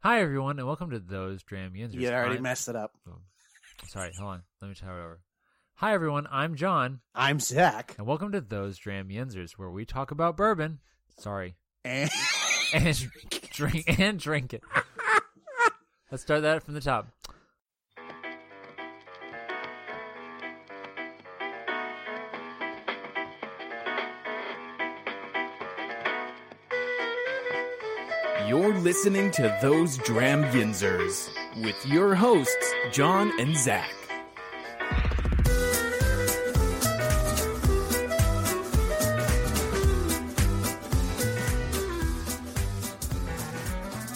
Hi, everyone, and welcome to Those Dram Yinzers. You already I'm- messed it up. oh, Sorry, hold on. Let me try it over. Hi, everyone. I'm John, I'm Zach. and welcome to Those Dram Yinzers, where we talk about bourbon. Sorry. And And drink, and drink it. Let's start that from the top. You're listening to Those Dram Yinzers with your hosts, John and Zach.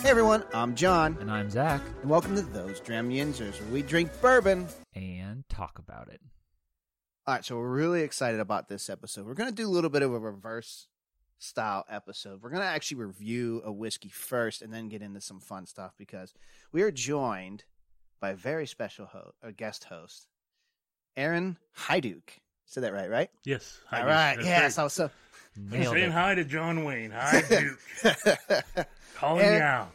hey everyone, I'm John, And I'm Zach, and welcome to Those Dram Yinzers, where we drink bourbon. and talk about it. All right, so we're really excited about this episode. We're going to do a little bit of a reverse style episode. We're going to actually review a whiskey first and then get into some fun stuff because we are joined by a very special ho- or guest host, Aaron Hyduke. Said that right, right? Yes. hi, All Duke. right. That's Yes. great. I was so. I'm Nailed saying it. hi to John Wayne. Hi, Duke. Calling And- you out.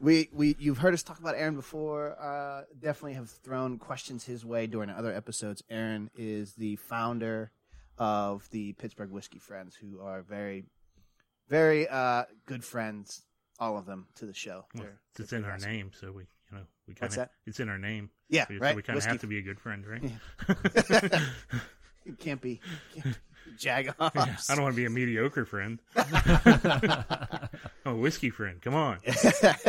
we we you've heard us talk about Aaron before. Uh, definitely have thrown questions his way during other episodes. Aaron is the founder of the Pittsburgh Whiskey Friends, who are very, very uh, good friends, all of them to the show. Well, They're- it's they're in our awesome. name, so we, you know, we kind What's of that? it's in our name. Yeah, so, right. we kind of Whiskey- have to be a good friend, right? It can't be, can't be jag offs. Yeah, I don't want to be a mediocre friend. oh, whiskey friend. Come on.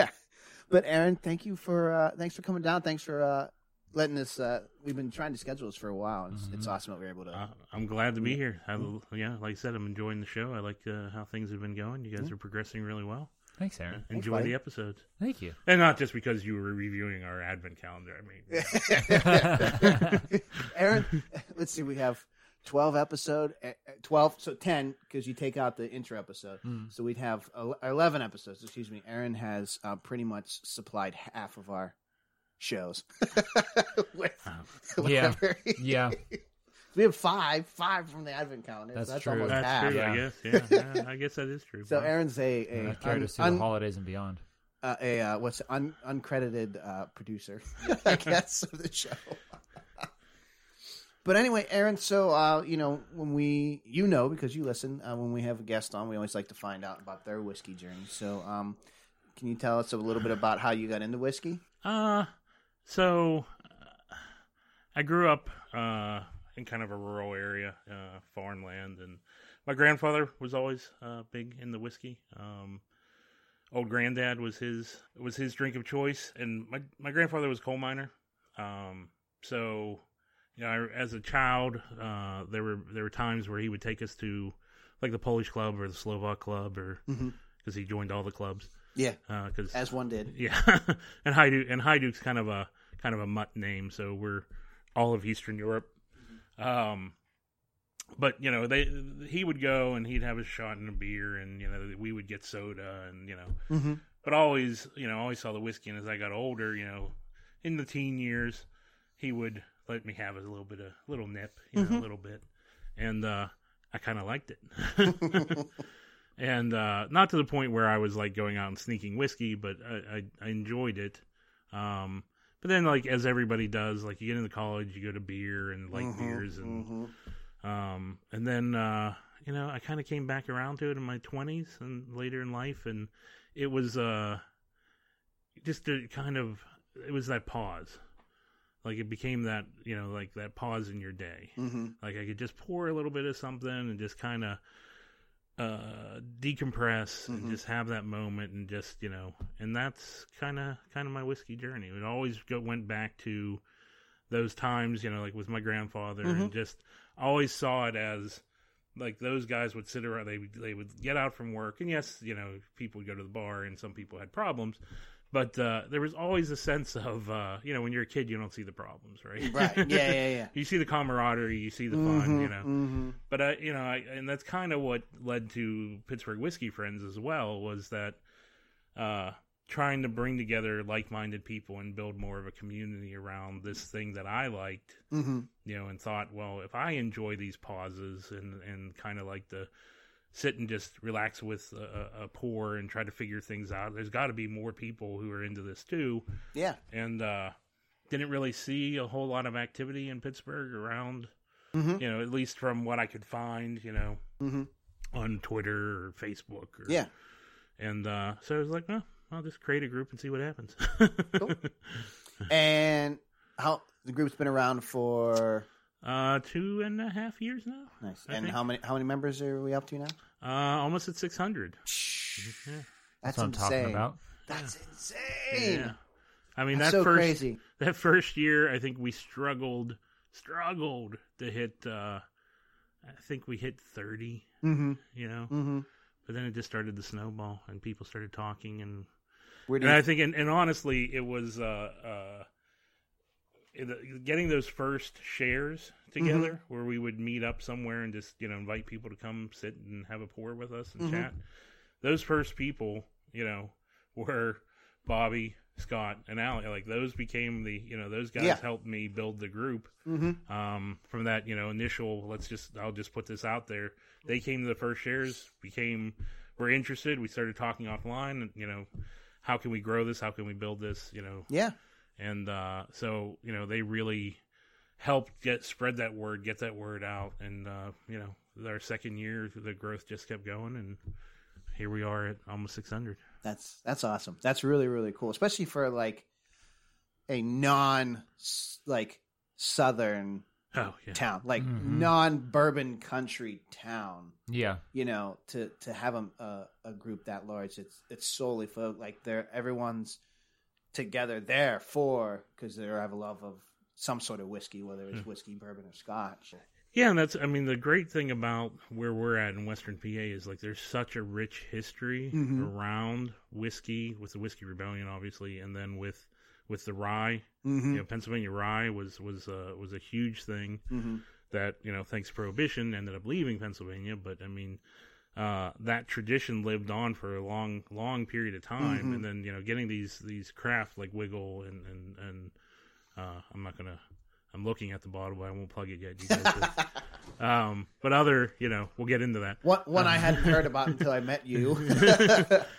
but Aaron, thank you for uh, thanks for coming down. Thanks for uh, letting us. Uh, we've been trying to schedule this for a while. It's, it's awesome that we were able to. Uh, I'm glad to be here. I, yeah, like I said, I'm enjoying the show. I like uh, how things have been going. Mm-hmm. You guys are progressing really well. Thanks, Aaron. Enjoy buddy. the episodes, Thank you. and not just because you were reviewing our advent calendar. I mean, yeah. Aaron, let's see. We have twelve episode, eh, eh, twelve so ten because you take out the intro episode, Hmm. so we'd have ele- eleven episodes. Excuse me. Aaron has uh, pretty much supplied half of our shows. With Uh, Yeah. whatever. yeah. we have five, five from the advent calendar. That's so that's true. almost that's half. true. Yeah. I guess. Yeah, yeah, I guess that is true. So Wow. Aaron's a a, That carried un- us through the un- holidays and beyond. uh, a uh, what's it, un- uncredited uh, producer, I guess, of the show. but anyway, Aaron. So uh, you know when we, you know, because you listen uh, when we have a guest on, we always like to find out about their whiskey journey. So um, can you tell us a little bit about how you got into whiskey? Uh, so uh, I grew up uh, in kind of a rural area, uh, farmland, and my grandfather was always uh, big in the whiskey. Um, old granddad was his was his drink of choice, and my my grandfather was a coal miner. Um, so you know, I, as a child, uh, there were there were times where he would take us to like the Polish club or the Slovak club, or because he joined all the clubs. Mm-hmm. uh, Yeah, Because as one did. yeah, and Hajduk and Hajduk's kind of a kind of a mutt name, so we're all of Eastern Europe. Um, but you know, they he would go and he'd have a shot and a beer, and you know, we would get soda, and you know, but always, you know, I always saw the whiskey. And as I got older, you know, in the teen years, he would let me have a little bit of little nip, you know, a little bit, and uh, I kind of liked Mm-hmm. it. and uh, not to the point where I was like going out and sneaking whiskey, but I, I, I enjoyed it. Um, but then, like as everybody does, like you get into college, you go to beer and like Mm-hmm. beers, and um, and then uh, you know I kind of came back around to it in my twenties and later in life, and it was uh, just a kind of it was that pause, like it became that you know like that pause in your day, Mm-hmm. like I could just pour a little bit of something and just kind of uh decompress and Mhm. just have that moment and just you know and that's kind of kind of my whiskey journey it always go, went back to those times you know like with my grandfather Mm-hmm. and just I always saw it as like those guys would sit around they would- they would get out from work and yes you know people would go to the bar and some people had problems but uh there was always a sense of uh you know when you're a kid you don't see the problems right Right. Yeah. Yeah. Yeah. you see the camaraderie, you see the fun, you know. Mm-hmm. But I, you know, I, and that's kind of what led to Pittsburgh Whiskey Friends as well was that uh, trying to bring together like-minded people and build more of a community around this thing that I liked, Mm-hmm. you know, and thought, well, if I enjoy these pauses and and kind of like the sit and just relax with a, a- a pour and try to figure things out. There's got to be more people who are into this too, Yeah. and uh, didn't really see a whole lot of activity in Pittsburgh around. Mhm. You know, at least from what I could find, you know, Mm-hmm. on Twitter or Facebook. Or, Yeah. And uh, so I was like, no, I'll just create a group and see what happens. And how the group's been around for uh, two and a half years now. nice. I and think- how many how many members are we up to now? Uh, almost at 600. That's, That's what I'm insane. talking about. That's insane. Yeah. I mean, That's that so first crazy. that first year, I think we struggled struggled to hit. Uh, I think we hit 30. Mm-hmm. You know, Mm-hmm. but then it just started to snowball, and people started talking, and Where do and you I think, and, and honestly, it was uh, uh, it- getting those first shares together, where we would meet up somewhere and just you know invite people to come sit and have a pour with us and Mhm. chat. Those first people, you know, were Bobby, Scott, and Allie. Like those became the you know those guys Yeah. helped me build the group mm-hmm. um, from that you know initial let's just i'll just put this out there they came to the first shares became were interested we started talking offline and you know how can we grow this how can we build this you know Yeah. and uh, so you know they really helped get spread that word get that word out and uh, you know our second year the growth just kept going and here we are at almost 600 That's that's awesome. That's really really cool, especially for like a non s- like southern oh yeah Mm-hmm. town, like Mhm. non bourbon country town. Yeah. You know, to to have a, a a group that large, it's it's solely for like they're everyone's together there for because they have a love of some sort of whiskey, whether it's whiskey, bourbon, or scotch. Yeah, and that's I mean the great thing about where we're at in Western PA is like there's such a rich history Mhm. around whiskey with the whiskey rebellion obviously and then with with the rye. Mm-hmm. You know, Pennsylvania rye was was uh, was a huge thing Mm-hmm. that, you know, thanks to prohibition ended up leaving Pennsylvania, but I mean uh, that tradition lived on for a long, long period of time, Mhm. and then you know, getting these these craft like Wiggle and and and uh, I'm not gonna, I'm looking at the bottle, but I won't plug it yet. You guys will- um, but other, you know, we'll get into that. One one I hadn't heard about until I met you.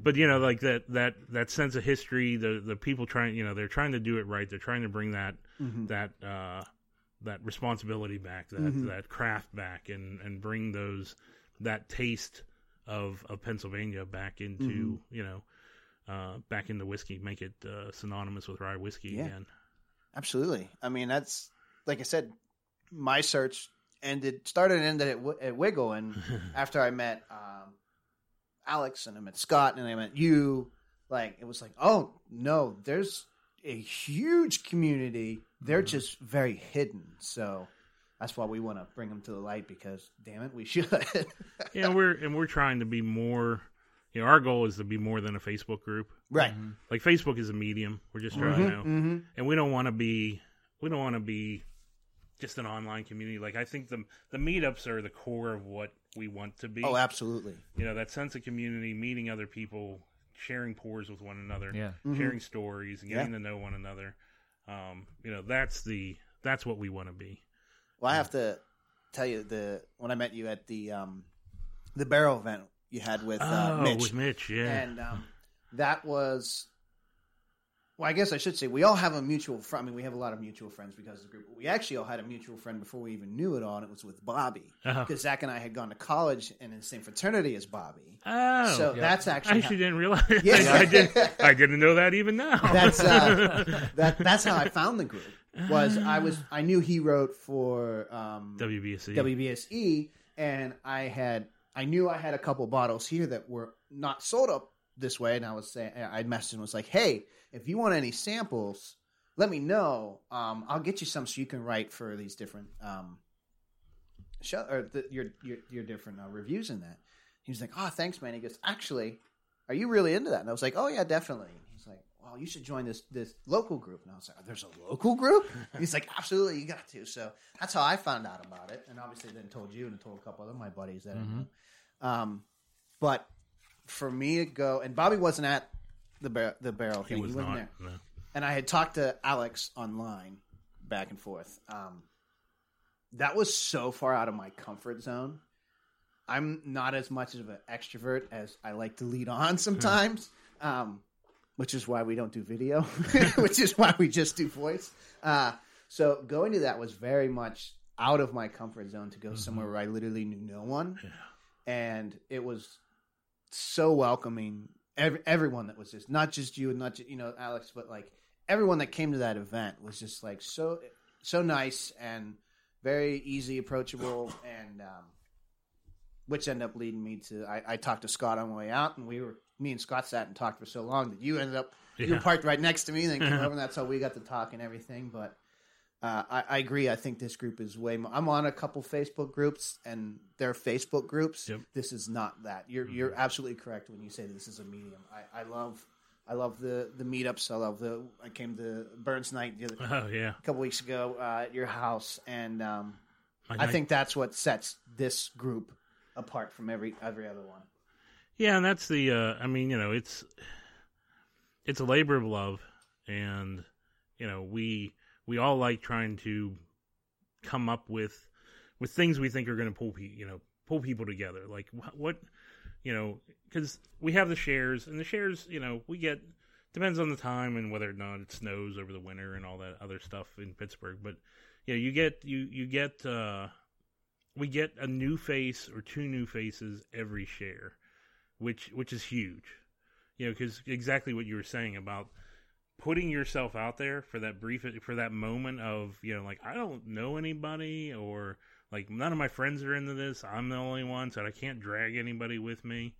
But you know, like that that that sense of history, the the people trying, you know, they're trying to do it right. They're trying to bring that Mhm. that uh, that responsibility back, that Mhm. that craft back, and and bring those that taste of of Pennsylvania back into Mm-hmm. you know. Uh, back into whiskey, make it uh, synonymous with rye whiskey Yeah. again. Absolutely. I mean, that's like I said, my search ended, started and ended at, Wi- at Wiggle, and after I met um, Alex and I met Scott and I met you, like it was like, oh no, there's a huge community. They're just very hidden, so that's why we want to bring them to the light because, damn it, we should. yeah, and we're and we're trying to be more. You know, our goal is to be more than a Facebook group. right. Like Facebook is a medium. We're just trying Mhm, now. mhm. and we don't want to be we don't want to be just an online community like i think the the meetups are the core of what we want to be Oh, absolutely. you know that sense of community meeting other people sharing pours with one another Yeah. sharing stories and Mm-hmm. Yeah. getting to know one another um you know that's the that's what we want to be Well, I have to tell you the when I met you at the um, the barrel event you had with uh, oh Mitch, with mitch yeah and um, that was. Well, I guess I should say we all have a mutual friend. I mean, we have a lot of mutual friends because of the group. But we actually all had a mutual friend before we even knew it all, and it was with Bobby Oh. because Zach and I had gone to college and in the same fraternity as Bobby. oh so yeah. that's i actually, how- actually didn't realize Yeah. I, did, I didn't know that even now that's uh, that, that's how I found the group. Was I was I knew he wrote for um, wbc WBSE, E, and I had I knew I had a couple bottles here that were not sold up this way, and I was saying I messaged and was like, "Hey, if you want any samples, let me know. Um, I'll get you some so you can write for these different um, show or the, your your your different uh, reviews in that." He was like, "Oh, thanks, man." He goes, "Actually, are you really into that?" And I was like, "Oh yeah, definitely." He's like, "Well, you should join this this local group." And I was like, oh, "There's a local group?" He's like, "Absolutely, you got to." So that's how I found out about it, and obviously then told you and told a couple other my buddies that I knew. Mm-hmm. Um, but for me to go, and Bobby wasn't at the bar- the barrel he thing. was E, wasn't not there no. and I had talked to Alex online back and forth. Um, that was so far out of my comfort zone. I'm not as much of an extrovert as I like to lead on sometimes, um, which is why we don't do video, which is why we just do voice. Uh, so going to that was very much out of my comfort zone to go somewhere where I literally knew no one, Mm-hmm. Yeah. and it was so welcoming. Every, everyone that was just not just you and not just, you know Alex, but like everyone that came to that event was just like so so nice and very easy approachable and um, which ended up leading me to I, I talked to Scott on the way out and we were me and Scott sat and talked for so long that you ended up you were Yeah. parked right next to me and then came over and that's how we got to talk and everything but uh, I, I agree I think this group is way more I'm on a couple Facebook groups and they're Facebook groups Yep. Mm-hmm. this is not that you're you're absolutely correct when you say this is a medium I, I love I love the the meetups I love the I came to Burns night the other Oh yeah. a couple weeks ago uh, at your house, and um, My I night- think that's what sets this group apart from every every other one. Yeah, and that's the. Uh, I mean, you know, it's it's a labor of love, and you know, we we all like trying to come up with with things we think are going to pull pe- you know pull people together. Like wh- what you know, because we have the shares, and the shares, you know, we get depends on the time and whether or not it snows over the winter and all that other stuff in Pittsburgh. But you know, you get you you get uh, we get a new face or two new faces every share which which is huge. You know, because exactly what you were saying about putting yourself out there for that brief for that moment of you know like I don't know anybody or like none of my friends are into this. I'm the only one, so I can't drag anybody with me.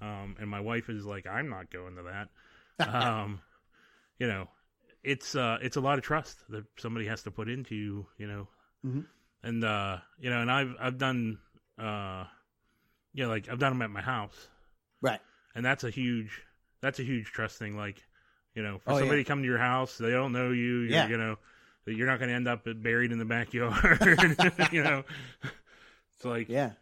Um, and my wife is like, I'm not going to that. um, you know, it's uh, it's a lot of trust that somebody has to put into you know, Mhm. and uh, you know, and I've I've done uh, yeah, like I've done them at my house Right. and that's a huge that's a huge trust thing like you know for Oh, somebody yeah. to come to your house they don't know you you're Yeah. you know that you're not going to end up buried in the backyard you know it's like Yeah.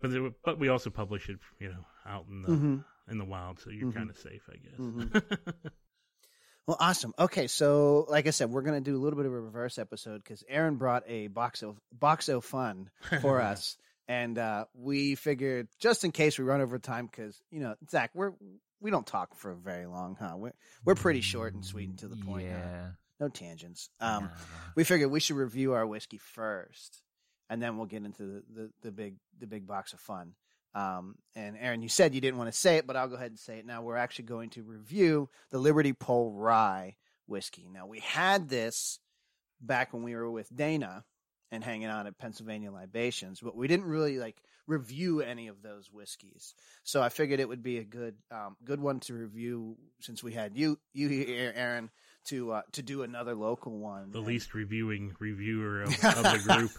but, they, but we also publish it you know out in the hmm in the wild so you're Mhm. kind of safe i guess Well, awesome. Okay, so like I said, we're gonna do a little bit of a reverse episode because Aaron brought a box of box of fun Mm-hmm. for us, and uh, we figured just in case we run over time, because you know Zach, we're we don't talk for very long, huh? We're we're pretty short and sweet and to the point. huh? Yeah. No tangents. Um, nah, we figured we should review our whiskey first, and then we'll get into the, the, the big the big box of fun. Um, and Aaron, you said you didn't want to say it, but I'll go ahead and say it now. We're actually going to review the Liberty Pole Rye whiskey. Now we had this back when we were with Dana and hanging out at Pennsylvania Libations, but we didn't really like review any of those whiskeys. So I figured it would be a good um, good one to review since we had you you here, Aaron, to uh, to do another local one. the And- least reviewing reviewer of, of the group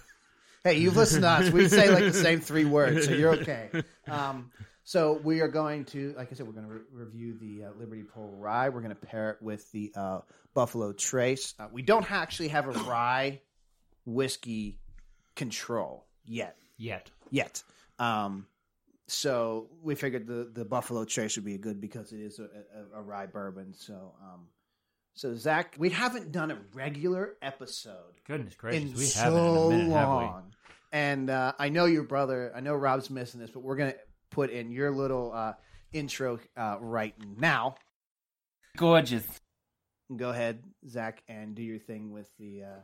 Hey, you've listened to us. We say like the same three words, so you're okay. Um, so we are going to, like I said, we're going to re- review the uh, Liberty Pole Rye. We're going to pair it with the uh, Buffalo Trace. Uh, we don't actually have a rye whiskey control yet, Yet. yet. Um, so we figured the, the Buffalo Trace would be good because it is a, a, a rye bourbon. So, um, so Zach, we haven't done a regular episode Goodness gracious, in we so haven't in a minute, have long. And uh, I know your brother. I know Rob's missing this, but we're gonna put in your little uh, intro uh, right now. Gorgeous. Go ahead, Zach, and do your thing with the uh,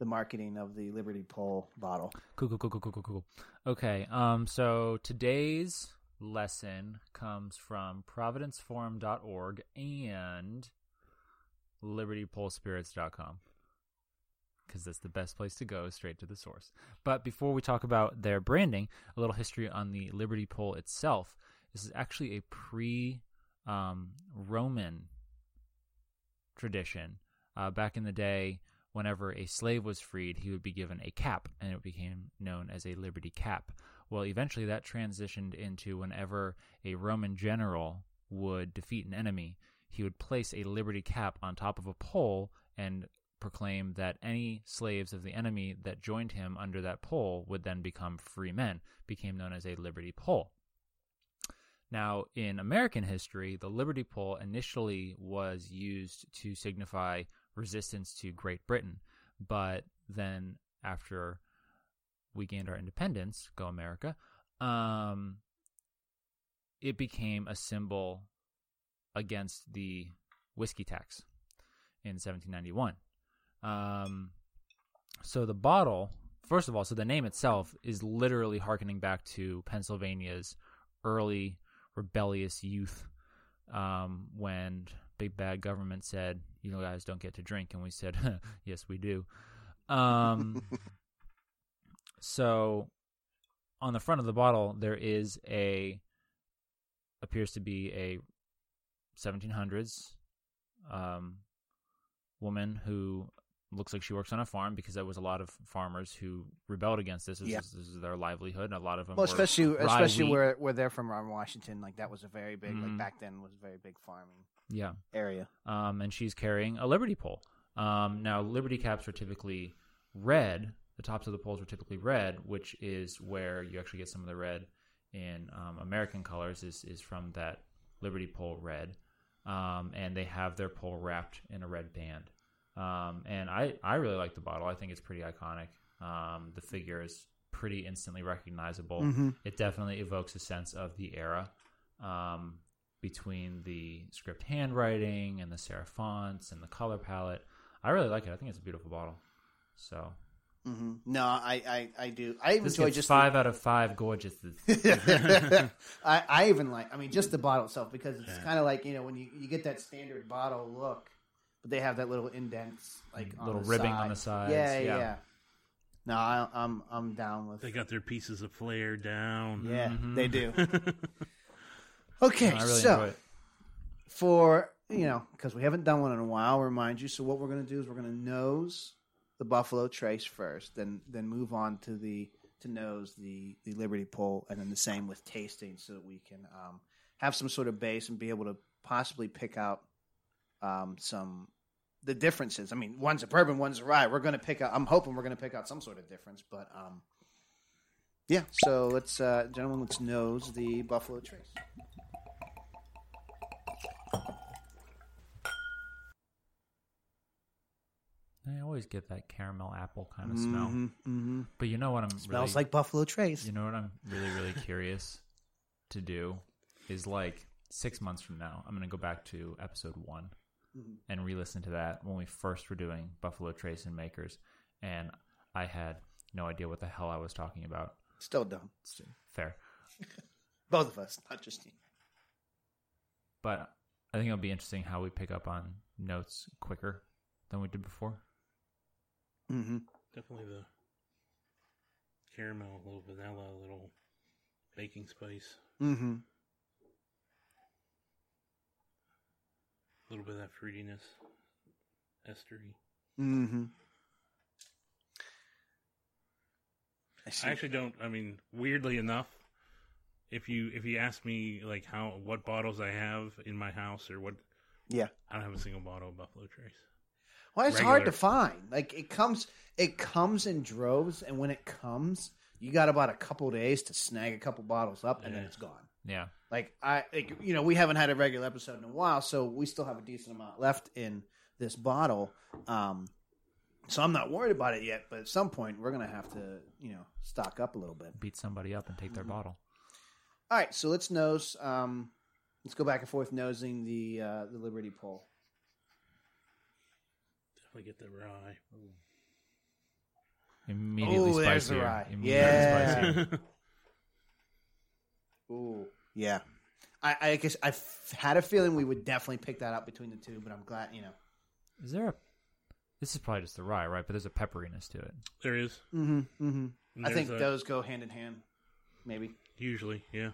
the marketing of the Liberty Pole bottle. we? Cool, cool, cool, cool, cool, cool, cool. Okay, um, so today's lesson comes from providenceforum.org and libertypolespirits.com because that's the best place to go straight to the source. But before we talk about their branding, a little history on the Liberty Pole itself. This is actually a pre um, Roman tradition. Uh, back in the day, whenever a slave was freed, he would be given a cap, and it became known as a liberty cap. Well, eventually that transitioned into whenever a Roman general would defeat an enemy, he would place a liberty cap on top of a pole and proclaim that any slaves of the enemy that joined him under that pole would then become free men, became known as a liberty pole. Now, in American history, the Liberty Pole initially was used to signify resistance to Great Britain. But then, after we gained our independence, go America, um, it became a symbol against the whiskey tax in 1791. Um, so the bottle, first of all, so the name itself is literally harkening back to Pennsylvania's early rebellious youth um, when big bad government said, "You know, guys don't get to drink," and we said, "Yes, we do." Um, so on the front of the bottle, there is a appears to be a 1700s um, woman who looks like she works on a farm because there was a lot of farmers who rebelled against this. This, Yeah. is, this is their livelihood. And a lot of them, Well, were especially rye especially wheat. where where they're from, around Washington. Like that was a very big Mhm. like back then was a very big farming yeah. area. um, and she's carrying a liberty pole. Um, now, liberty caps are typically red. The tops of the poles are typically red, which is where you actually get some of the red in um, American colors. Is is from that liberty pole red, um, and they have their pole wrapped in a red band. Um, and I I really like the bottle. I think it's pretty iconic. Um, the figure is pretty instantly recognizable Mm-hmm. it definitely evokes a sense of the era um, between the script handwriting and the serif fonts and the color palette. I really like it. I think it's a beautiful bottle. So hmm No, I, I I do. I this enjoy gets just the- five out of five gorgeous. I, I even like, I mean, just the bottle itself because it's kind of like you know when you, you get that standard bottle look, but they have that little indents like on Little the ribbing side. on the sides, Yeah, yeah. yeah. No, I, I'm I'm down with. They got their pieces of flair down. yeah, Mhm. they do. Okay, I really so enjoy it. for you know because we haven't done one in a while, I'll remind you. So what we're gonna do is we're gonna nose the Buffalo Trace first, then then move on to the to nose the the Liberty Pole, and then the same with tasting, so that we can um, have some sort of base and be able to possibly pick out um, some the differences. I mean, one's a bourbon, one's a rye. We're gonna pick out. I'm hoping we're gonna pick out some sort of difference, but um, yeah. So let's, uh, gentlemen, let's nose the Buffalo Trace. I always get that caramel apple kind of smell. Mm-hmm. But you know what I'm Smells really, like Buffalo Trace. you know what I'm really really curious to do is like six months from now I'm gonna go back to episode one Mm-hmm. and re-listen to that when we first were doing Buffalo Trace and Makers, and I had no idea what the hell I was talking about. Still dumb. It's fair, Both of us, not just you. but I think it'll be interesting how we pick up on notes quicker than we did before. Mm-hmm. Definitely the caramel, a little vanilla, a little baking spice, Mm-hmm. a little bit of that fruitiness, estery. Mm-hmm. I see. I actually don't. I mean, weirdly enough, if you if you ask me like how what bottles I have in my house or what, yeah. I don't have a single bottle of Buffalo Trace. Well, it's hard regular. to find. Like it comes, it comes in droves, and when it comes, you got about a couple days to snag a couple bottles up, and then Yeah. it's gone. Yeah, Like I, like, you know, we haven't had a regular episode in a while, so we still have a decent amount left in this bottle. Um, so I'm not worried about it yet, but at some point we're gonna have to, you know, stock up a little bit. beat somebody up and take Mm-hmm. their bottle. All right, so let's nose. Um, let's go back and forth nosing the uh, the Liberty Pole. Definitely get the rye. Immediately Ooh, spicier. there's the rye. Immediately Yeah. spicier. Ooh, yeah. I, I guess I f- had a feeling we would definitely pick that up between the two, but I'm glad you know. Is there a? This is probably just the rye, right? But there's a pepperiness to it. there is. Mm-hmm. Mm-hmm. And I think there's a- those go hand in hand, maybe. Usually, yeah.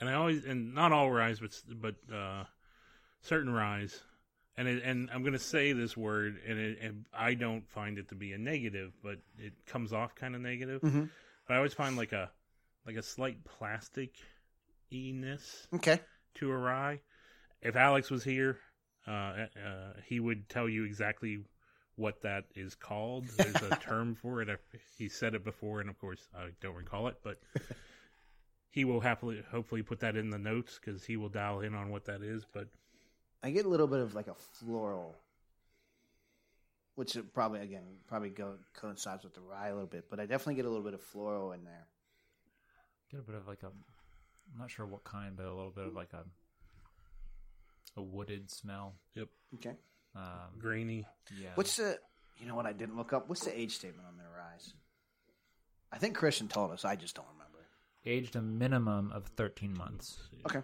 And I always and not all ryes, but but uh, certain ryes, and it, and I'm gonna say this word, and, it, and I don't find it to be a negative, but it comes off kind of negative. Mhm. But I always find like a like a slight plastic ness Okay. to a rye. If Alex was here, uh, uh, he would tell you exactly what that is called. There's a term for it. I, he said it before, and of course, I don't recall it, but he will happily, hopefully, put that in the notes because he will dial in on what that is. But I get a little bit of like a floral, which it probably again probably go coincides with the rye a little bit, but I definitely get a little bit of floral in there. Get a bit of like a, I'm not sure what kind, but a little bit of like a, a wooded smell. Okay. Um, Grainy. yeah. What's the? You know what? I didn't look up. What's the age statement on their rise? I think Christian told us. I just don't remember. aged a minimum of 13 months? Okay.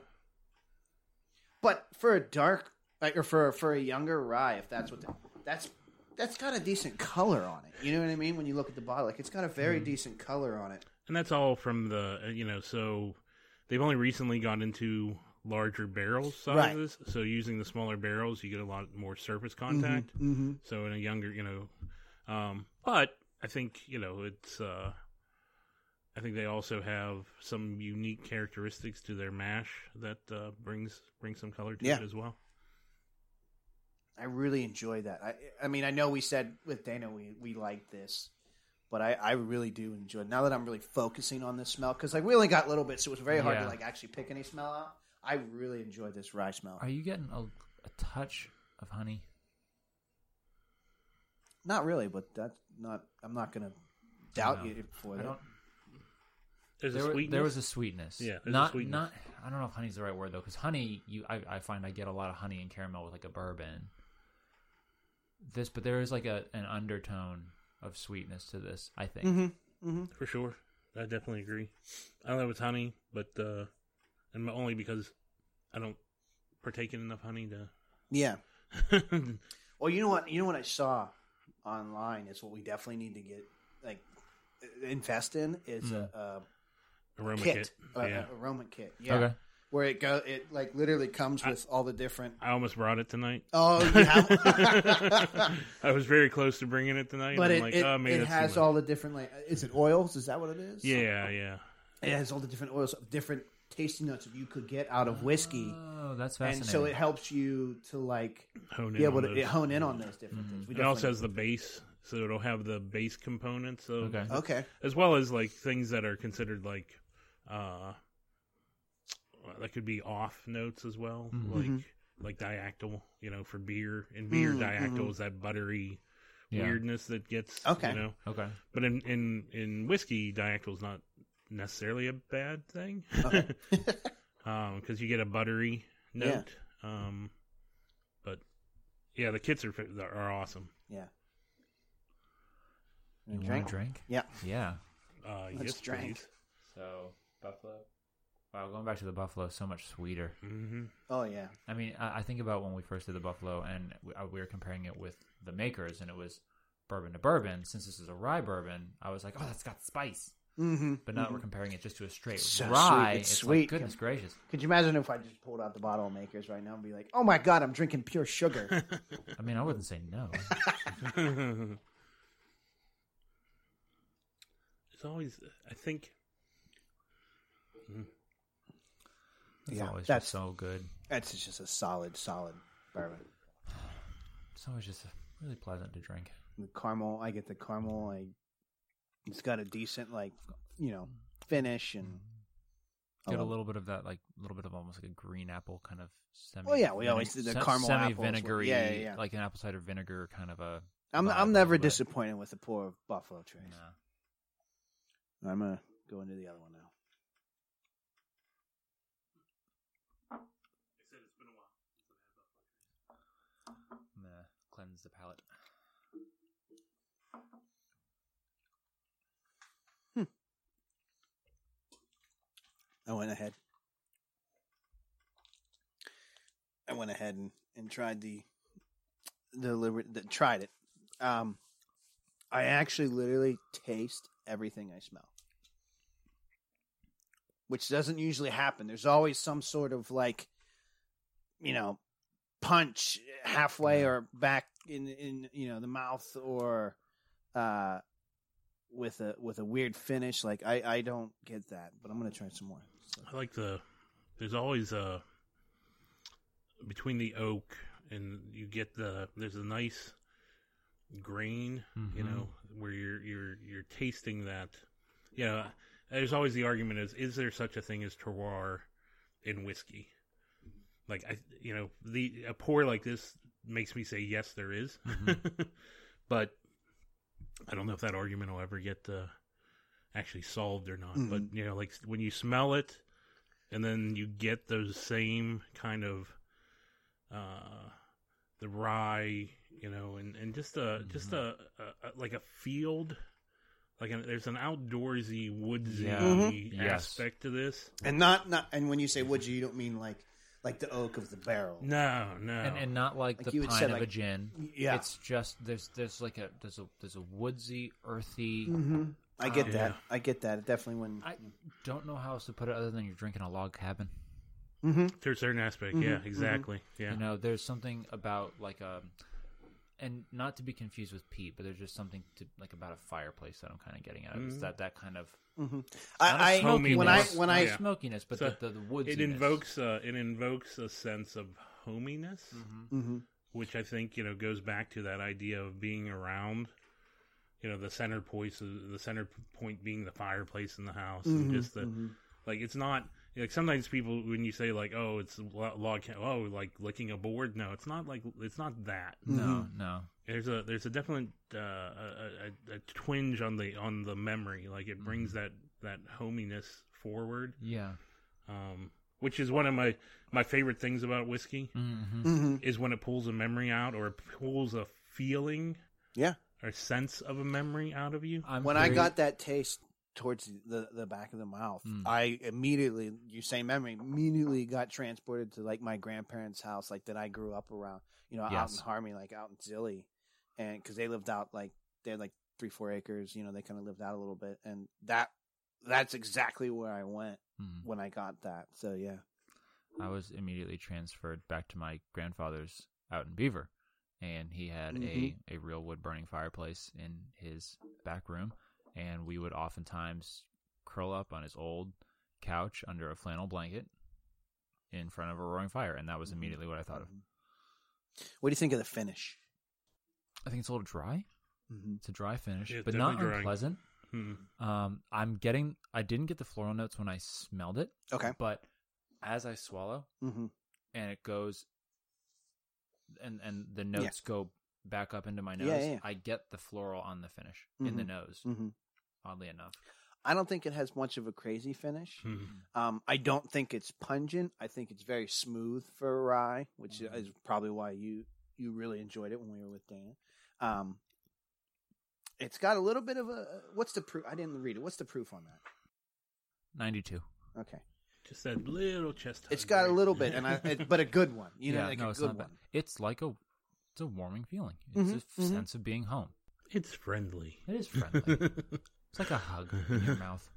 But for a dark, like, or for for a younger rye, if that's what the, that's that's got a decent color on it. You know what I mean? When you look at the bottle, like it's got a very Mm-hmm. decent color on it. And that's all from the, uh, you know, so they've only recently ggot into larger barrel Right. sizes. So using the smaller barrels, you get a lot more surface contact. Mm-hmm. So in a younger, you know, um, but I think you know it's. Uh, I think they also have some unique characteristics to their mash that uh, brings brings some color to Yeah. it as well. I really enjoy that. I I mean, I know we said with Dana we we like this, but I I really do enjoy. it. Now that I'm really focusing on this smell, because like we only got little bits, so it was very hard Yeah. to like actually pick any smell out. I really enjoy this rye smell. Are you getting a, a touch of honey? Not really, but that's not. I'm not gonna doubt you for I that. don't. There's There, a wa- sweetness. there was a sweetness. Yeah, there's a not sweetness. not. I don't know if honey's the right word though, because honey, you I, I find I get a lot of honey and caramel with like a bourbon. This, but there is like a an undertone of sweetness to this. I think. Mm-hmm. for sure. I definitely agree. I don't know if it's honey, but uh, and only because I don't partake in enough honey Yeah. to. Well, you know what? You know what I saw online is what we definitely need to get like invest in is a, a Aroma kit, kit. A, a- Yeah. aroma kit. Yeah. Okay. Where it go, it like literally comes with all the different. I almost brought it tonight. Oh, you have, I was very close to bringing it tonight. but I'm it like, it, oh, maybe it that's too has much." all the different like. Is it oils? Is that what it is? Yeah, yeah. It has all the different oils, of different tasting notes that you could get out of whiskey, Oh, that's fascinating. and so it helps you to like Hone be in able on to those. hone in on those different Mm-hmm. things. We It also definitely- has the base, so it'll have the base components of, Okay. okay. as well as like things that are considered like, uh, that could be off notes as well, Mm-hmm. like Mm-hmm. like diactyl, you know, for beer. And beer Mm, diactyl is that buttery Yeah. weirdness that gets, Okay. you know. Okay. But in in in whiskey, diactyl is not necessarily a bad thing, Okay. because you get a buttery Yeah. note. Um, but yeah, the kits are are awesome. Yeah. You want drink? a drink? Yeah. Yeah. Uh, Let's yes, drink. So buffalo. Wow, going back to the buffalo, so much sweeter. hmm Oh yeah. I mean, I, I think about when we first did the Buffalo, and we, uh, we were comparing it with the makers, and it was bourbon to bourbon. Since this is a rye bourbon, I was like, "Oh, that's got spice," Mm-hmm. but now that we're comparing it just to a straight So rye. sweet. It's It's, sweet. Like, goodness gracious! Could you imagine if I just pulled out the bottle makers right now and be like, "Oh my god, I'm drinking pure sugar." I mean, I wouldn't say no. it's always, I think, It's Yeah, always that's- just so good. That's just a solid, solid bourbon. It's always just really pleasant to drink. The caramel, I get the caramel. I, it's got a decent, like, you know, finish and. Mm-hmm. Get a Oh. little bit of that, like a little bit of almost like a green apple kind of semi. Well, Oh, yeah, we always did the caramel semi apples. vinegary, Yeah, yeah, yeah. like an apple cider vinegar kind of a. I'm vibe a I'm never little bit. disappointed with the pour of Buffalo Trace. Nah. I'm gonna go into the other one now. I'm gonna cleanse the palate. I went ahead. I went ahead and, and tried the the, liber- the tried it. Um, I actually literally taste everything I smell, which doesn't usually happen. There's always some sort of like, you know, punch halfway or back in in you know the mouth or uh with a with a weird finish. Like I I don't get that, but I'm gonna try some more. So. I like the, there's always a, between the oak and you get the, there's a nice grain, you Mhm. know, where you're, you're, you're tasting that, you know, there's always the argument is, is there such a thing as terroir in whiskey? Like I, you know, the, a pour like this makes me say, yes, there is. but I don't know if that argument will ever get, uh, actually solved or not. Mhm. But you know, like when you smell it, and then you get those same kind of uh, the rye, you know, and and just a just a, a, a- like a field. Like an, there's an outdoorsy, woodsy Yeah. Mhm. Yes. aspect to this. and not not. And when you say wood, you don't mean like like the oak of the barrel. No, no, and and not like, Like the you had pine said, of a like- gin. Yeah. it's just there's there's like a there's a there's a woodsy, earthy. I get Um, that. Yeah. I get that. It definitely wouldn't. I don't know how else to put it other than you're drinking a log cabin. Mm-hmm. to a certain aspect. Mm-hmm. yeah, exactly. Yeah, You know, there's something about like a, and not to be confused with peat, but there's just something to like about a fireplace that I'm kind of getting at. Mm-hmm. It's that that kind of not a I, I smoky when I one. when I not Yeah. smokiness, but So the, the, the woods. it invokes uh, it invokes a sense of hominess, Mm-hmm. Mhm. which I think you know goes back to that idea of being around. You know, the center point, the center point being the fireplace in the house, Mm-hmm. and Mm-hmm. just the like. It's not like sometimes people when you say like, "Oh, it's a lo- log," ca- oh, like licking a board. No, it's not like it's not that. No, Mm-hmm. no. There's a there's a definite uh, a, a, a twinge on the on the memory. Like it brings Mm-hmm. that that hominess forward Yeah. um, which is one of my my favorite things about whiskey Mm-hmm. is when it pulls a memory out or pulls a feeling yeah. or sense of a memory out of you. I'm When I very- got that taste towards the the back of the mouth, Mm. I immediately you say memory immediately got transported to like my grandparents' house, like that I grew up around. You know, out in Yes. Harmony, like out in Zilly, and because they lived out like they had like three four acres. You know, they kind of lived out a little bit, and that that's exactly where I went Mhm. when I got that. So yeah. I was immediately transferred back to my grandfather's out in Beaver, and he had Mm-hmm. a, a real wood burning fireplace in his back room, and we would oftentimes curl up on his old couch under a flannel blanket in front of a roaring fire, and that Mm-hmm. was immediately what I thought of. What do you think of the finish? I think it's a little dry. Mhm. It's a dry finish, Yeah, but not definitely dry. unpleasant. Hmm. Um, I'm getting. I didn't get the floral notes when I smelled it, Okay. but as I swallow, Mm-hmm. and it goes and and the notes go back up into my Yeah, nose yeah, yeah. i get the floral on the finish in the nose Mm-hmm. oddly enough I don't think it has much of a crazy finish. Hmm. Um, I don't think it's pungent. I think it's very smooth for a rye, which Mm-hmm. is probably why you you really enjoyed it when we were with Dan. Um, it's got a little bit of a what's the proof? I didn't read it. What's the proof on that? 92 Okay, Just that little chest. it's hug, got a right? little bit, and I it, but a good one. You know, Yeah, like no, a it's good not bad. one. Mm-hmm, it's like a it's a warming feeling it's a f- sense of being home It's friendly. it is friendly it's like a hug in your mouth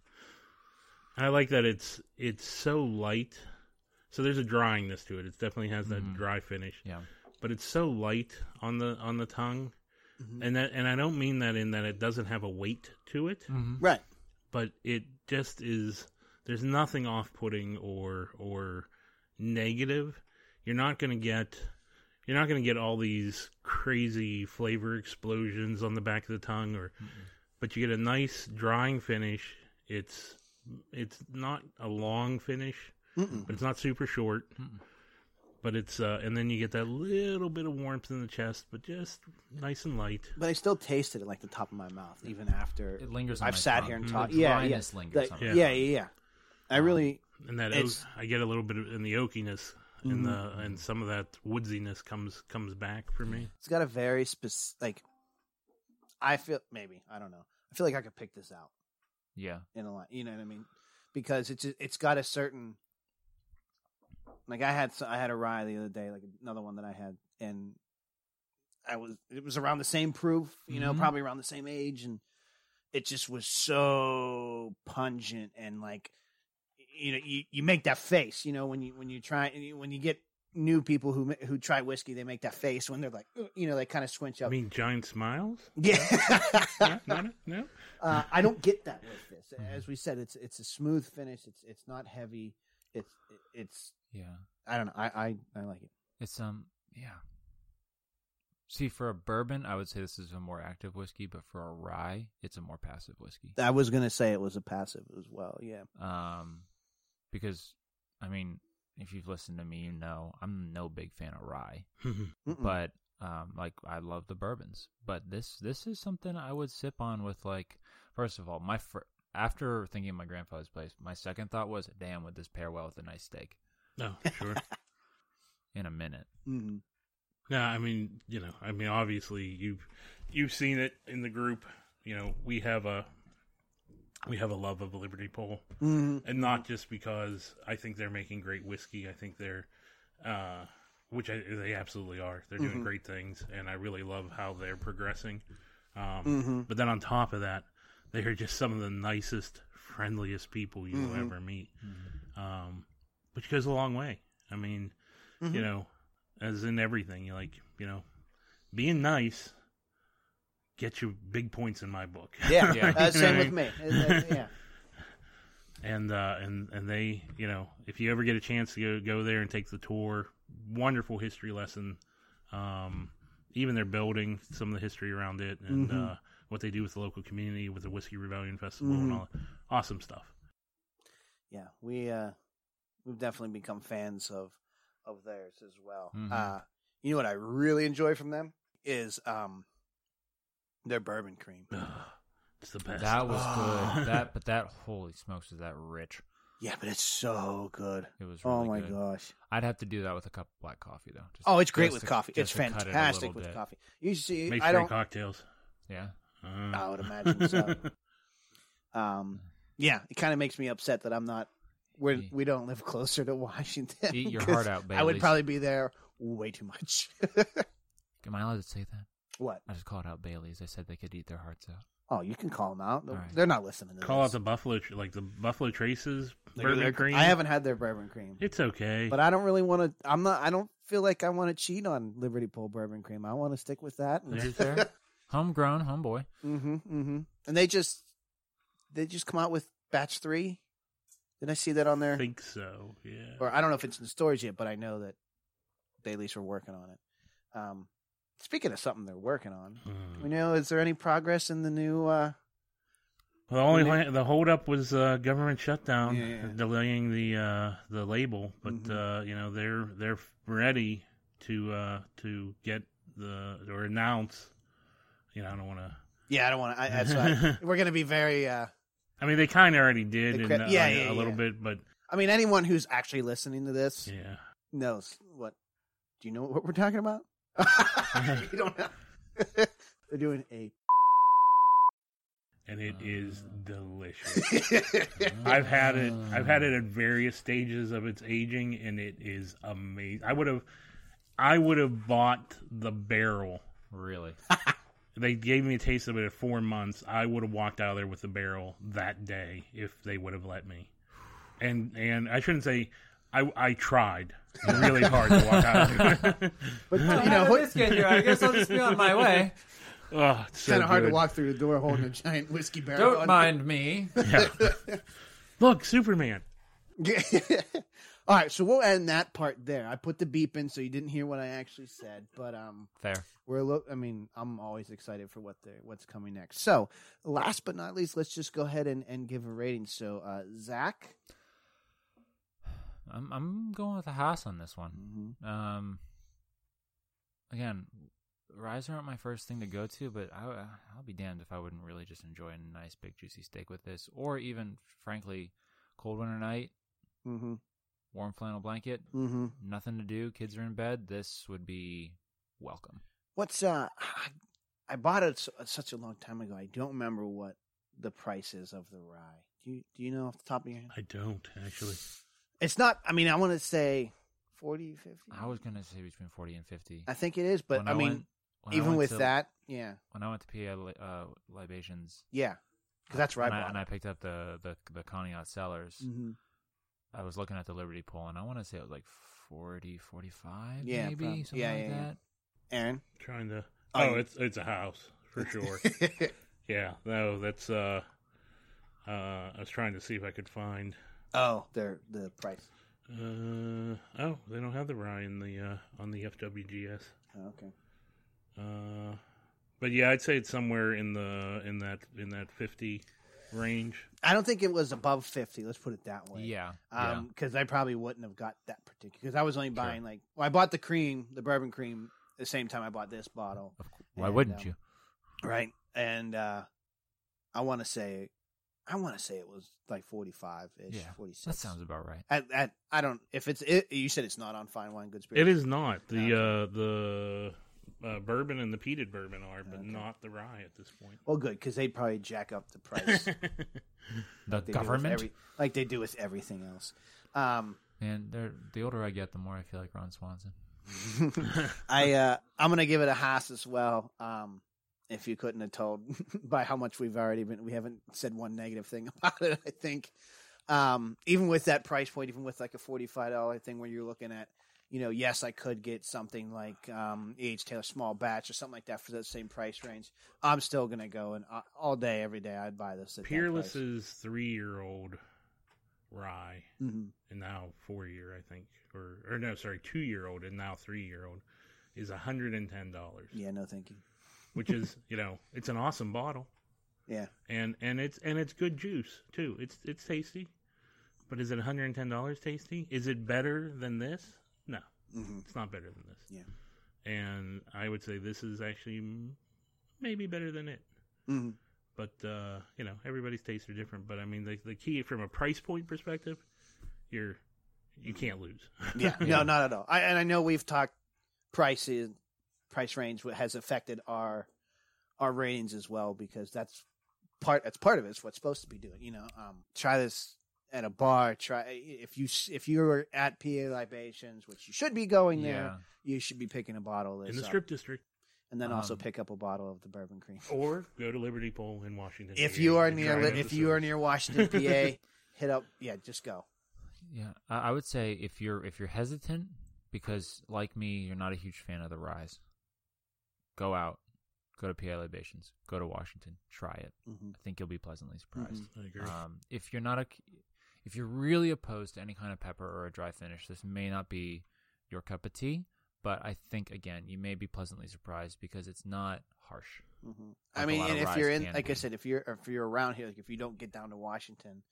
I like that it's it's so light. So there's a dryingness to it. It definitely has that dry finish. yeah but it's so light on the on the tongue, and that and I don't mean that in that it doesn't have a weight to it, Mm-hmm. Right. but it just is. There's nothing off-putting or or negative. You're not gonna get you're not gonna get all these crazy flavor explosions on the back of the tongue, or but you get a nice drying finish. It's it's not a long finish, but it's not super short but it's uh and then you get that little bit of warmth in the chest but just nice and light But I still tasted it like the top of my mouth, even after It lingers on I've my sat tongue. here and Mhm. talked. The Yeah, yeah, dryness lingers Like, on my yeah, tongue. yeah, yeah. I really, and that oak, It's- i get a little bit of, in the oakiness Um, Mm-hmm. and the and some of that woodsiness comes comes back for me It's got a very specific. Like, I feel maybe I don't know. I feel like I could pick this out yeah in a lot. You know what I mean? Because it's it's got a certain. Like I had so- I had a rye the other day, like another one that I had, and I was it was around the same proof, you know, Mhm. probably around the same age, and it just was so pungent and like you know you, you make that face you know when you when you try when you get new people who ma- who try whiskey they make that face when they're like "Ugh," you know they kind of swinch i up mean giant smiles yeah no, no, no. uh, i don't get that with this Mm-hmm. as we said it's it's a smooth finish it's it's not heavy it's it's yeah i don't know i i, I like it it's um yeah see for a bourbon i would say this is a more active whiskey but for a rye it's a more passive whiskey i was gonna say it was a passive as well yeah um, because I mean, if you've listened to me, you know I'm no big fan of rye, Mm-hmm. Mm-mm. but um, like I love the bourbons, but this this is something I would sip on with like first of all my fir- after thinking of my grandfather's place, my second thought was, damn, would this pair well with a nice steak No, sure. in a minute? Mhm. no, I mean, you know, I mean, obviously you've you've seen it in the group. You know, we have a we have a love of Liberty Pole, Mhm. and not just because I think they're making great whiskey. I think they're, uh, which I, they absolutely are. They're doing Mhm. great things, and I really love how they're progressing. Um, Mhm. But then on top of that, they are just some of the nicest, friendliest people you'll Mhm. ever meet, um, which goes a long way. I mean, you Mhm. know, as in everything, you like, you know, being nice gets you big points in my book. Yeah, Yeah. Uh, You know same what I with mean? me. Uh, uh, yeah. and uh, and and they, you know, if you ever get a chance to go go there and take the tour, wonderful history lesson. Um, even their building, some of the history around it, and Mhm. uh, what they do with the local community, with the Whiskey Rebellion Festival, and Mhm. all that. awesome stuff. yeah we uh we've definitely become fans of of theirs as well Mhm. uh you know what i really enjoy from them is um their bourbon cream Ugh, it's the best. That was Oh. good. That, but that holy smokes, was that rich? yeah but it's so good It was. Really oh my good. gosh I'd have to do that with a cup of black coffee though. Just- oh it's great just with to- coffee it's just to cut it a fantastic little with bit. coffee you see makes i great don't cocktails. Yeah. Uh, I would imagine so. um yeah it kind of makes me upset that i'm not we're, Eat- we don't live closer to washington Eat your 'cause heart out, i would Baileys. probably be there way too much Am I allowed to say that? what I just called out Bailey's. I said they could eat their hearts out. oh you can call them out All right. they're not listening to Call out this. the Buffalo, Tr- like the Buffalo Traces Like, bourbon they're- cream. I haven't had their bourbon cream, It's okay. but I don't really want to. I'm not. I don't feel like I want to cheat on Liberty Pole bourbon cream. I want to stick with that. There's that. Homegrown, homeboy. mm-hmm, mm-hmm. And they just they just come out with batch three. Did I see that on I there? think so. Yeah. Or I don't know if it's in storage yet, but I know that they at least were working on it. Um, speaking of something they're working on, Hmm. we know is there any progress in the new? Uh, Well, the only And the holdup was uh, government shutdown, Yeah, yeah. delaying the uh, the label. But Mhm. uh, you know they're they're ready to uh, to get the or announce. You know, I don't want to. yeah, I don't want to. That's why we're going to be very. Uh, I mean, they kind of already did, The in, cre- uh, yeah, like, yeah, a little yeah. bit, but I mean, anyone who's actually listening to this, yeah. knows what. Do you know what we're talking about? you don't know. They're doing a. And Uh. it is delicious. it's I've had it. I've had it Uh. at various stages of its aging, and it is amazing. I would have, I would have bought the barrel Really. they gave me a taste of it at four months, I would have walked out of there with the barrel that day if they would have let me. And and I shouldn't say I I tried really hard to walk out. Of there. But you know, what- it's I guess I'll just be on my way. oh, it's so kind of hard to good. walk through the door holding a giant whiskey barrel. Don't on- mind me. Yeah. Look, Superman. All right, so we'll end that part there. I put the beep in so you didn't hear what I actually said, but um, Fair. we're look. I mean, I'm always excited for what the what's coming next. So, last but not least, let's just go ahead and, and give a rating. So, uh, Zach, I'm I'm going with a house on this one. Mhm. Um. Again, rides aren't my first thing to go to, but I, I'll be damned if I wouldn't really just enjoy a nice big juicy steak with this, or even frankly, cold winter night, Mhm. warm flannel blanket, Mhm. nothing to do, kids are in bed. This would be welcome. What's uh? I- I bought it s- such a long time ago. I don't remember what the price is of the rye. Do you do you know off the top of your head? I don't actually. It's not. I mean, I want to say 40, 50. I was gonna say between forty and fifty, I think it is, but When I I mean, went- when I even went with to- that, yeah, When I went to PA li- uh, libations, yeah, because that's right. and I, and I picked up the the the Conneaut cellars. hmm I was looking at the Liberty Pole, and I want to say it was like 40, 45, Yeah, maybe prob- something yeah, like yeah, yeah. that. Aaron, Trying to. Oh, Oh, you- it's it's a house for sure. yeah. No, that's uh. Uh, I was trying to see if I could find. oh, they're the price. Uh, oh, they don't have the rye in the uh, on the FWGS. Oh, okay. Uh, but yeah, I'd say it's somewhere in the in that in that fifty range. I don't think it was above fifty. Let's put it that way. Yeah, yeah. Um, because I probably wouldn't have got that particular. Because I was only buying like, well, I bought the cream, the bourbon cream, the same time I bought this bottle. Of cou- Why and, wouldn't um, you? right? And uh, I want to say I want to say it was like 45 ish, Yeah, 46. That sounds about right. At, at, I don't. If it's it, you said it's not on fine wine, good spirits. It is not the Yeah. uh, the uh, bourbon and the peated bourbon are, but Okay. not the rye at this point. Well, good because they probably jack up the price. The they do with government, every- like they do with everything else. Um, and they're, the older I get, the more I feel like Ron Swanson. I uh, I'm gonna give it a Haas as well. Um, if you couldn't have told by how much we've already been, we haven't said one negative thing about it. I think, um, even with that price point, even with like a forty five dollar thing, where you're looking at, you know, yes, I could get something like um, E.H. Taylor Small Batch or something like that for that same price range. I'm still gonna go and uh, all day, every day, I'd buy this. At Peerless is three year old rye hmm and now four year, I think, or or no, sorry, two year old and now three year old is hundred and ten dollars. Yeah, no, thank you. which is you know it's an awesome bottle. Yeah. and and it's and it's good juice too. It's it's tasty, but is it one hundred and ten dollars tasty? Is it better than this? No, hmm it's not better than this. Yeah. and I would say this is actually m- maybe better than it. hmm But uh, you know, everybody's tastes are different. But I mean, the the key from a price point perspective, you're you can't lose. Yeah, no, not at all. I, and I know we've talked prices, price range what has affected our our ratings as well because that's part that's part of it. It's what's supposed to be doing. You know, um, try this at a bar. Try if you s- if you're at PA libations, which you should be going there, you should be picking a bottle of this in the Uh-huh. up. strip district, and then also Um, pick up a bottle of the bourbon cream. or go to Liberty Pole in Washington. If You're- you are you're near driving Li- up if the you are suburbs. near Washington, PA, hit up. Yeah, just go. Yeah, I, I would say if you're if you're hesitant because like me, you're not a huge fan of the rise. Go out, go to PA Libations, go to Washington, try it. hmm I think you'll be pleasantly surprised. Mhm. I agree. Um, if you're not a, if you're really opposed to any kind of pepper or a dry finish, this may not be your cup of tea. But I think again, you may be pleasantly surprised because it's not harsh. hmm Like I a mean, lot and of if rise you're in, can like I be. said, if you're if you're around here, like if you don't get down to Washington,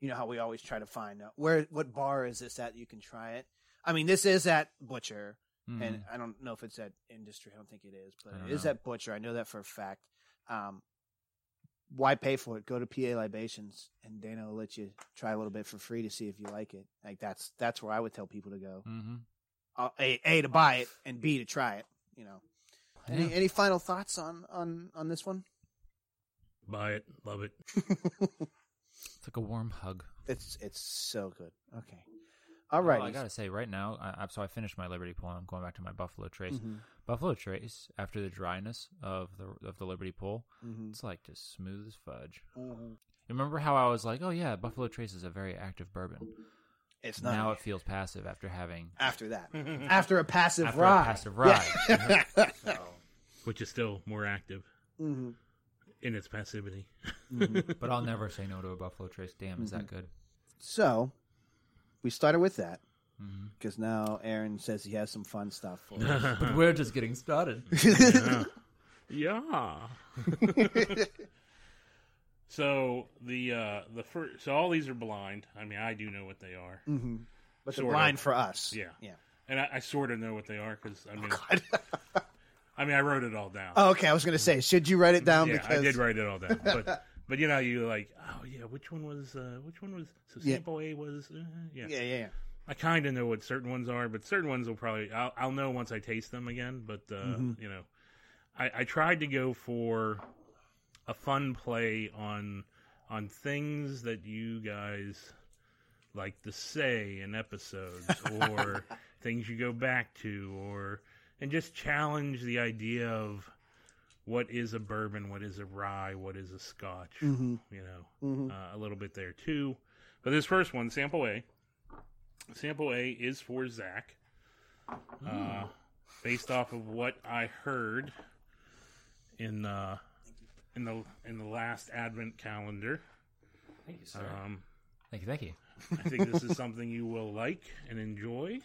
you know how we always try to find out where what bar is this at you can try it. I mean, this is at Butcher, Mm. and I don't know if it's at Industry. I don't think it is, but I don't it is know. at Butcher. I know that for a fact. Um, why pay for it? Go to PA Libations, and Dana will let you try a little bit for free to see if you like it. Like that's that's where I would tell people to go. mm-hmm. Uh, a, a to buy it, and B to try it. You know. Any Yeah. any final thoughts on on on this one? Buy it, love it. it's like a warm hug. It's it's so good. Okay. All Well, right. Oh, I gotta say, right now, I, I'm so I finished my Liberty Pool. and I'm going back to my Buffalo Trace. Buffalo Trace, after the dryness of the of the Liberty Pool, it's like just smooth as fudge. Remember how I was like, "Oh yeah, Buffalo Trace is a very active bourbon." It's not Now it feels passive after having after that. after a passive after ride. a passive ride. Which is still more active hmm in its passivity. but I'll never say no to a Buffalo Trace. Damn, is that good? So we started with that Mm-hmm. because now Aaron says he has some fun stuff for us. But we're just getting started. Yeah. so the uh the first so all these are blind. I mean, I do know what they are, Mm. but the Sort of. line for us. Yeah. Yeah. and I, I sort of know what they are because I mean, I mean, I wrote it all down. Oh, okay. I was gonna say, should you write Mm-hmm. it down? yeah, because I did write it all down, but. But you know, you like, oh yeah, which one was, uh, which one was? So Yeah. sample A was, uh, Yeah, yeah, yeah. I kind of know what certain ones are, but certain ones will probably I'll, I'll know once I taste them again. But uh, you know, I, I tried to go for a fun play on on things that you guys like to say in episodes, or things you go back to, or and just challenge the idea of what is a bourbon, what is a rye, what is a scotch. Mm. Mm-hmm. You know, uh, a little bit there too. But this first one, sample A. Sample A is for Zach. Uh, based off of what I heard in uh, in the in the last Advent calendar, Thank you, sir. um, thank you, thank you. I think this is something you will like and enjoy.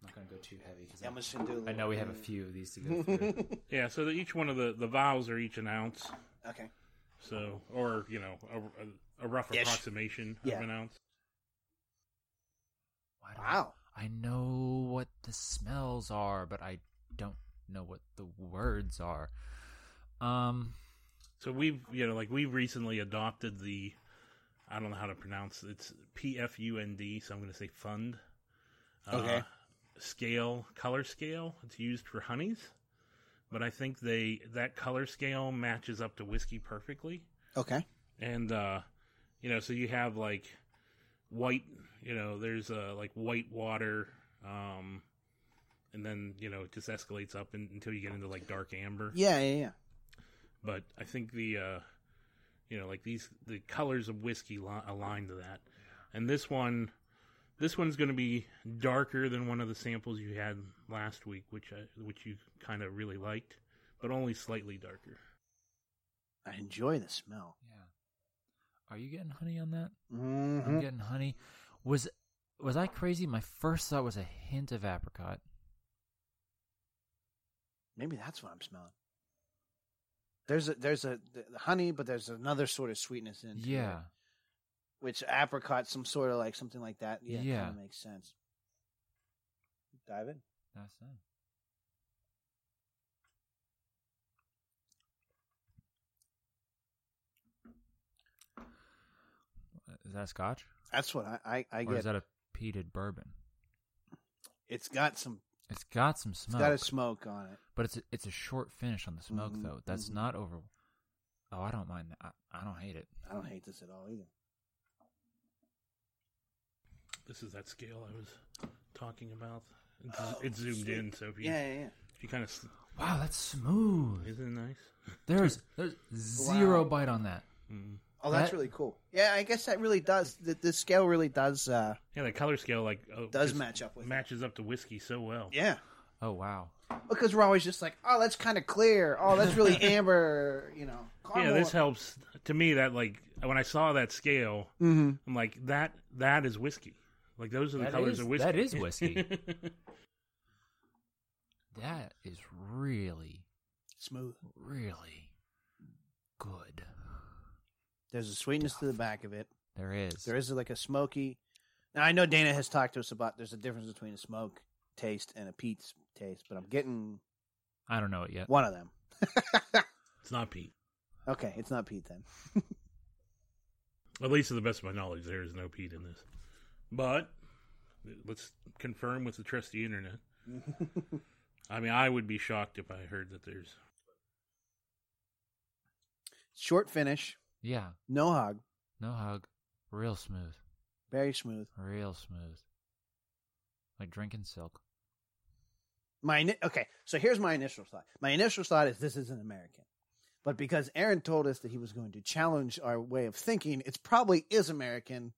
I'm not gonna go too heavy because I'm just gonna do a I little- know we have a few of these to go through. Yeah, so that each one of the the vials are each an ounce, Okay. so or you know a, a- a rough Ish. approximation Yeah. of an ounce. Why do I- Wow. I know what the smells are, but I don't know what the words are. Um, So we've you know like we've recently adopted the I don't know how to pronounce it. it's P F U N D. So I'm going to say fund. Uh, Okay. scale color scale. It's used for honeys, but I think they that color scale matches up to whiskey perfectly. Okay. And uh, you know, so you have like white. You know, there's uh, like white water. Um, and then you know it just escalates up in, until you get into like dark amber Yeah, yeah, yeah. but I think the uh, you know like these the colors of whiskey li- align to that, and this one this one's going to be darker than one of the samples you had last week, which I, which you kind of really liked, but only slightly darker. I enjoy the smell. Yeah. Are you getting honey on that? Mm-hmm. I'm getting honey. Was was I crazy? My first thought was a hint of apricot. Maybe that's what I'm smelling. There's a there's a the the honey, but there's another sort of sweetness in. Yeah. which apricot, some sort of like something like that. Yeah, Yeah. kind of makes sense. Dive in. That's it. Is that scotch? That's what I I, I or is get. that a peated bourbon? it's got some. It's got some It's smoke. got a smoke on it. But it's a, it's a short finish on the smoke Mhm, though. That's mhm. not over. Oh, I don't mind that. I, I don't hate it. I don't hate this at all either. This is that scale I was talking about. It's, it's zoomed in, so if you Oh, Yeah, yeah, yeah. if you kind of Wow, that's smooth. isn't it nice? There's there's zero bite on that. Mm. Oh, that's That- really cool. Yeah, I guess that really does. The, the scale really does uh Yeah, the color scale like oh, does just match up with. it. matches up to whiskey so well. Yeah, Oh wow. because we're always just like, oh, that's kind of clear. Oh, that's really amber. You know, Yeah, caramel. this helps to me that like when I saw that scale, Mhm. I'm like that. That is whiskey. Like those are the That colors is- of whiskey. that is whiskey. That is really smooth. really good. There's a sweetness to the back of it. There is. There is like a smoky. Now I know Dana has talked to us about there's a difference between a smoke taste and a peat taste, but I'm getting I don't know it yet. one of them. it's not peat. Okay, it's not peat then. At least to the best of my knowledge, there is no peat in this. But let's confirm with the trusty internet. I mean, I would be shocked if I heard that there's. Short finish, Yeah. no hog, No hug. Real smooth. very smooth. Real smooth. Like drinking silk. My ini- okay, so here's my initial thought. My initial thought is this is an American, but because Aaron told us that he was going to challenge our way of thinking, it's probably is American,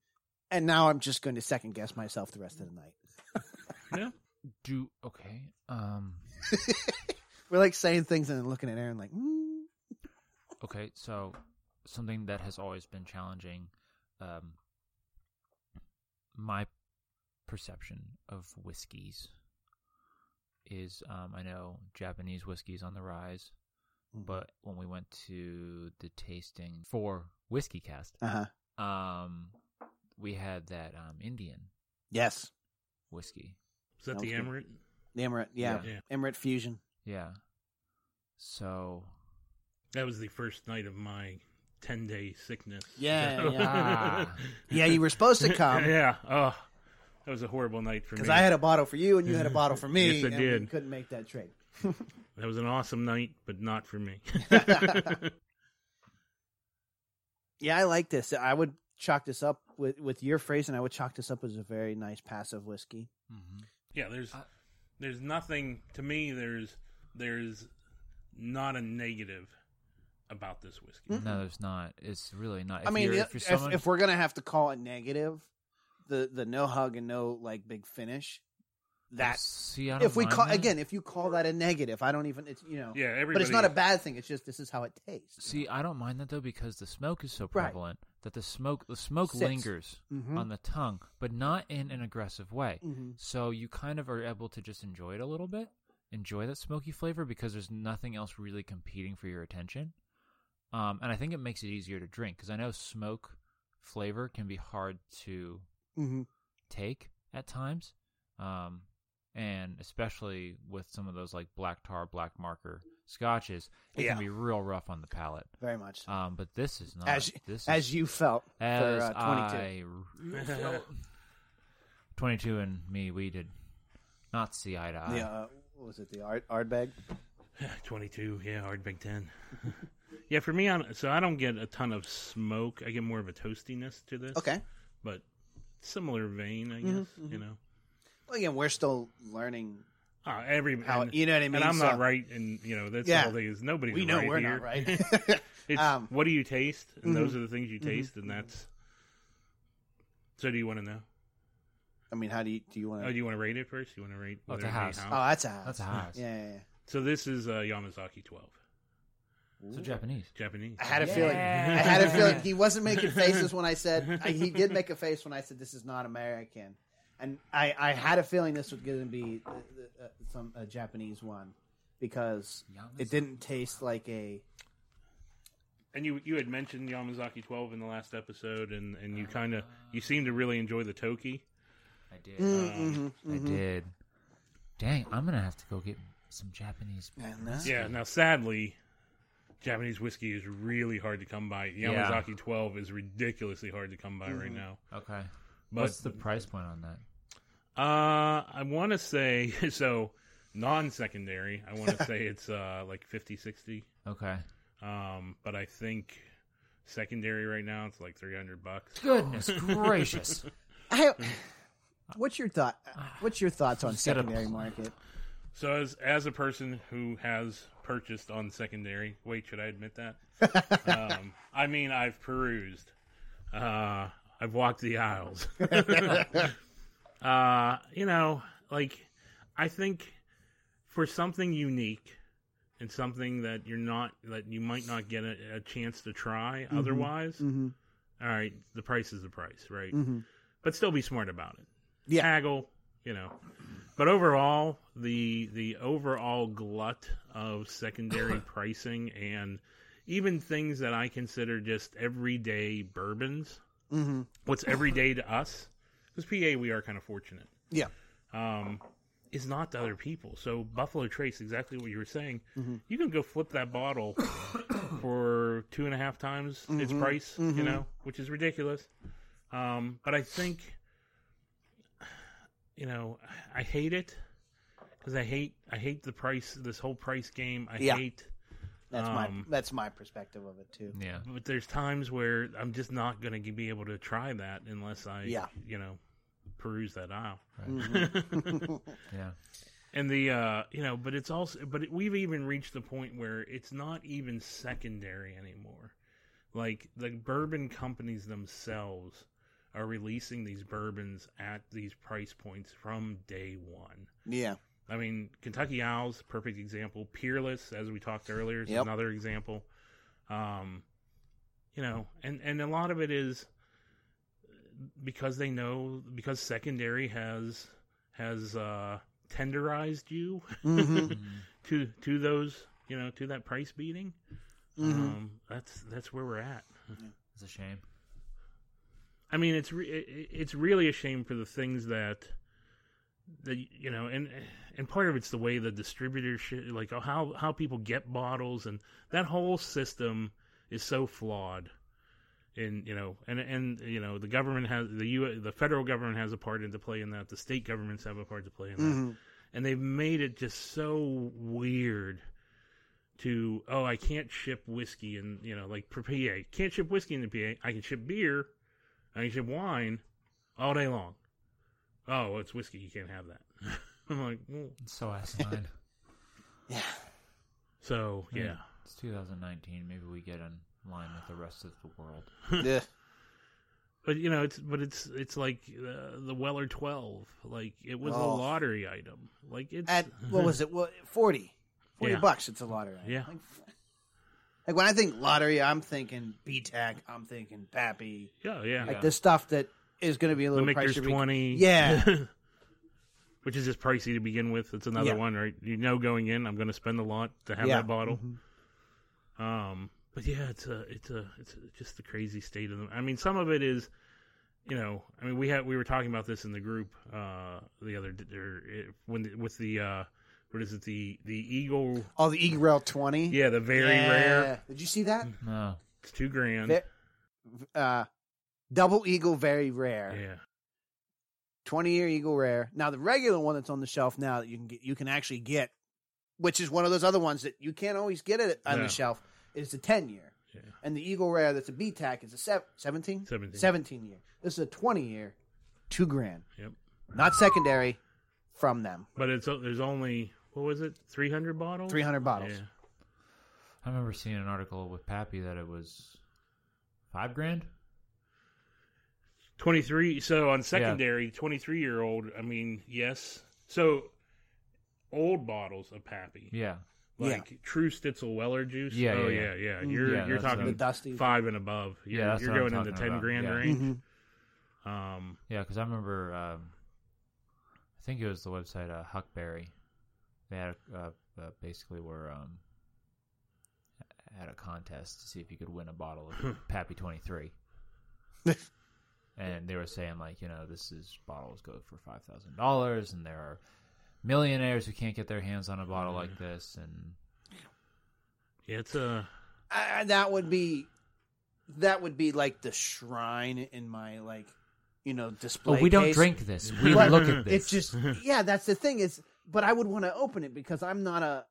and now I'm just going to second guess myself the rest of the night. Yeah, Do okay. Um We're like saying things and then looking at Aaron like, mm. okay, so something that has always been challenging um my perception of whiskeys is um I know Japanese whiskeys on the rise, Mm-hmm. but when we went to the tasting for Whiskey Cast, uh huh, um we had that um Indian yes, whiskey. is that Sounds the good. emirate? the Emirate, yeah, Yeah. Emirate fusion. Yeah. So That was the first night of my ten day sickness. Yeah, So- yeah. Yeah, you were supposed to come yeah. Oh, that was a horrible night for me. because I had a bottle for you and you had a bottle for me. Yes, I and We did. couldn't make that trade. That was an awesome night, but not for me. Yeah, I like this. I would chalk this up with with your phrase, and I would chalk this up as a very nice passive whiskey. Mm-hmm. Mhm. Yeah, there's Uh, I- there's nothing to me. There's there's not a negative about this Hmm? whiskey. No, there's not. It's really not. If I mean, you're, if, if you're someone, if we're gonna have to call it negative, the the no hug and no like big finish. That see, I don't if we mind call that. again, if you call that a negative, I don't even. It's you know, Yeah, everybody. but it's not a bad thing. It's just this is how it tastes. see, I don't mind that though because the smoke is so Right. prevalent that the smoke the smoke Sits. lingers Mhm. on the tongue, but not in an aggressive way. Mhm. So you kind of are able to just enjoy it a little bit, enjoy that smoky flavor because there's nothing else really competing for your attention. Um, and I think it makes it easier to drink because I know smoke flavor can be hard to Mhm. take at times, um, and especially with some of those like black tar, black marker scotches, it Yeah. can be real rough on the palate. Very much. So. Um, but this is not. as this is, as you felt as for uh, 22. I really felt- 22 and me, we did not see eye to eye. the uh, what was it the art Ardbeg? 22, yeah, hard Big Ten. yeah, for me, on so I don't get a ton of smoke. I get more of a toastiness to this. Okay. Mm-hmm, but similar vein, I guess. You know, Well, again, we're still learning uh, every how and, you know what I mean. and I'm So not right, and you know that's Yeah. the whole thing is nobody's We know right we're here. not right. It's Um, mm-hmm. what do you taste, and those are the things you taste, and that's. So do you want to know? I mean, how do you do you want Oh, to? do you want to rate it first? You want to rate? Oh, it's whether a it be house. Oh, that's a house. That's a house. Yeah, yeah, yeah. So this is uh, Yamazaki 12, So Japanese. Japanese. I had a Yeah. feeling. I had a feeling he wasn't making faces when I said I, he did make a face when I said this is not American, and I, I had a feeling this was going to be uh, uh, some a Japanese one because it didn't taste like a and you you had mentioned Yamazaki 12 in the last episode, and and you kind of you seem to really enjoy the Toki. I did. Mm-hmm, I did. Dang, I'm going to have to go get some Japanese. Yeah, no. Yeah. Now, sadly, Japanese whiskey is really hard to come by. Yamazaki 12 is ridiculously hard to come by right now. Okay. But What's the price point on that? uh, I want to say so non-secondary. I want to say it's uh like 50 60. Okay. Um, but I think secondary right now it's like 300 bucks. Goodness gracious. I, Mm-hmm. what's your thought? What's your thoughts on gotta- secondary market? So as as a person who has purchased on secondary, wait, should I admit that? um, I mean, I've perused, uh, I've walked the aisles. uh, you know, like I think for something unique and something that you're not that you might not get a, a chance to try otherwise. Mm-hmm, all right, the price is the price, right? But still, be smart about it. Yeah. haggle, you know. But overall, the the overall glut of secondary pricing and even things that I consider just everyday bourbons. Mm-hmm. What's everyday to us? Because PA, we are kind of fortunate. Yeah. Um, is not to other people. So Buffalo Trace, exactly what you were saying. Mm-hmm. You can go flip that bottle for two and a half times its Mm-hmm. price. You know, which is ridiculous. Um, but I think, you know, I hate it because I hate I hate the price. This whole price game. I Yeah. hate. That's my Um, that's my perspective of it too. Yeah. But there's times where I'm just not going to be able to try that unless I, Yeah. you know, peruse that aisle. Mm-hmm. Yeah. And the uh, you know, but it's also, but it, we've even reached the point where it's not even secondary anymore. Like the bourbon companies themselves are releasing these bourbons at these price points from day one. Yeah, I mean, Kentucky Owls, perfect example. Peerless, as we talked earlier, is Yep. another example. Um, you know, and and a lot of it is because they know because secondary has has uh, tenderized you Mm-hmm, Mm-hmm. to to those you know to that price beating. mm-hmm, Um, that's that's where we're at. It's a shame. I mean, it's re- it- it- it's really a shame for the things that that you know, and and part of it's the way the distributorship, like oh, how how people get bottles, and that whole system is so flawed. And you know, and and you know, the government has the U. The federal government has a part to play in that. The state governments have a part to play in that, mm-hmm. and they've made it just so weird. To oh, I can't ship whiskey and you know like for PA can't ship whiskey in the PA. I can ship beer, I can ship wine all day long. Oh, it's whiskey. You can't have that. I'm like, well, It's so asinine. so yeah. It's 2019. Maybe we get in line with the rest of the world. yeah. But you know, it's but it's it's like uh, the Weller Twelve. Like it was a Oh. lottery item. Like it's At what was it? What forty? Forty Yeah. bucks. It's a lottery. Yeah. Like, like, when I think lottery, I'm thinking BTAC. I'm thinking Pappy. yeah yeah. Like this stuff that is going to be a the little Michter's pricier. twenty. Yeah. Which is just pricey to begin with. It's another Yeah. one, right? You know, going in, I'm going to spend a lot to have Yeah. Mm-hmm. that bottle. Um, but yeah, it's a, it's a, it's just the crazy state of them. I mean, some of it is, you know, I mean, we had we were talking about this in the group uh, the other d- or it- when the, with the uh, what is it the the eagle? Oh, the Egrel 20. Yeah, the very Yeah. rare. Did you see that? No. It's two grand. Ve- uh, double Eagle, very rare. yeah, 20 year Eagle Rare. Now the regular one that's on the shelf now that you can get, you can actually get, which is one of those other ones that you can't always get it on No. the shelf. Is the 10 year, Yeah. and the Eagle Rare that's a BTAC is a sev- 17? 17. 17 year. This is a 20 year, two grand. Yep. Not secondary from them. but it's o- there's only what was it? Three hundred bottles. 300 bottles. Yeah. I remember seeing an article with Pappy that it was five grand. 23 so on secondary 23 year old i mean yes so old bottles of pappy Yeah. like true stitzel weller juice Yeah, oh yeah, Mm-hmm. yeah yeah, you're Yeah, you're that's The talking Dusty. five and above you're, Yeah, that's you're what I'm going in the talking 10 about, grand yeah. Mm-hmm. range Mhm. um Yeah, because I remember, um, I think it was the website uh, Huckberry. They had a, uh, uh, basically were um, had a contest to see if you could win a bottle of Pappy Twenty Three, and they were saying like, you know, this is bottles go for five thousand dollars, and there are millionaires who can't get their hands on a bottle like this, and yeah, it's uh, a I, I- that would be that would be like the shrine in my like you know display. oh, we don't case. drink this. We But look at this. It's just yeah, that's the thing is, but I would want to open it because I'm not a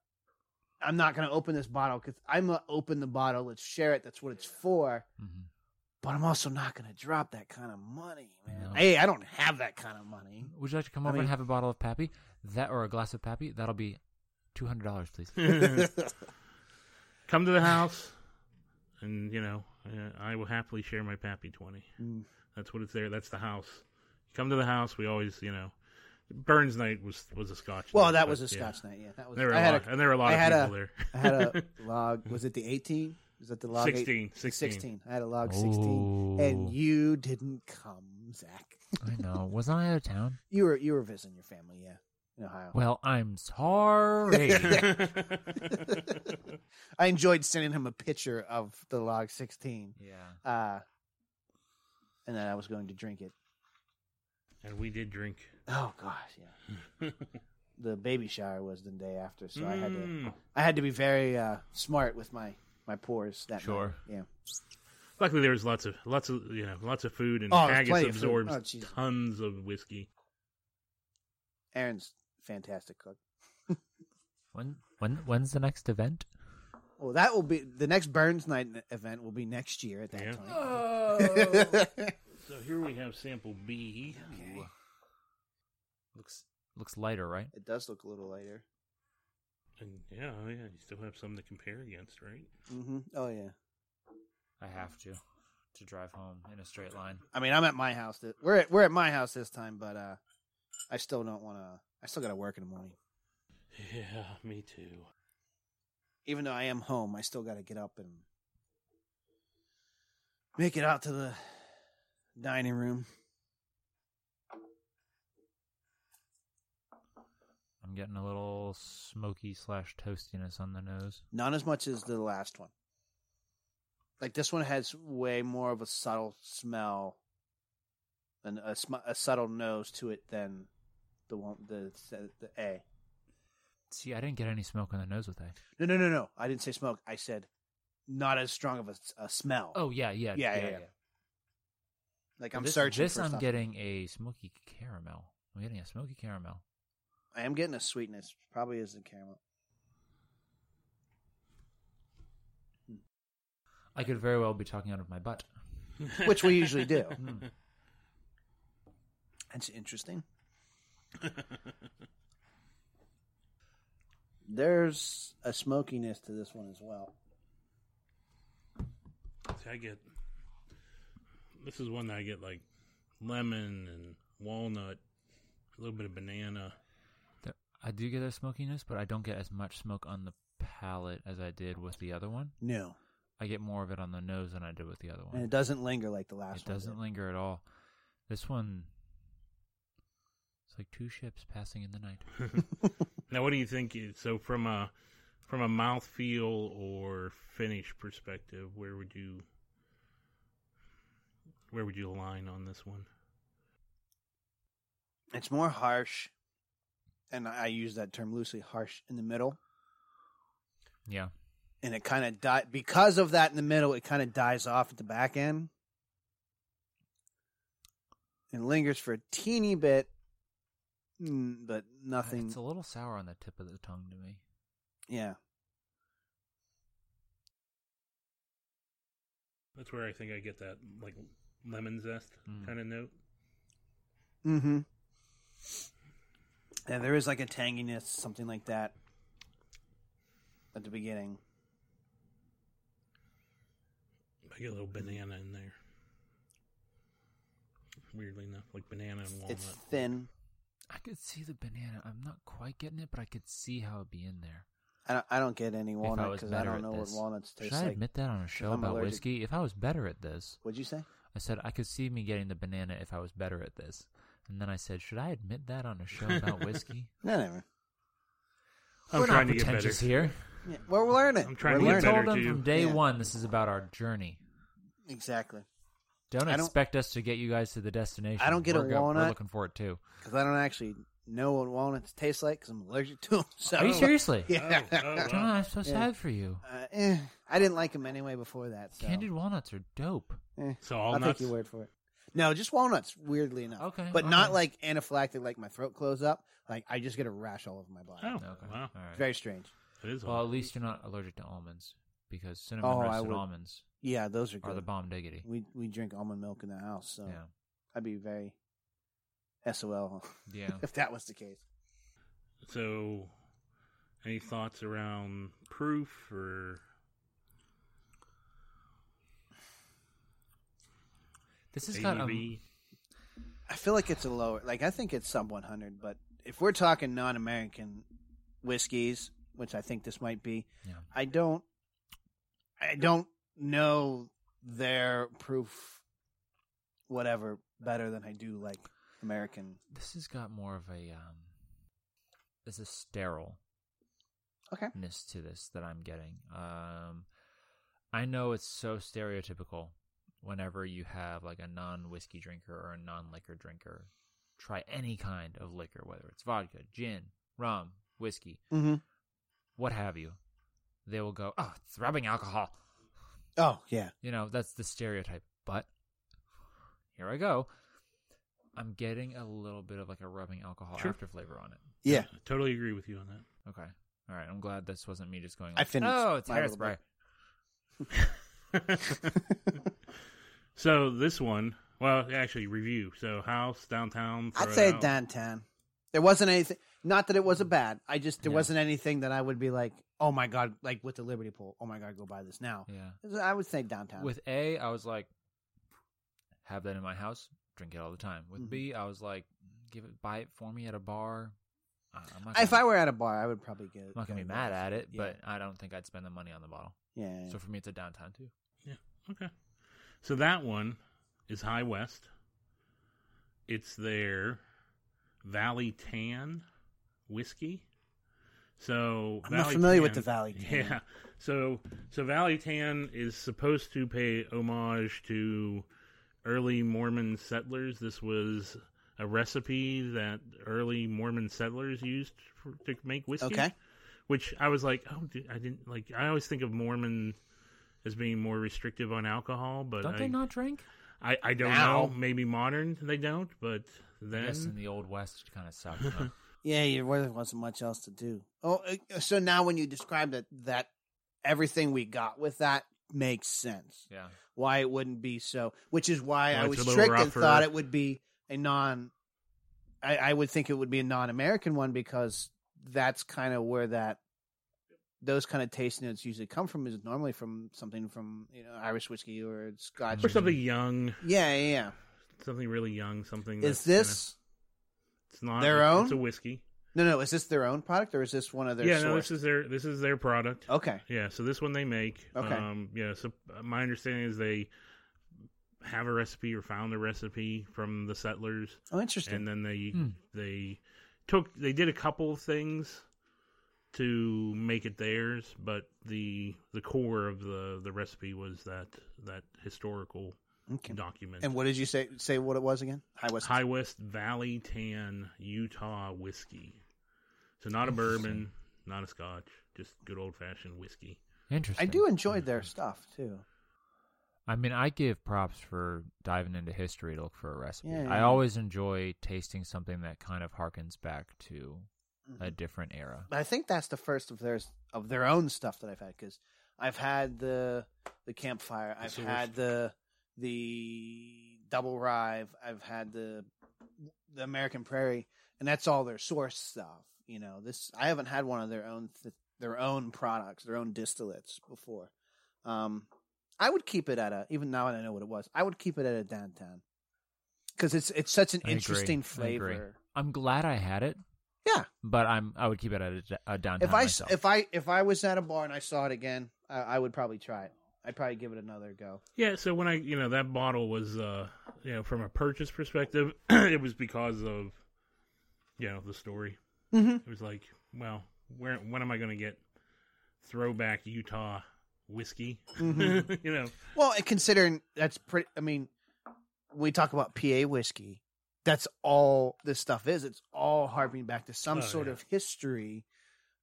I'm not going to open this bottle because I'm gonna open the bottle. Let's share it. That's what it's for. Mhm. But I'm also not going to drop that kind of money, man. No. Hey, I don't have that kind of money. Would you like to come I over mean- and have a bottle of Pappy? That or a glass of Pappy? That'll be two hundred dollars, please. come to the house and you know uh, i will happily share my pappy 20 Mm-hmm. Mm. that's what it's there that's the house come to the house we always you know burns night was was a scotch Well, night, that but, was a yeah. Scotch night. Yeah, that was. There were I a had lot, a, and there were a lot I of had people a- there. I had a log. Was it the 18? Was that the log? eight- 16, 16. 16. I had a log 16, Oh. and you didn't come, Zach. I know. Wasn't I out of town? You were you were visiting your family, yeah, in Ohio. Well, I'm sorry. I enjoyed sending him a picture of the log 16. yeah. Uh, and then I was going to drink it. and we did drink. Oh gosh, yeah. the baby shower was the day after, so I had to Mm. I had to be very uh, smart with my my pours that Sure. night. Yeah. Luckily, there was lots of lots of you know lots of food, and Oh, there's haggis plenty of food. absorbs Oh, Jesus. tons of whiskey. Aaron's fantastic cook. When when when's the next event? Well, that will be the next Burns night event will be next year at that Yeah. time. Oh. So here we have sample B. Looks looks lighter, right? It does look a little lighter. And yeah, oh yeah, you still have some to compare against, right? hmm Oh yeah. I have to to drive home in a straight line. I mean, I'm at my house. Th- we're at we're at my house this time, but uh, I still don't want to. I still got to work in the morning. Yeah, me too. Even though I am home, I still got to get up and make it out to the dining room. I'm getting a little smoky slash toastiness on the nose. Not as much as the last one. Like this one has way more of a subtle smell and a, sm- a subtle nose to it than the one the the A. See, I didn't get any smoke on the nose with that. No, no, no, no. I didn't say smoke. I said not as strong of a, s- a smell. Oh yeah, yeah, Yeah, yeah, yeah. like I'm this, searching. This for I'm stuff. getting a smoky caramel. I'm getting a smoky caramel. I am getting a sweetness. Probably is the caramel. I could very well be talking out of my butt. which we usually do. Hmm. That's interesting. There's a smokiness to this one as well. See, I get this is one that I get like lemon and walnut, a little bit of banana. There- I do get a smokiness, but I don't get as much smoke on the palate as I did with the other one. No, I get more of it on the nose than I did with the other one. and it doesn't linger like the last It one. doesn't did. linger at all. This one, it's like two ships passing in the night. Now, what do you think? is- So, from a from a mouthfeel or finish perspective, where would you where would you align on this one? It's more harsh. and I I use that term loosely, harsh in the middle. Yeah. and it kind of die because of that in the middle. It kind of dies off at the back end and lingers for a teeny bit, mm, but nothing. It's a little sour on the tip of the tongue to me. yeah, That's where I think I get that like lemon zest Mm. kind of note. mm-hmm. Yeah, there is like a tanginess, something like that, at the beginning. I get a little banana in there. Weirdly enough, like banana and walnut. It's thin. I could see the banana. I'm not quite getting it, but I could see how it'd be in there. I don't, I don't get any If I walnut was because I better don't at know what this. walnuts taste Should I like. admit that on a show I'm about allergic. whiskey? If I was better at this, What'd you say? I said I could see me getting the banana if I was better at this. And then I said, should I admit that on a show about whiskey? No, never. I'm We're trying not to get better. pretentious here. Yeah, we're learning. I'm trying we're to we get learning. told better, them too. from day Yeah. one this is about our journey. Exactly. Don't I don't- expect us to get you guys to the destination. I don't get a we're go- We're walnut. looking for it too. because I don't actually know what walnuts taste like because I'm allergic to them. So, Are you seriously? Yeah. Oh, oh, John, wow. I'm so sad for you. Uh, eh, I didn't like them anyway before that. So. Candied walnuts are dope. eh, So all I'll nuts. take your word for it. No, just walnuts. Weirdly enough, Okay, but not okay. like anaphylactic, like my throat close up. Like I just get a rash all over my body. Oh, Okay. wow. All right. Very strange. It is Well, all at least you're not allergic to almonds because cinnamon Oh, I roasted would- almonds Yeah, those are good. are the bomb diggity. we we drink almond milk in the house, so Yeah. I'd be very SOL Yeah. if that was the case. So, any thoughts around proof or this has got um, ABV? I feel like it's a lower. Like I think it's sub 100, but if we're talking non-American whiskeys, which I think this might be, Yeah. I don't, I don't know their proof, whatever, better than I do like American. this has got more of a um there's a sterile Okay. ness to this that I'm getting. Um I know it's so stereotypical whenever you have like a non whiskey drinker or a non liquor drinker try any kind of liquor, whether it's vodka, gin, rum, whiskey, Mm-hmm. what have you, they will go, Oh, it's rubbing alcohol. Oh yeah, You know, that's the stereotype. But here I go. I'm getting a little bit of like a rubbing alcohol Sure. after flavor on it. yeah. Totally agree with you on that. Okay. All right. I'm glad this wasn't me just going. I Like, finished Oh, it's my little hairspray. bit. so this one, well, actually, review. So house downtown. throw I'd it say out. downtown. There wasn't anything. Not that it was a bad. I just there Yeah. wasn't anything that I would be like, oh my god, like with the Liberty Pool. Oh my god, go buy this now. Yeah. I would say downtown. With A, I was like, have that in my house, drink it all the time. With Mhm. B, I was like, give it, buy it for me at a bar. I- I'm not if gonna- I were at a bar, I would probably get. I'm not gonna be get mad at it, Yeah. but I don't think I'd spend the money on the bottle. yeah, So for me, it's a downtown too. Okay. So that one is High West. It's their Valley Tan whiskey. So I'm not familiar with the Valley Tan. Yeah. So so Valley Tan is supposed to pay homage to early Mormon settlers. This was a recipe that early Mormon settlers used for, to make whiskey okay. which I was like, oh, di- I didn't like. I always think of Mormon as being more restrictive on alcohol, but don't I, they not drink? I, I don't Now. know. Maybe modern they don't, but then Yes, in the old west, it kind of sucks. huh? Yeah, there really wasn't much else to do. Oh, uh, so now when you describe that, that everything we got with that makes sense. yeah. Why it wouldn't be so, which is why Why I it's was a little strict and rougher. thought it would be a non. I, I would think it would be a non-American one because that's kind of where that those kind of taste notes usually come from is normally from something from you know Irish whiskey or Scotch or something young, Yeah, yeah, yeah. something really young, something. Is that's kinda- this it's not their it's- own? It's a whiskey. no, no? Is this their own product or is this one of their? yeah, no, source? this is their this is their product. okay. Yeah, so this one they make. Okay. Um, yeah, so uh, my understanding is they have a recipe or found a recipe from the settlers Oh, interesting. and then they Hmm. they took they did a couple of things to make it theirs, but the the core of the the recipe was that that historical okay. document. And what did you say? Say what it was again? High West. High West Valley Tan Utah whiskey. So not a bourbon, not a scotch, just good old fashioned whiskey. Interesting. I do enjoy their stuff too. I mean, I give props for diving into history to look for a recipe. Yeah, I yeah. always enjoy tasting something that kind of harkens back to a different era. But I think that's the first of theirs of their own stuff that I've had because I've had the the campfire, I've source. had the the double rive, I've had the the American Prairie, and that's all their source stuff. You know, this I haven't had one of their own th- their own products, their own distillates before. Um, I would keep it at a even now that I know what it was. I would keep it at a downtown because it's it's such an I agree. I interesting agree. flavor. I'm glad I had it. Yeah. but I'm I would keep it at a, a downtown if I s myself. if I if I was at a bar and I saw it again, I, I would probably try it. I'd probably give it another go. Yeah, so when I, you know, that bottle was, uh, you know, from a purchase perspective, it was because of, you know, the story. Mm-hmm. It was like, well, where when am I going to get throwback Utah whiskey? Mhm. you know, Well, and considering that's pretty. I mean, we talk about PA whiskey. That's all this stuff is. It's all harping back to some Oh, sort yeah. of history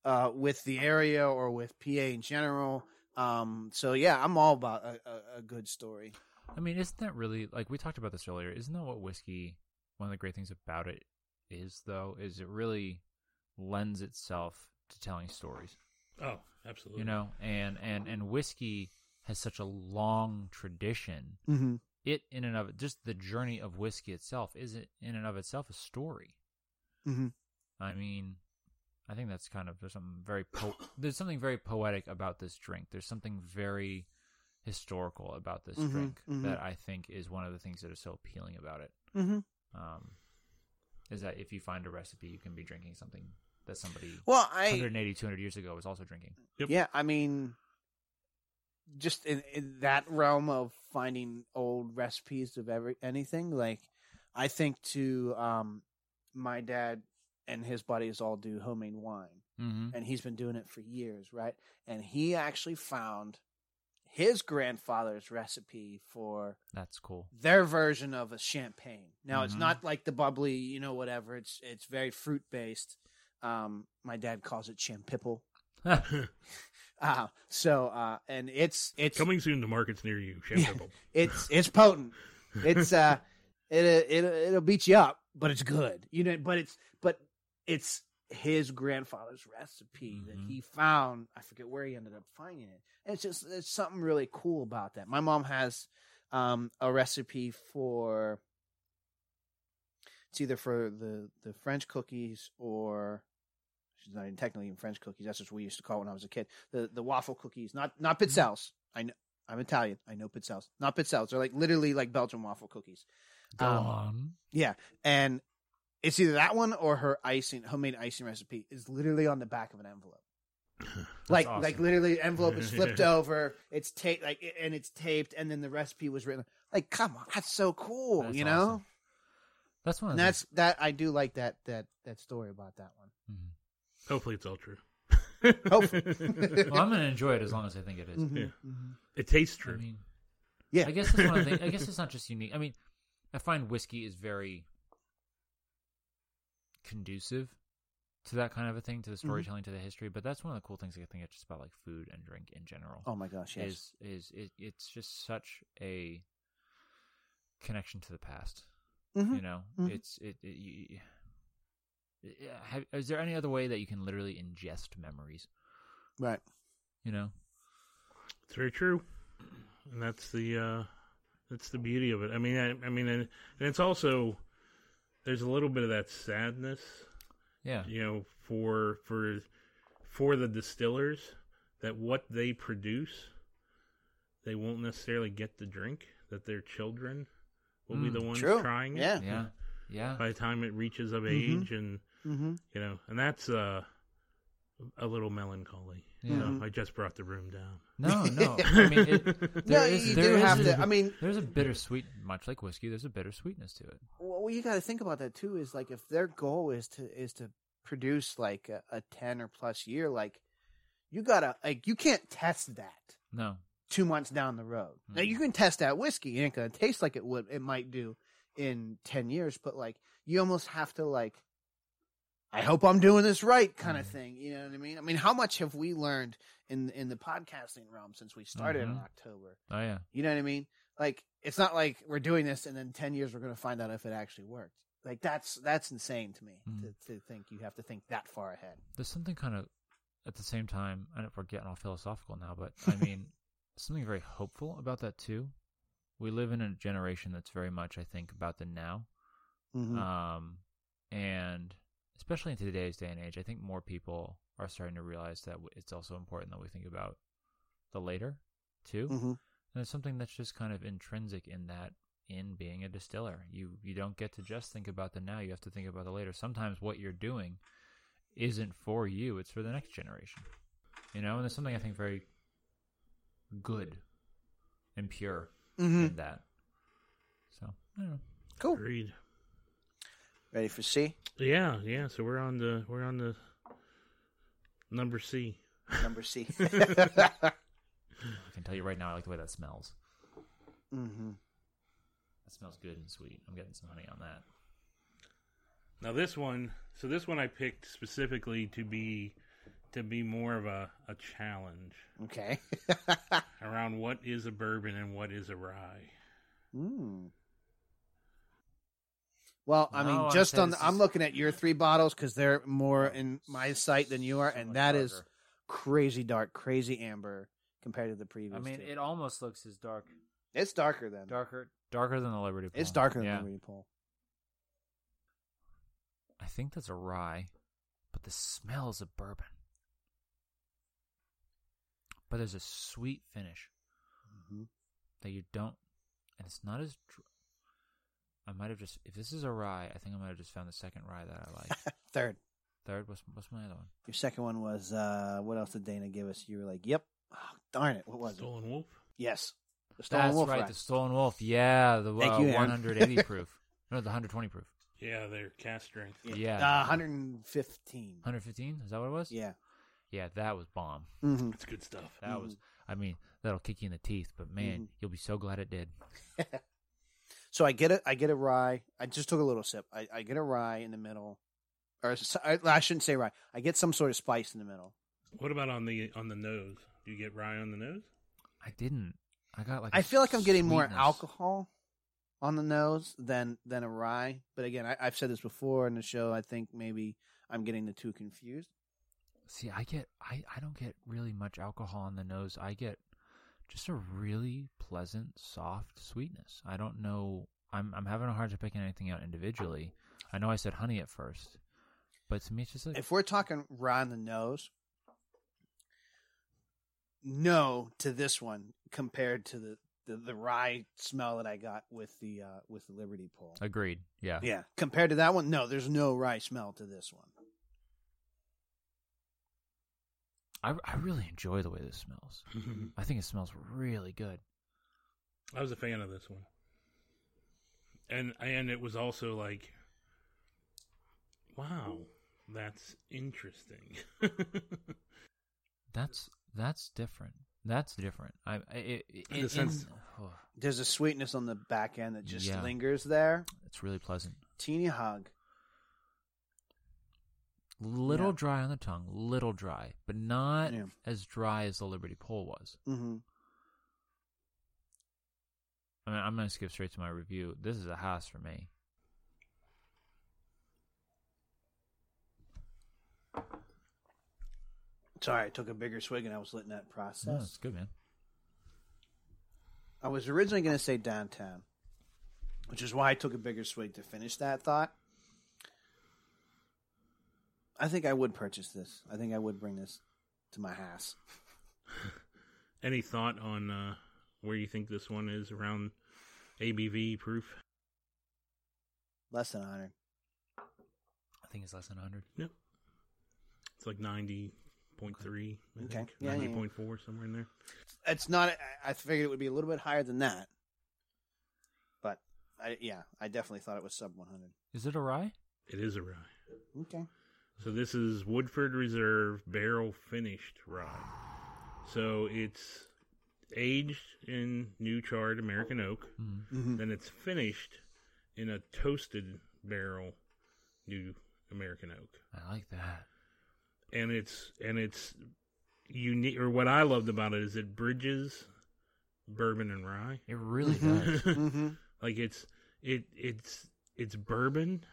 uh, with the area or with PA in general. Um, so yeah, I'm all about a, a, a good story. I mean, isn't that really like we talked about this earlier? Isn't that what whiskey? One of the great things about it is, though, is it really lends itself to telling stories. oh, absolutely. You know, and and and whiskey has such a long tradition. Mm-hmm. It in and of just the journey of whiskey itself is it in and of itself a story. Mhm. I mean, I think that's kind of there's something very po- there's something very poetic about this drink. There's something very historical about this Mhm, drink mhm. that I think is one of the things that is so appealing about it. Mm-hmm. Um, is that if you find a recipe, you can be drinking something that somebody Well, I 180, 200 years ago was also drinking. Yep. yeah, I mean, just in, in that realm of finding old recipes of every anything, like I think to um, my dad and his buddies all do homemade wine, Mm-hmm. and he's been doing it for years, right? And he actually found his grandfather's recipe for That's cool. their version of a champagne. Now it's Mhm. not like the bubbly, you know, whatever. It's it's very fruit based. Um, my dad calls it champipple. Uh, so uh, and it's it's Coming soon to markets near you, Shamble. it's it's potent. It's uh, it it it'll beat you up, but it's good. You know, but it's but it's his grandfather's recipe that Mhm. he found. I forget where he ended up finding it. And it's just there's something really cool about that. My mom has um a recipe for it's either for the the French cookies or she's not even technically even French cookies. That's what we used to call it when I was a kid. The the waffle cookies, not not pizzelles. I know I'm Italian. I know pizzelles, not pizzelles. They're like literally like Belgian waffle cookies. Go Um, on. And it's either that one or her icing, homemade icing recipe is literally on the back of an envelope. like awesome. like literally envelope is flipped over. It's taped like and it's taped, and then the recipe was written. Like come on, that's so cool. That's you know. awesome. That's one of And the that's that I do like that that that story about that one. Mhm. Hopefully, it's all true. Hopefully. Well, I'm going to enjoy it as long as I think it is. Mhm, Yeah. mhm. it tastes I true. mean, Yeah, I guess that's one of the things. I guess it's not just unique. I mean, I find whiskey is very conducive to that kind of a thing, to the Mm-hmm. storytelling, to the history. But that's one of the cool things I think it's just about like food and drink in general. Oh my gosh, yes. Is is it, it's just such a connection to the past. Mhm. You know, Mhm. it's it. it you, yeah, have, is there any other way that you can literally ingest memories? Right. You know, It's very true, and that's the uh, that's the beauty of it. I mean, I, I mean, and, and it's also there's a little bit of that sadness, yeah, you know, for for for the distillers that what they produce, they won't necessarily get to drink. That their children will be Mm, the ones Hmm, true. trying it. Yeah. yeah, yeah. By the time it reaches of Mhm. age, and Mm-hmm. you know, and that's uh, a little melancholy. Yeah. So I just brought the room down. No, no. Mm-hmm. I mean, it, No, there is- you there do is have a- to. I mean, There's a bittersweet, much like whiskey. There's a bittersweetness to it. well, you got to think about that too. Is like if their goal is to is to produce like a, a ten or plus year, like you gotta like you can't test that No, two months down the road. Now Mhm. you can test that whiskey; it ain't gonna taste like it would it might do in ten years. But like you almost have to like I hope I'm doing this right kind of thing. You know what I mean? I mean, how much have we learned in in the podcasting realm since we started in Mhm. October? Oh yeah. You know what I mean? Like it's not like we're doing this and then 10 years we're going to find out if it actually worked. Like that's that's insane to me Mhm. to, to think you have to think that far ahead. There's something kind of at the same time. I know we're getting all philosophical now, but I mean something very hopeful about that too. We live in a generation that's very much, I think, about the now. Mm. Mm-hmm. Um, and especially in today's day and age, I think more people are starting to realize that w- it's also important that we think about the later too. Mhm. And it's something that's just kind of intrinsic in that in being a distiller. You you don't get to just think about the now, you have to think about the later. Sometimes what you're doing isn't for you, it's for the next generation. You know, and there's something I think very good and pure Mhm. in that. So, I don't know. Cool. Agreed. Ready for C? Yeah, yeah. So we're on the we're on the number C. Number C. Mm-hmm. I can tell you right now I like the way that smells. hmm That smells good and sweet. I'm getting some honey on that. Now this one, so this one I picked specifically to be to be more of a, a challenge Okay. around what is a bourbon and what is a rye. Mm. Well, I mean, No, I'd just say on the, this I'm is- looking at your three bottles because they're more in my sight than you are, So and much that is darker. crazy dark, crazy amber compared to the previous. I mean, two. it almost looks as dark, it's darker than darker, darker than the Liberty. Pole. it's darker Yeah. than the Reed Pole. I think that's a rye, but the smell's of bourbon. But there's a sweet finish Mhm. that you don't, and it's not as. Dr- I might have just if this is a rye, I think I might have just found the second rye that I like. Third, Third, what's what's my other one? your second one was uh, what else did Dana give us? You were like, "Yep, oh, darn it, what was it?" Stolen Wolf. Yes, the That's Wolf right, Rye. the Stolen Wolf. Yeah, the Thank uh, you, Aaron. 180 proof. No, the 120 proof. Yeah, they're cast strength. yeah. Uh, 115. 115 is that what it was Yeah, yeah that was bomb hmm It's good stuff. that was Mm-hmm. i mean that'll kick you in the teeth but man Mhm. you'll be so glad it did So I get a I get a rye. I just took a little sip. I, I get a rye in the middle, or s- I, I shouldn't say rye. I get some sort of spice in the middle. What about on the on the nose? Do you get rye on the nose? i didn't i got like I a feel like I'm getting more sweetness. alcohol on the nose than than a rye. But again, I, I've said this before in the show. I think maybe I'm getting the two confused. see i get i i don't get really much alcohol on the nose i get just a really pleasant soft sweetness i don't know i'm i'm having a hard time picking anything out individually i know i said honey at first but to me it's just like If we're talking rye on the nose, no to this one compared to the the, the rye smell that I got with the uh, with the Liberty pole. agreed Oh, yeah Yeah. Compared to that one, no, there's no rye smell to this one. I, I really enjoy the way this smells i think it smells really good I was a fan of this one, and and it was also like, wow, that's interesting. That's that's different. That's different. I, I it, it, In the sense- oh, There's a sweetness on the back end that just Yeah. lingers there. it's really pleasant. Teeny hug. Little Yeah. dry on the tongue, little dry, but not Yeah. as dry as the Liberty Pole was. Mm-hmm. I mean, I'm going to skip straight to my review. This is a house for me. Sorry, I took a bigger swig and I was letting that process. No, it's good, man. I was originally going to say downtown, which is why I took a bigger swig to finish that thought. I think I would purchase this. I think I would bring this to my house. Any thought on uh, where you think this one is around ABV proof? Less than 100. I think it's less than 100. Yep, it's like ninety point three. Okay. Okay, Yeah, yeah, yeah. ninety point four somewhere in there. It's not. I- I figured it would be a little bit higher than that, but I, yeah, I definitely thought it was sub 100. Is it a rye? It is a rye. Okay. So this is Woodford Reserve barrel finished rye. So it's aged in new charred American oak. Mm. Mm-hmm. Then it's finished in a toasted barrel new American oak, I like that. and it's and it's unique. Or what I loved about it is it bridges bourbon and rye. It really Mhm. does. hmm like it's it it's it's bourbon,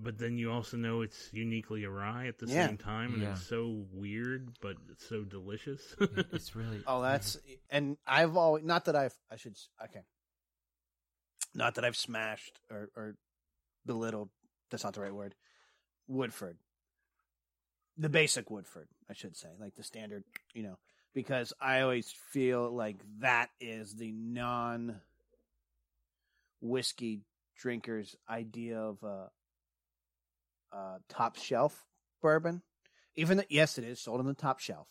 but then you also know it's uniquely a rye at the Yeah. same time, and Yeah. it's so weird but it's so delicious. It- It's really. Oh, that's and I've always not that I've I should s- okay, not that I've smashed or or belittled. That's not the right word. Woodford, the basic Woodford, I should say, like the standard, you know, because I always feel like that is the non whiskey drinker's idea of a, a top shelf bourbon. Even though, yes, it is sold on the top shelf,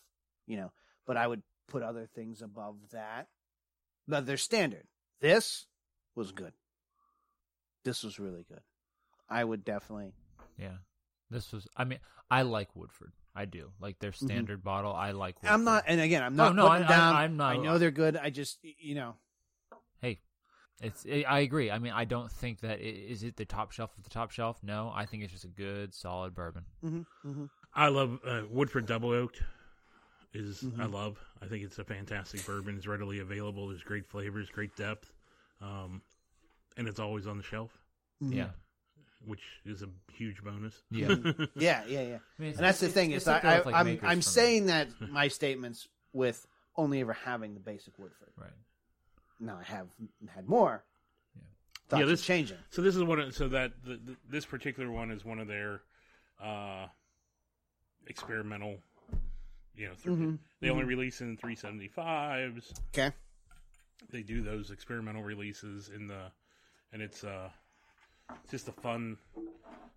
you know, but I would put other things above that. But they're standard. This was good. This was really good. I would definitely. Yeah. This was. I mean, I like Woodford. I do like their standard bottle. I like. Woodford. Mm-hmm. I'm not, and again, I'm No, not Oh, no, putting I- I- down. I'm not- I know they're good. I just, y- you know, Hey, it's. i I agree. I mean, I don't think that i- is it the top shelf of the top shelf. No, I think it's just a good, solid bourbon. hmm hmm I love uh, Woodford Double Oaked. Is I Mhm. love. I think it's a fantastic bourbon. It's readily available. There's great flavors, great depth, um, and it's always on the shelf, mm-hmm. Yeah. which is a huge bonus. Yeah. yeah, yeah, yeah. I mean, it's- And that's the it's- thing it's is, I, like those, I, like, I'm makers for I'm me. saying that my statements with only ever having the basic Woodford. right. Now I have had more. Yeah. Thoughts Yeah, yeah, this- changing. So this is one. Of, so that the, the, this particular one is one of their uh, experimental. You know, thr- Mhm, they only release in three seventy fives. Okay. They do those experimental releases in the, and it's uh, it's just a fun.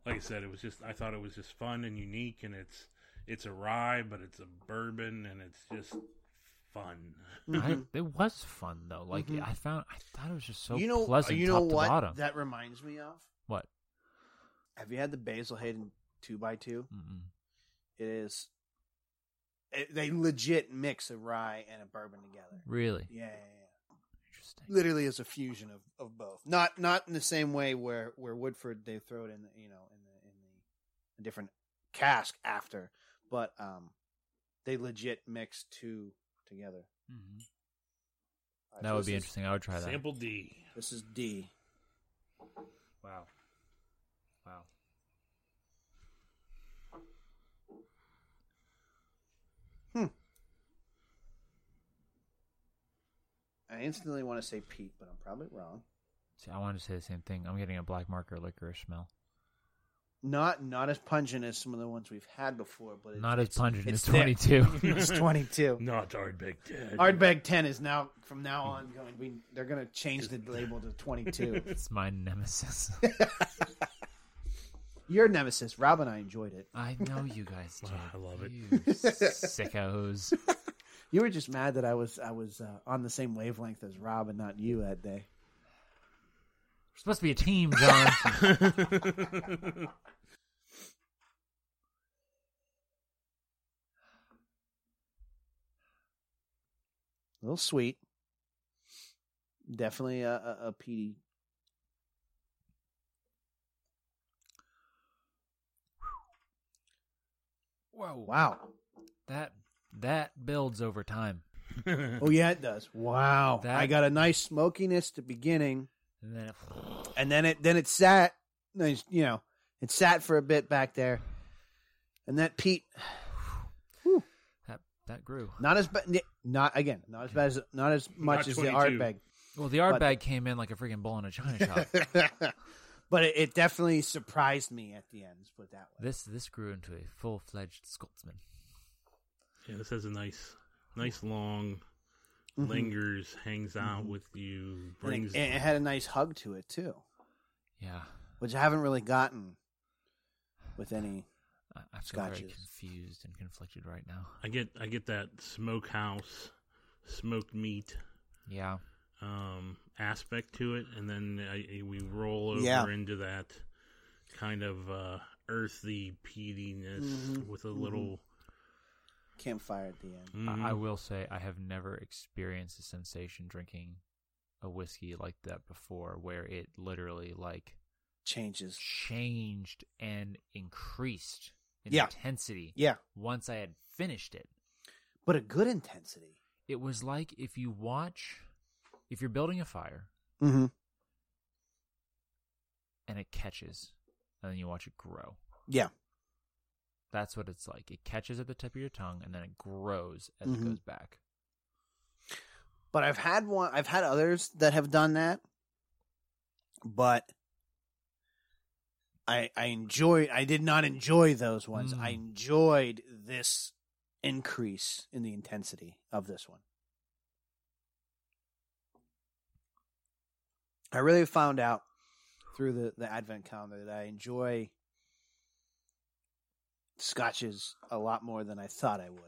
Like I said, it was just I thought it was just fun and unique, and it's it's a rye, but it's a bourbon, and it's just fun. Mhm. I, it was fun though. Like Mhm. I found, I thought it was just so you know, uh, pleasant you know top what to bottom. that reminds me of. what? Have you had the Basil Hayden two by two? Mm-mm. It is. It, they legit mix a rye and a bourbon together. Really Yeah, yeah, yeah. interesting. literally is a fusion of, of both. Not not in the same way where where Woodford they throw it in the, you know in the in the a different cask after, but um, they legit mix two together. hmm All right, That so would this be is- interesting. I would try that. Sample D. This is D. Wow. Wow. Hmm. I instantly want to say Pete, but I'm probably wrong. See, I wanted to say the same thing. I'm getting a black marker licorice smell. Not not as pungent as some of the ones we've had before, but it's, Not as pungent it's as thick. 22. it's twenty two. Not Ardbeg Dead. Ardbeg ten is now from now on going. We they're going to change the label to twenty two. it's my nemesis. Your nemesis, Rob, and I enjoyed it. I know you guys do. I love it. You sickos. You were just mad that I was I was uh, on the same wavelength as Rob and not you that day. We're supposed to be a team, John. A little sweet. Definitely a, a, a PD. Whoa. Wow. That that builds over time. Oh yeah, it does. Wow. That- I got a nice smokiness to beginning, And then it, and then it then it sat. nice, You know, it sat for a bit back there, and that Pete that that grew. not as bad. Not again. Not as bad as not as much Not as the 22. art bag. Well, the art But- bag came in like a freaking bowl in a china shop. but it, it definitely surprised me at the end. let's Put it that way. this this grew into a full fledged Scotsman. Yeah, this has a nice, nice long, Mhm. lingers, hangs out with you, Mm-hmm. And it- brings. and it had a nice hug to it too, Yeah. which I haven't really gotten with any. I, I feel very Scotches. confused and conflicted right now. I get, I get that smokehouse, smoked meat Yeah. um, aspect to it, and then I, we roll over Yeah. into that kind of uh, earthy peatiness Mhm, with a mhm. little. campfire at the end. Mhm. Mm-hmm. I, I will say I have never experienced a sensation drinking a whiskey like that before, where it literally like changes. changed and increased in Yeah. intensity Yeah, once I had finished it. but a good intensity. It was like if you watch, if you're building a fire Mm-hmm. and it catches, and then you watch it grow. Yeah, That's what it's like. It catches at the tip of your tongue and then it grows as Mhm. it goes back. but I've had one. I've had others that have done that, but I I enjoyed. I did not enjoy those ones. Mm. I enjoyed this increase in the intensity of this one. I really found out through the, the advent calendar that I enjoy scotches a lot more than I thought I would.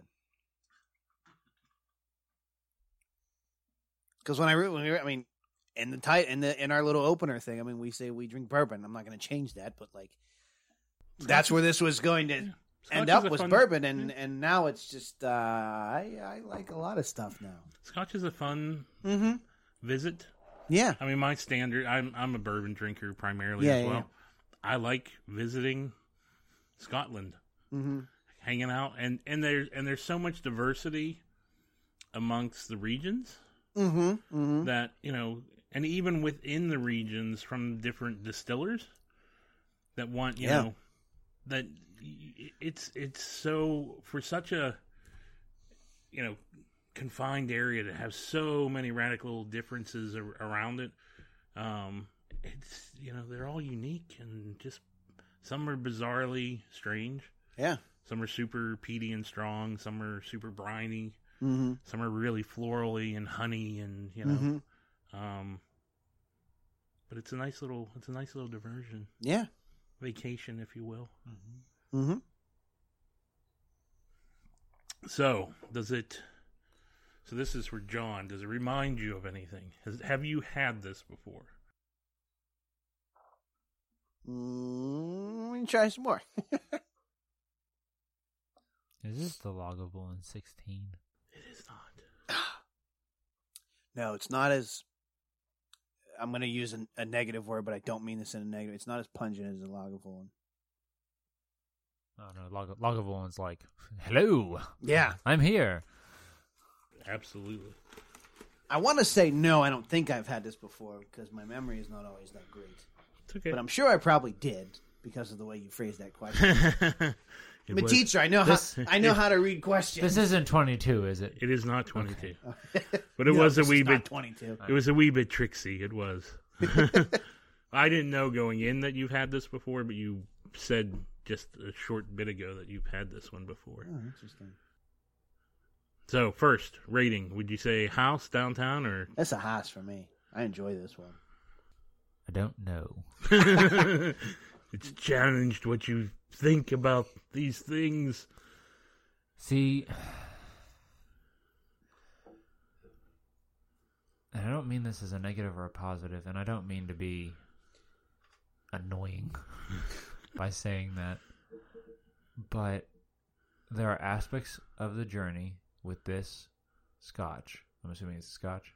Because when I re- when we were, I mean, in the tight in the in our little opener thing, I mean, we say we drink bourbon. I'm not going to change that, but like, that's where this was going to Scotch end is up a was fun- bourbon, and and now it's just uh, I I like a lot of stuff now. Scotch is a fun Mm-hmm. visit. Yeah, I mean, my standard. I'm I'm a bourbon drinker primarily Yeah, as yeah, well. yeah. I like visiting Scotland, mm-hmm. hanging out, and and there's and there's so much diversity amongst the regions Mm-hmm. Mm-hmm. that you know, and even within the regions from different distillers that want you Yeah. know that y- it's it's so for such a you know confined area to have so many radical differences ar- around it um it's you know they're all unique and just some are bizarrely strange Yeah. some are super peaty and strong some are super briny Mm-hmm. some are really florally and honey and you know Mhm. um, but it's a nice little it's a nice little diversion Yeah. vacation, if you will. Mm-hmm. So does it? So this is for John. Does it remind you of anything? Has, have you had this before? Mm, we can try some more. Is this the loggable in 16? It is not. no, it's not as. I'm going to use an, a negative word, but I don't mean this in a negative. It's not as pungent as the Lagavulin. Oh no, log- loggable is like, hello, Yeah, I'm here. Absolutely. I want to say no. I don't think I've had this before because my memory is not always that great. It's okay. But I'm sure I probably did because of the way you phrased that question. it, I'm a was- teacher. I know This- how I know how to read questions. This isn't 22, is it? it is not twenty two, but it was a this is wee not Oh, bit. 22. It was a wee bit tricksy. It was. I didn't know going in that you've had this before, but you said just a short bit ago that you've had this one before. Oh, interesting. So first rating, would you say house downtown or That's a house for me. I enjoy this one. I don't know. it's challenged what you think about these things? See, and I don't mean this as a negative or a positive, and I don't mean to be annoying by saying that, but there are aspects of the journey with this scotch. I'm assuming it's scotch.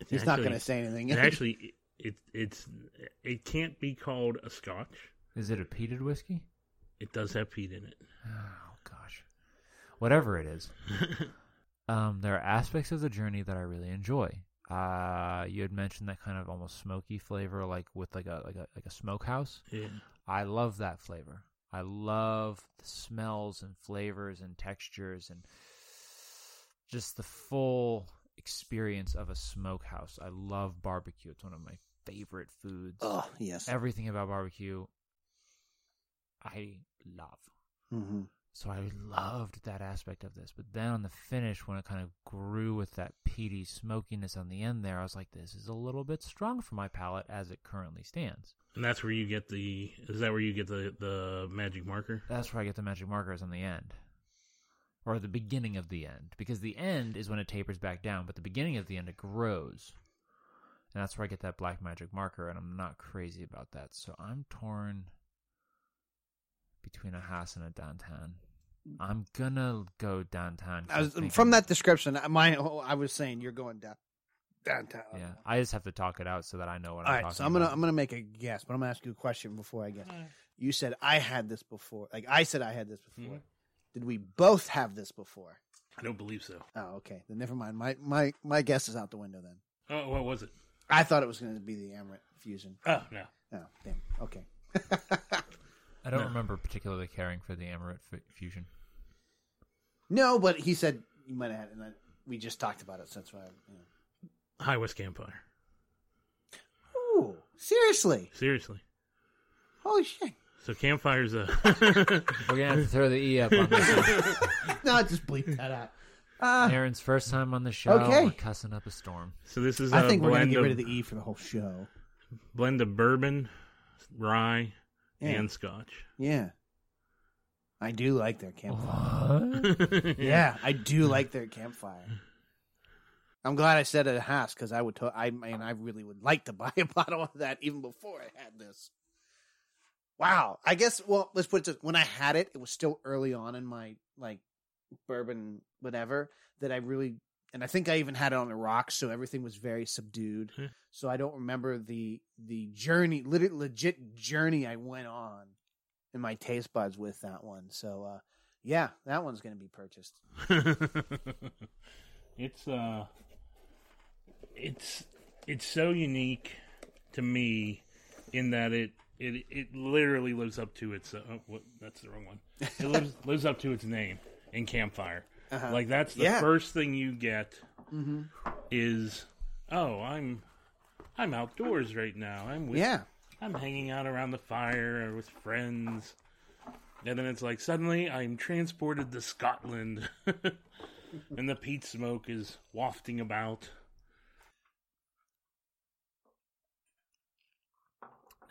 It's He's not actually- going to say anything. It actually, it it's it can't be called a Scotch. Is it a peated whiskey? It does have peat in it. Oh gosh, whatever it is, um, there are aspects of the journey that I really enjoy. Uh, you had mentioned that kind of almost smoky flavor, like with like a like a like a smokehouse. Yeah. I love that flavor. I love the smells and flavors and textures and just the full experience of a smokehouse. I love barbecue. It's one of my favorite foods. oh yes. Everything about barbecue, I love. Mm-hmm. So I loved that aspect of this. But then on the finish, when it kind of grew with that peaty smokiness on the end there, I was like, this is a little bit strong for my palate as it currently stands. And that's where you get the. Is that where you get the the magic marker? That's where I get the magic markers on the end. Or the beginning of the end. Because the end is when it tapers back down, but the beginning of the end, it grows. And that's where I get that black magic marker, and I'm not crazy about that. So I'm torn between a house and a downtown. I'm gonna go downtown. 'cause I was, think from I'm- that description, I- my whole- I was saying you're going down downtown. Yeah, I just have to talk it out so that I know what Um, All I'm right, talking so I'm gonna about. I'm gonna make a guess, but I'm gonna ask you a question before I guess. You said I had this before. Like I said I had this Mm-hmm. before. Mhm. Did we both have this before? I don't believe so. Oh, okay. Then never mind. My my my guess is out the window then. Oh, what was it? I thought it was gonna be the Amaret fusion. Oh no. Oh, damn. Okay. I don't remember particularly caring for the Amaret f- fusion. no, but he said you might have had and I, we just talked about it, so that's why I, you High West Campfire. know. Ooh. Seriously. Seriously. Holy shit. So campfire's a We're gonna have to throw the e up on this. one. No, just bleep that out. Uh, Aaron's first time on the show. Okay. We're cussing up a storm. so this is a I think we're gonna blend get of, rid of the E for the whole show. blend of bourbon, rye, Yeah. and scotch. Yeah. I do like their campfire. What? Yeah, I do like their campfire. I'm glad I said it at Haas because I would. To- I mean, I really would like to buy a bottle of that even before I had this. Wow. I guess. Well, let's put it. This, when I had it, it was still early on in my like bourbon whatever that I really. And I think I even had it on the rocks, so everything was very subdued. Hmm. So I don't remember the the journey, lit- legit journey I went on in my taste buds with that one. So uh, yeah, that one's going to be purchased. it's uh it's it's so unique to me in that it it it literally lives up to its uh, oh, what, that's the wrong one. It lives lives up to its name in campfire. Like that's the Uh-huh. Yeah. Mm-hmm. first thing you get is oh I'm I'm outdoors right now. I'm with Yeah. I'm hanging out around the fire or with friends. And then it's like suddenly I'm transported to Scotland and the peat smoke is wafting about.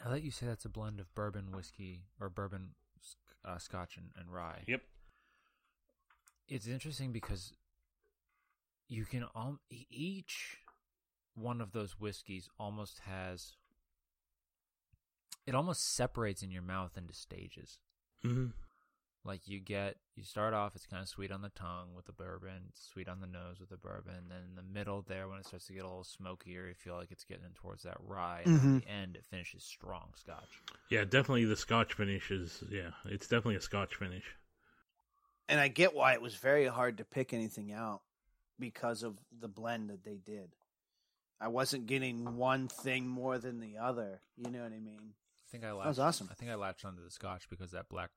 Now that you say that's a blend of bourbon whiskey or bourbon, sc- uh, scotch, and, and rye. Yep. it's interesting because you can all each one of those whiskeys almost has it almost separates in your mouth into stages Mm-hmm. like you get you start off it's kind of sweet on the tongue with the bourbon it's sweet on the nose with the bourbon then in the middle there when it starts to get a little smokier you feel like it's getting towards that rye and Mm-hmm. at the end it finishes strong scotch Yeah, definitely the Scotch finish is yeah, it's definitely a Scotch finish. And I get why it was very hard to pick anything out because of the blend that they did. I wasn't getting one thing more than the other. You know what I mean? i think i latched, was awesome. i think i latched onto the scotch because that black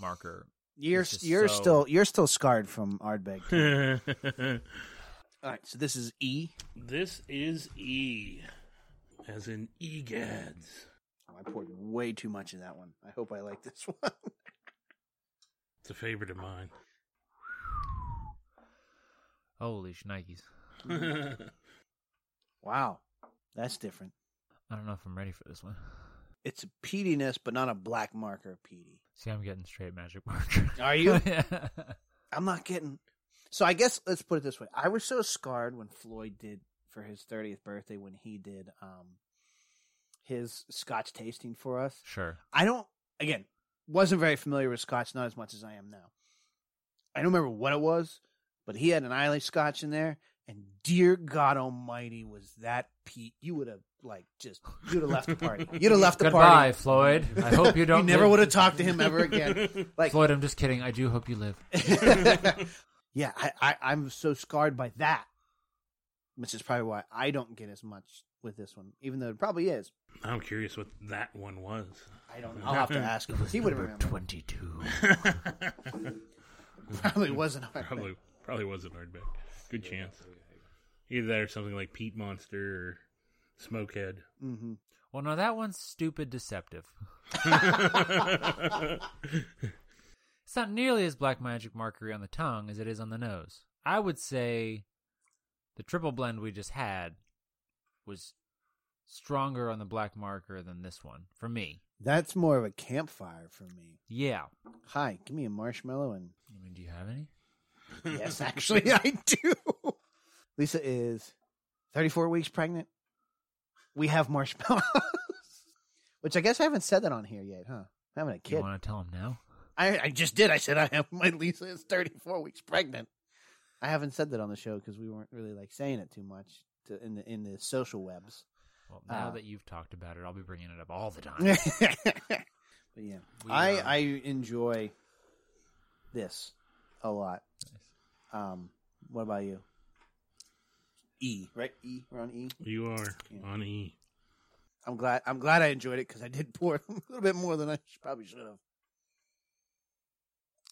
marker You're It's just you're so- still you're still scarred from Ardbeg. this All right, so this is E. is E as in egads. Oh, I poured way too much of that one. I hope I like this one. It's a favorite of mine. holy shnikes Mm. wow, that's different. i don't know if i'm ready for this one It's a peatiness, but not a black marker of peaty. See, I'm getting straight magic marker. Are you? yeah. I'm not getting. So I guess let's put it this way: I was so scarred when Floyd did for his 30th birthday when he did um his Scotch tasting for us. Sure. I don't again wasn't very familiar with Scotch, not as much as I am now. I don't remember what it was, but he had an Islay Scotch in there, and dear God Almighty, was that Pete? You would have like just you'd have left the party. You'd have left the Goodbye, party. Floyd. I hope you don't. You never live- would have talked to him ever again. Like Floyd, I'm just kidding. I do hope you live. yeah, I, I, I'm so scarred by that, which is probably why I don't get as much with this one, even though it probably is. I'm curious what that one was. I don't. I'll have to ask him. He would remember. Twenty-two. Probably wasn't. Hard Probably probably wasn't hardback. Good chance. Either that or something like Pete Monster or Smokehead. hmm well, no, that one's stupid, deceptive. It's not nearly as black magic markery on the tongue as it is on the nose. I would say the triple blend we just had was stronger on the black marker than this one for me. That's more of a campfire for me. Yeah. Hi, give me a marshmallow and I mean, do you have any? yes, actually, I do. Lisa is 34 weeks pregnant. We have marshmallows, which I guess I haven't said that on here yet, huh? I'm having a Do you kid. want to tell him now? I, I just did. I said I have my Lisa is 34 weeks pregnant. I haven't said that on the show because we weren't really like saying it too much to, in the in the social webs. Well, now Uh, that you've talked about it, I'll be bringing it up all the time. but yeah, We, I um, I enjoy this a lot. Nice. Um, what about you? E right? E we're on E. You are Yeah. on E. I'm glad I'm glad I enjoyed it because I did pour a little bit more than I sh- probably should have.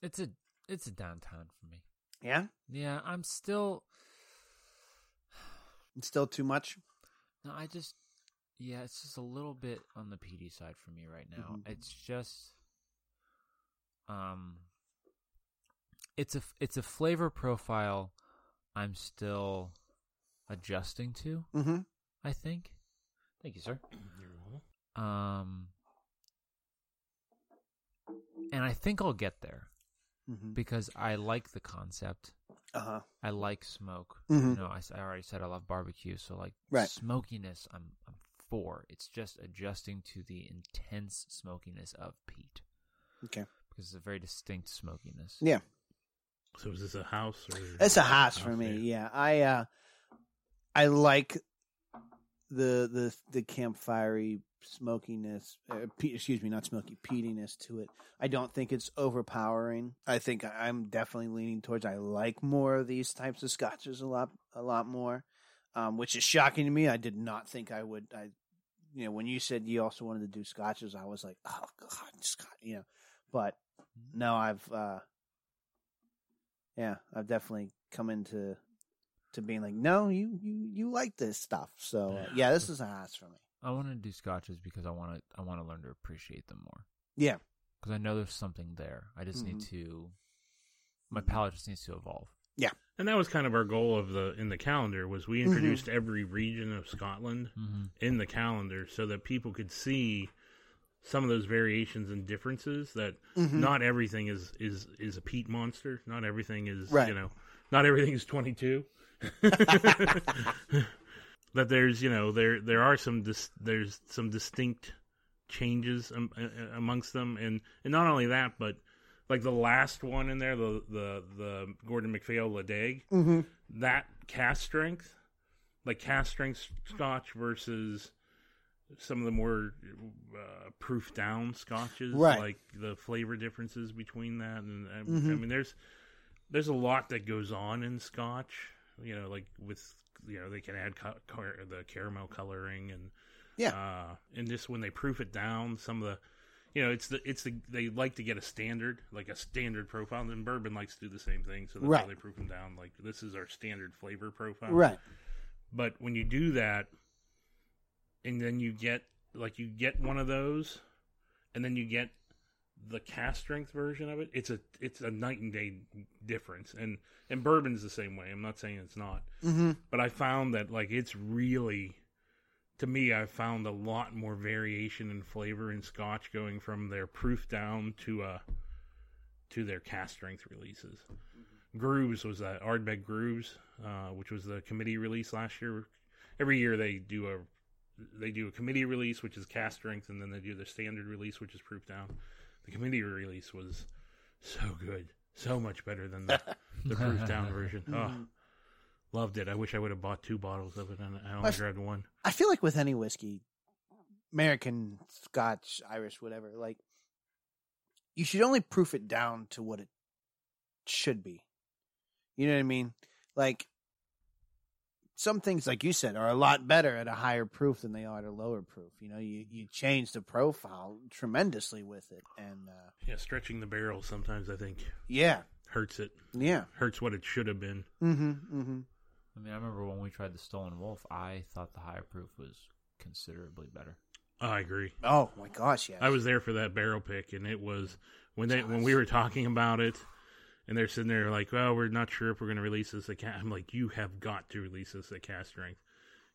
it's a it's a downtown for me. Yeah, Yeah, I'm still. it's still too much. No, I just. Yeah, it's just a little bit on the PD side for me right now. Mhm. It's just. Um. It's a f- it's a flavor profile, I'm still, adjusting to. Mm-hmm. I think. Thank you, sir. You're welcome. Um. And I think I'll get there mm-hmm. because I like the concept. Uh huh. I like smoke. You Mhm. know, I, s- I already said I love barbecue, so like Right. smokiness, I'm I'm for. It's just adjusting to the intense smokiness of peat Okay. because it's a very distinct smokiness. Yeah. So is this a house or It's a house for me. Okay. Yeah, I uh, I like the the the campfirey smokiness. Uh, pe- excuse me, not smoky peatiness to it. I don't think it's overpowering. I think I- I'm definitely leaning towards. I like more of these types of scotches a lot a lot more, um, which is shocking to me. I did not think I would. I you know when you said you also wanted to do scotches, I was like, oh god, scotch, you know, but no, I've. uh yeah, I've definitely come into to being like, no, you you you like this stuff. So uh, yeah, this is a house for me. I want to do scotches because I want to I want to learn to appreciate them more Yeah, because I know there's something there. I just need Mhm. to. My Mhm. palate just needs to evolve. and that was kind of our goal of the in the calendar was Mm-hmm. we introduced every region of Scotland Mm-hmm. in the calendar so that people could see some of those variations and differences that Mm-hmm. not everything is is is a peat monster not everything is Right. you know not everything is 22 that there's you know there there are some dis- there's some distinct changes um, uh, amongst them and and not only that but like the last one in there the the the Gordon MacPhail Ledag Mm-hmm. that cast strength, like cast strength scotch versus some of the more uh, proof down scotches, Right. Like the flavor differences between that, and I, I Mhm. mean, there's there's a lot that goes on in scotch. You know, like with you know they can add co- car- the caramel coloring and Yeah. uh, and just when they proof it down, some of the you know it's the it's the they like to get a standard like a standard profile and then bourbon likes to do the same thing so that's how Right. they proof them down like this is our standard flavor profile Right. but when you do that and then you get like you get one of those and then you get the cast strength version of it it's a it's a night and day difference and and bourbon's the same way i'm not saying it's not Mm-hmm. but I found that like it's really to me I found a lot more variation in flavor in scotch going from their proof down to uh to their cast strength releases. Grooves was that Ardbeg Grooves, uh, which was the committee release last year. Every year they do a they do a committee release which is cast strength and then they do their standard release which is proof down. The committee release was so good. So much better than the, the proof down version. Oh, Loved it. I wish I would have bought two bottles of it, and I only I've- grabbed one. I feel like with any whiskey, American, Scotch, Irish, whatever, like you should only proof it down to what it should be. You know what I mean? Like some things, like you said, are a lot better at a higher proof than they are at a lower proof. You know, you you change the profile tremendously with it, and uh, Yeah, stretching the barrel sometimes I think yeah, hurts it. yeah, Hurts what it should have been. mm-hmm, mm-hmm. I mean, I remember when we tried the Stolen Wolf, I thought the higher proof was considerably better. I agree. Oh my gosh, yeah, I was there for that barrel pick, and it was when they when we were talking about it, and they're sitting there like, "Well, we're not sure if we're going to release this." At ca-. I'm like, "You have got to release this at cast strength.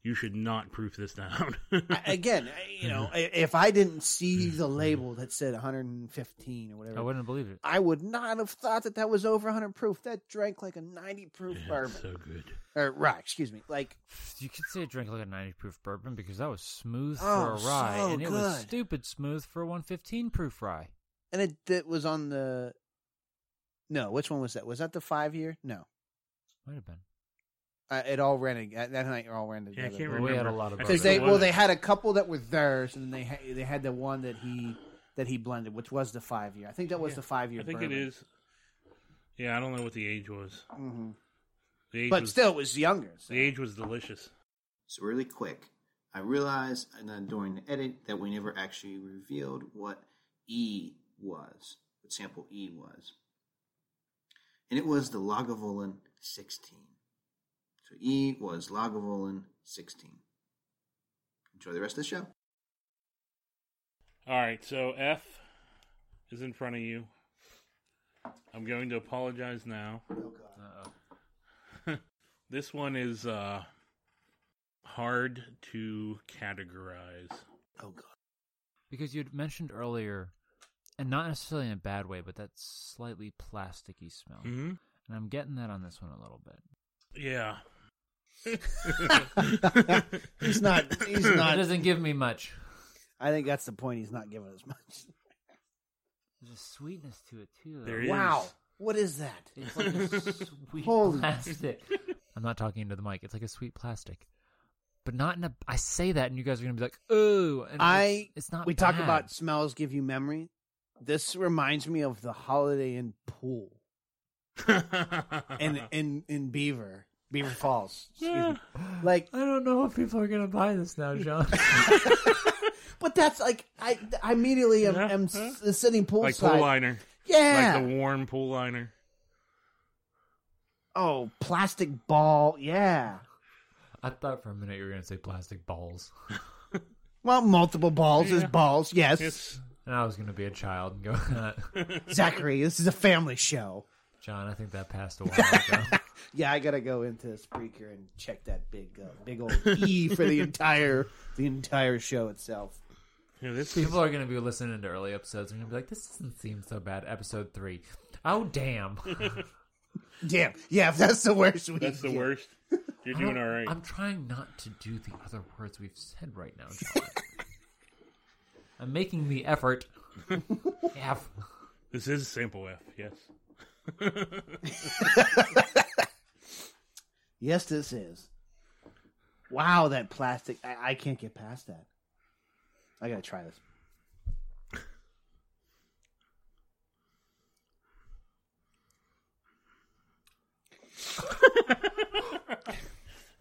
You should not proof this down." I- again, I- you know, i- if I didn't see Mm-hmm. the label that said 115 or whatever, I wouldn't believe it. I would not have thought that that was over 100 proof. That drank like a 90 proof bourbon. so good. or rye, excuse me. Like, You could say it drank like a 90 proof bourbon because that was smooth for Oh, a rye, so and it was good. stupid smooth for a 115 proof rye. and it, it was on the. No, which one was that? Was that the five year? No. Might have been. Uh, it all ran ag- that night. It all ran Yeah, together. I can't Well, remember. we had a lot of I bourbon. Because think they it well, was- they had a couple that were theirs, and then they ha- they had the one that he that he blended, which was the five year. I think that was Yeah. the five year. I think it is. Yeah, I don't know what the age was. hmm The age But was, still, it was younger. so. the age was delicious. So really quick, I realized and then during the edit that we never actually revealed what E was, what sample E was. And it was the Lagavulin 16. So E was Lagavulin 16. Enjoy the rest of the show. All right, so F is in front of you. I'm going to apologize now. Uh-oh. This one is uh, hard to categorize. Oh god. Because you had mentioned earlier, and not necessarily in a bad way, but that slightly plasticky smell. Hmm. Mm-hmm. And I'm getting that on this one a little bit. Yeah. He's not- he's It not- doesn't give me much. I think that's the point. He's not giving us much. There's a sweetness to it too. though. There is. Wow, what is that? It's like a sweet Holy- plastic. I'm not talking into the mic. It's like a sweet plastic, but not in a. I say that, and you guys are gonna be like, "Ooh!" And I- It's, it's not. we bad. talk about smells give you memory. This reminds me of the Holiday Inn pool in in in Beaver Beaver Falls. Excuse me. Like, I don't know if people are gonna buy this now, John. but that's like I, I immediately am, Yeah, am yeah. s- sitting poolside. like pool liner, Yeah. like the warm pool liner. oh, plastic ball. Yeah. I thought for a minute you were gonna say plastic balls, Well, multiple balls is Yeah. balls. Yes. It's and I was gonna be a child and go, Zachary, this is a family show. "John, I think that passed a while ago." Yeah, I gotta go into Spreaker and check that big, uh, big old E for the entire, the entire show itself. yeah, this is people are gonna be listening to early episodes and gonna be like, "This doesn't seem so bad." Episode three. Oh damn! Damn. Yeah, if that's the worst. We that's the get. worst. You're I doing don't- all right. I'm trying not to do the other words we've said right now. John. I'm making the effort. F. This is sample F. Yes. Yes, this is. Wow, that plastic. I, I can't get past that. I gotta try this.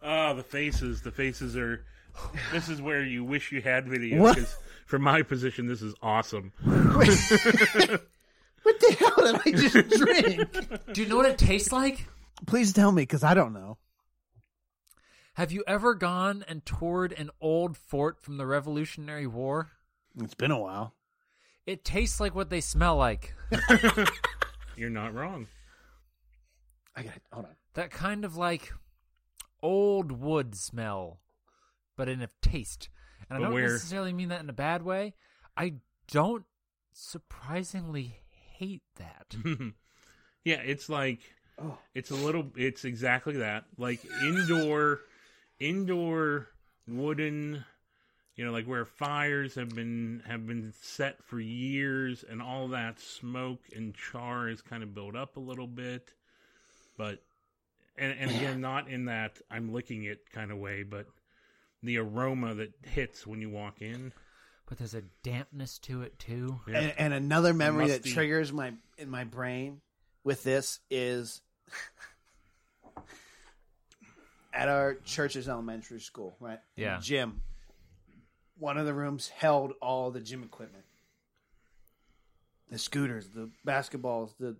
Ah, the faces. The faces are. This is where you wish you had video. What? 'cause From my position, this is awesome. What the hell did I just drink? Do you know what it tastes like? Please tell me, because I don't know. Have you ever gone and toured an old fort from the Revolutionary War? It's been a while. It tastes like what they smell like. You're not wrong. I got to hold on. That kind of like old wood smell, but in a taste. And I But don't where- necessarily mean that in a bad way. I don't surprisingly hate that. yeah, it's like Oh. it's a little. It's exactly that. Like indoor, indoor wooden. You know, like where fires have been have been set for years, and all that smoke and char is kind of built up a little bit, but and, and again, not in that I'm licking it kind of way, but the aroma that hits when you walk in. but there's a dampness to it too. Yeah. And, and another memory that musty. triggers my in my brain with this is at our church's elementary school, right? In Yeah. the Gym. One of the rooms held all the gym equipment. The scooters, the basketballs, the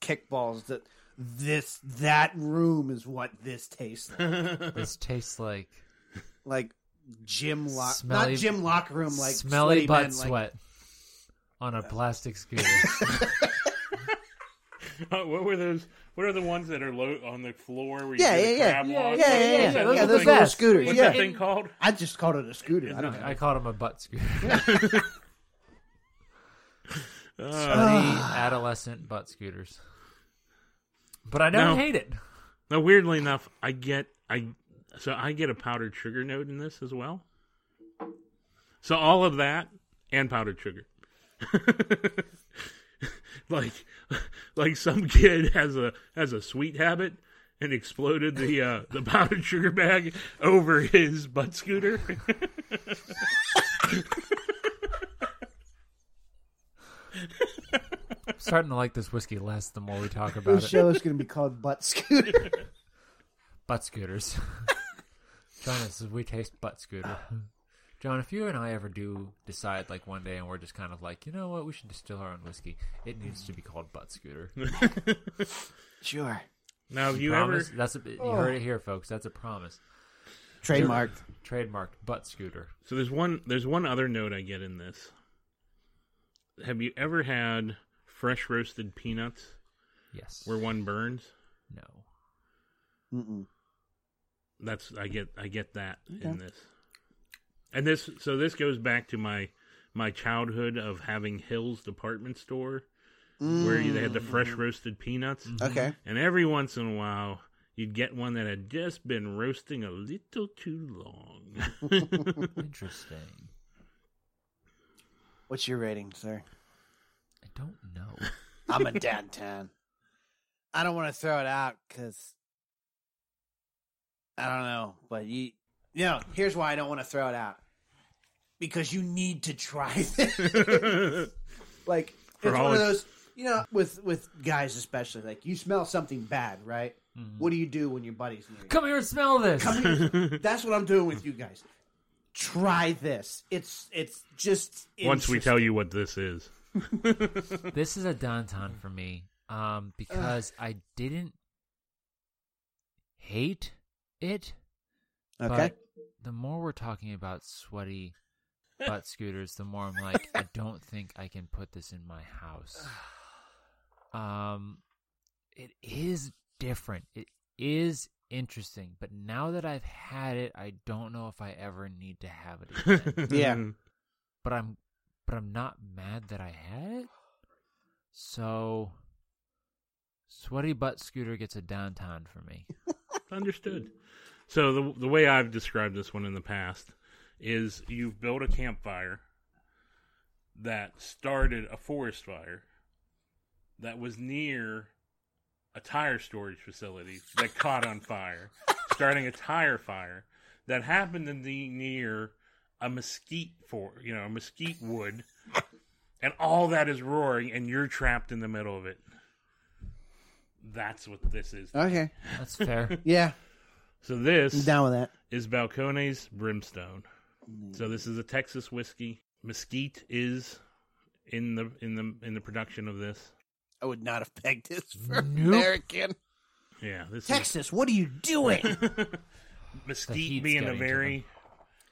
kickballs, the this that room is what this tastes like. This tastes like like gym lock Smelly- not gym locker room like smelly sweaty butt men, like- sweat on a plastic scooter. Oh, what were those? What are the ones that are low on the floor? Where you Yeah, do the yeah, yeah. crab yeah, yeah, walk? What's yeah, that yeah. little those thing- little Yes. scooters. What's yeah, that thing called? I just called it a scooter. I don't know. I called him a butt scooter. Uh, Smelly adolescent butt scooters. But I don't No. hate it. now, weirdly enough, I get I so I get a powdered sugar note in this as well. So all of that and powdered sugar. like like some kid has a has a sweet habit and exploded the uh, the powdered sugar bag over his butt scooter. I'm starting to like this whiskey less the more we talk about This it. show is going to be called Butt Scooter. butt scooters. John says we taste butt scooter. John, if you and I ever do decide like one day and we're just kind of like, you know what, we should distill our own whiskey, it needs to be called butt scooter. sure. now, have you promise? ever? Oh. That's a, you heard it here, folks. That's a promise. Trademarked. Trademarked butt scooter. So there's one there's one other note I get in this. Have you ever had fresh roasted peanuts Yes. where one burns? no. Mm-mm. That's I get I get that in this. And this so this goes back to my my childhood of having Hill's department store where you- they had the fresh roasted peanuts. Okay. And every once in a while, you'd get one that had just been roasting a little too long. Interesting. What's your rating, sir? I don't know. I'm a downtown. I don't want to throw it out because I don't know. But you, you know, here's why I don't want to throw it out because you need to try this. like For it's all one of it's- those, you know, with with guys especially. Like you smell something bad, right? What do you do when your buddy's near you? Come here and smell this. That's what I'm doing with you guys. Try this. It's it's just Once we interesting. tell you what this is, this is a downtown for me um, because I didn't hate it. Okay. But the more we're talking about sweaty butt scooters, the more I'm like, I don't think I can put this in my house. Um, it is different. It is interesting, but now that I've had it, I don't know if I ever need to have it again Yeah. but I'm but I'm not mad that I had it. So sweaty butt scooter gets a downtown for me. Understood. So the the way I've described this one in the past is you've built a campfire that started a forest fire that was near a tire storage facility that caught on fire, starting a tire fire that happened to be near a mesquite for you know a mesquite wood, and all that is roaring, and you're trapped in the middle of it. That's what this is. Okay. That's fair. Yeah. So this I'm down with that. is Balcones Brimstone. So this is a Texas whiskey. Mesquite is in the in the in the production of this. I would not have pegged this for Nope. American. Yeah, this Texas, what are you doing? is The mesquite heat's being a getting to very them.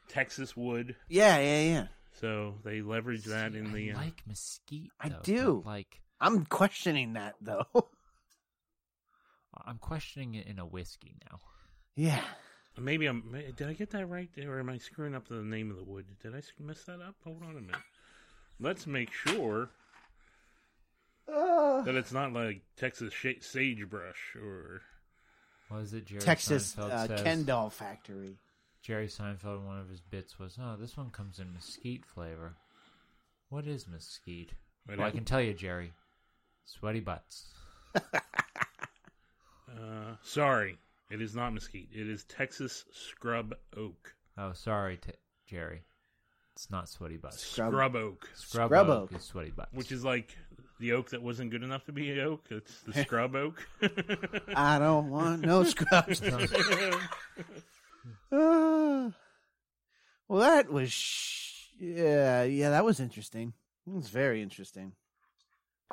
Texas wood. yeah, yeah, yeah. So they leverage that in the I uh, like mesquite. I though, but, do. Like I'm questioning that though. I'm questioning it in a whiskey now. yeah. maybe I'm may- did I get that right or am I screwing up the name of the wood? Did I sc- mess that up? Hold on a minute. Let's make sure that it's not like Texas sh- sagebrush or What is it Jerry Texas Seinfeld uh, says? Ken doll factory. Jerry Seinfeld one of his bits was, "Oh, this one comes in mesquite flavor." What is mesquite? Wait, well, I- I can tell you, Jerry. Sweaty butts. Uh, sorry, it is not mesquite. It is Texas scrub oak. Oh, sorry, t- Jerry. It's not sweaty butts. Scrub, oak, Scrub, Scrub oak, oak. is sweaty butts. which is like the oak that wasn't good enough to be an oak. It's the scrub oak. I don't want no scrubs. Uh, well, that was sh- yeah, yeah. That was interesting. It was very interesting.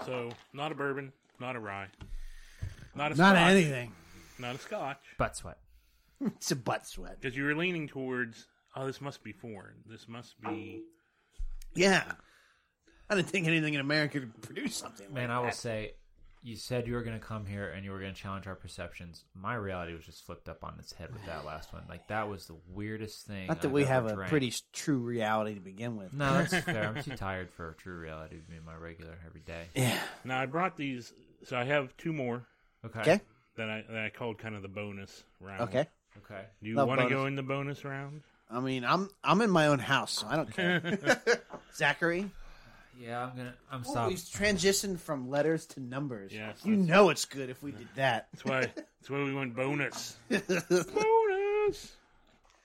so, not a bourbon, not a rye, not a Not scotch, anything. not a scotch, butt sweat. It's a butt sweat. because you were leaning towards. Oh, this must be foreign. This must be. Yeah. I didn't think anything in America could produce something. like Man, I will that. say, you said you were going to come here and you were going to challenge our perceptions. My reality was just flipped up on its head with that last one. Like that was the weirdest thing. Not that I've we ever have a drank. pretty s- true reality to begin with. No, that's fair. I'm too tired for true reality to be my regular every day. Yeah. Now I brought these, so I have two more Okay. Okay. that I that I called kind of the bonus round. Okay. Okay. Do you Love want to bonus. go in the bonus round? I mean, I'm I'm in my own house, so I don't care. Zachary, Yeah, I'm gonna. I'm stopping. we transitioned from letters to numbers. Yes, you that's- know it's good if we did that. That's why That's why we went bonus. Ooh. bonus.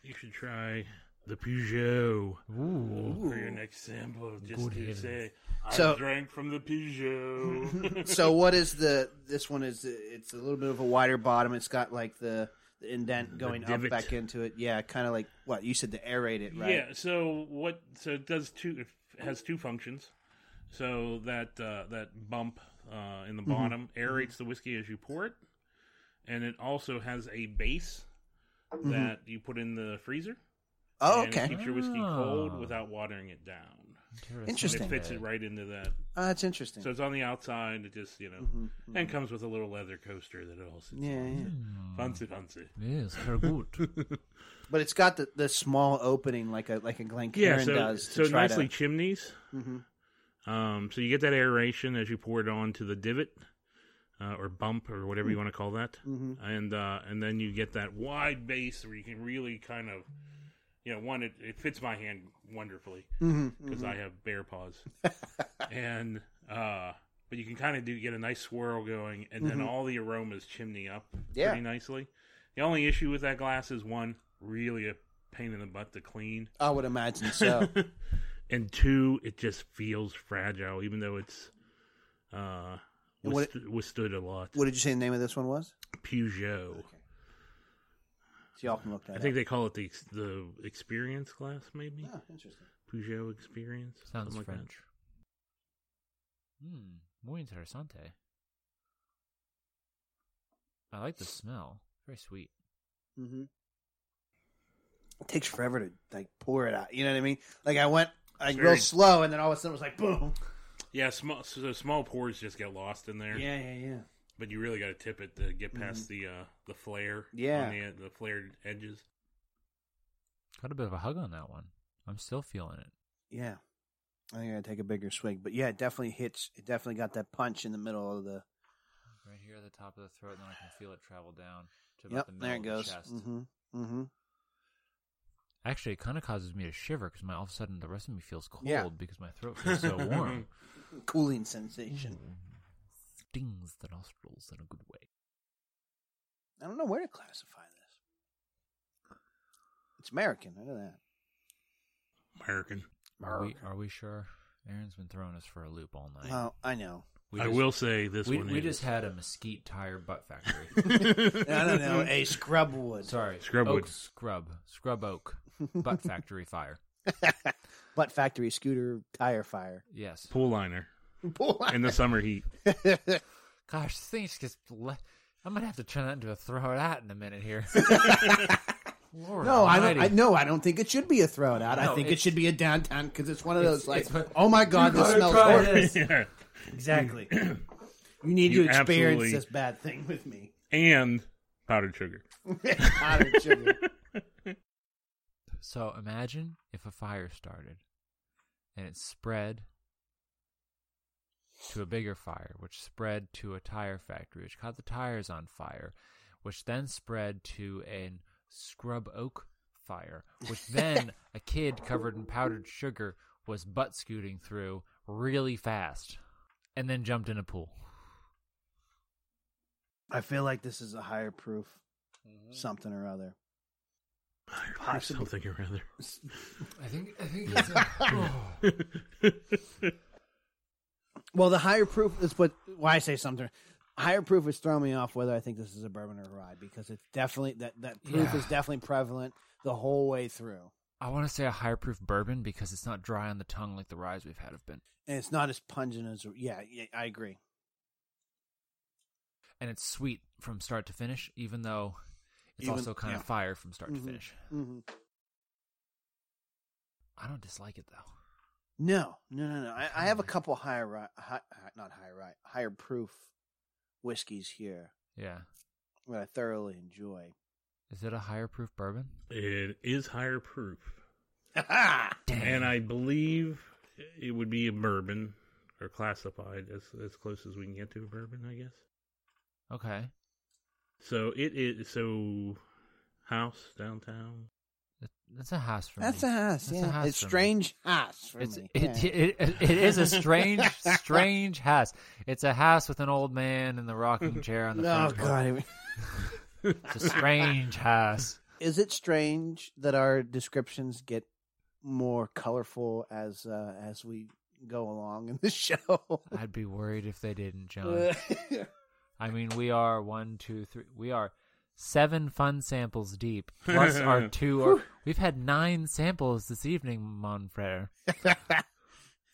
You should try the Peugeot Ooh. for your next sample. Just Good to heavens. say, I So- drank from the Peugeot. so what is the? This one is it's a little bit of a wider bottom. It's got like the, the indent going up divot. back into it. Yeah, kind of like what you said to aerate it, right? Yeah. So what? So it does two. It has two functions. So that uh, that bump uh, in the bottom aerates the whiskey as you pour it, and it also has a base that you put in the freezer. Oh, and it okay. keeps your whiskey Ah. cold without watering it down. And Interesting. it fits it right into that. Uh, that's interesting. So it's on the outside. It just you know, Mm-hmm. and comes with a little leather coaster that it also yeah, yeah. Mm. fancy fancy. Yes, very good. But it's got the, the small opening like a like a Glencairn yeah, so, does. so to try nicely to, Mm-hmm. chimneys. Um, so you get that aeration as you pour it onto the divot uh, or bump or whatever Mm. you want to call that, Mm-hmm. and uh, and then you get that wide base where you can really kind of, you know, one it, it fits my hand wonderfully Mm-hmm, because I have bear paws, and uh, but you can kind of do get a nice swirl going, and then all the aromas chimney up Mm-hmm. Yeah. pretty nicely. The only issue with that glass is one really a pain in the butt to clean I would imagine so. and two, it just feels fragile, even though it's uh And what- withst- withstood a lot. what did you say the name of this one was? Peugeot. So y'all can look that I think up. they call it the ex- the experience glass, maybe Oh, interesting. Peugeot experience. Sounds something like that. French. Hmm, muy interesante. I like the smell. Very sweet. hmm It takes forever to like pour it out. You know what I mean? Like I went like real Very- slow, and then all of a sudden it was like boom. Yeah, small so small pores just get lost in there. Yeah, yeah, yeah. but you really got to tip it to get past the uh the flare. Yeah. on the, the flared edges. Got a bit of a hug on that one. I'm still feeling it. Yeah. I think I gotta take a bigger swig, but yeah, it definitely hits. It definitely got that punch in the middle of the. Right here at the top of the throat, and then I can feel it travel down to about Yep, the middle there it of the goes. chest. Mm-hmm. Mm-hmm. Actually, it kind of causes me to shiver because my all of a sudden the rest of me feels cold Yeah. because my throat feels so warm. Cooling sensation. Stings the nostrils in a good way. I don't know where to classify this. It's American. Look at that. American. Are we, are we sure? Aaron's been throwing us for a loop all night. Well, I know. we I just- will say this We, one. we is. just had a mesquite tire butt factory. I don't know. A scrub wood. Sorry, Scrub oak, wood. scrub, scrub oak, butt factory fire. Butt factory scooter tire fire. Yes. pool liner in the summer heat. Gosh, this thing's just. Le- I'm gonna have to turn that into a throw it out in a minute here. Lord No, I don't. I, almighty. no, I don't think it should be a throwout. out. I No, think it it's- should be a downtown because it's one of those like, it's- it's- oh my god, this smells try horrible. this. yeah. Exactly. You need You to experience absolutely- this bad thing with me. and powdered sugar. Powdered sugar. So imagine if a fire started and it spread to a bigger fire, which spread to a tire factory, which caught the tires on fire, which then spread to an scrub oak fire, which then a kid covered in powdered sugar was butt scooting through really fast and then jumped in a pool. I feel like this is a higher proof, Mm-hmm. something or other. Possibly. Something or other. I think I think it's a, Well, the higher proof is what why I say something. Higher proof is throwing me off whether I think this is a bourbon or a rye because it's definitely that that proof Yeah. is definitely prevalent the whole way through, I want to say a higher proof bourbon because it's not dry on the tongue like the ryes we've had have been. and it's not as pungent as yeah. yeah I agree. and it's sweet from start to finish, even though it's Even- also kind yeah. of fire from start Mhm. to finish. hmm I don't dislike it though. No, no, no, no. I, I have Kinda a like- couple higher rye, high, not higher rye, higher proof whiskeys here Yeah, that I thoroughly enjoy. is it a higher proof bourbon? It is higher proof, Damn. and I believe it would be a bourbon or classified as as close as we can get to a bourbon, I guess. okay, So it is so house downtown. That- that's a house for That's me. a house, That's yeah. house it's for me. strange house for It's me. it, yeah. it, it, it is a strange, strange house. It's a house with an old man in the rocking chair on the oh front. porch. god, It's a strange house. Is it strange that our descriptions get more colorful as uh, as we go along in the show? I'd be worried if they didn't, John. I mean, we are one, two, three. We are seven fun samples deep, plus our two. Or, we've had nine samples this evening, mon frere.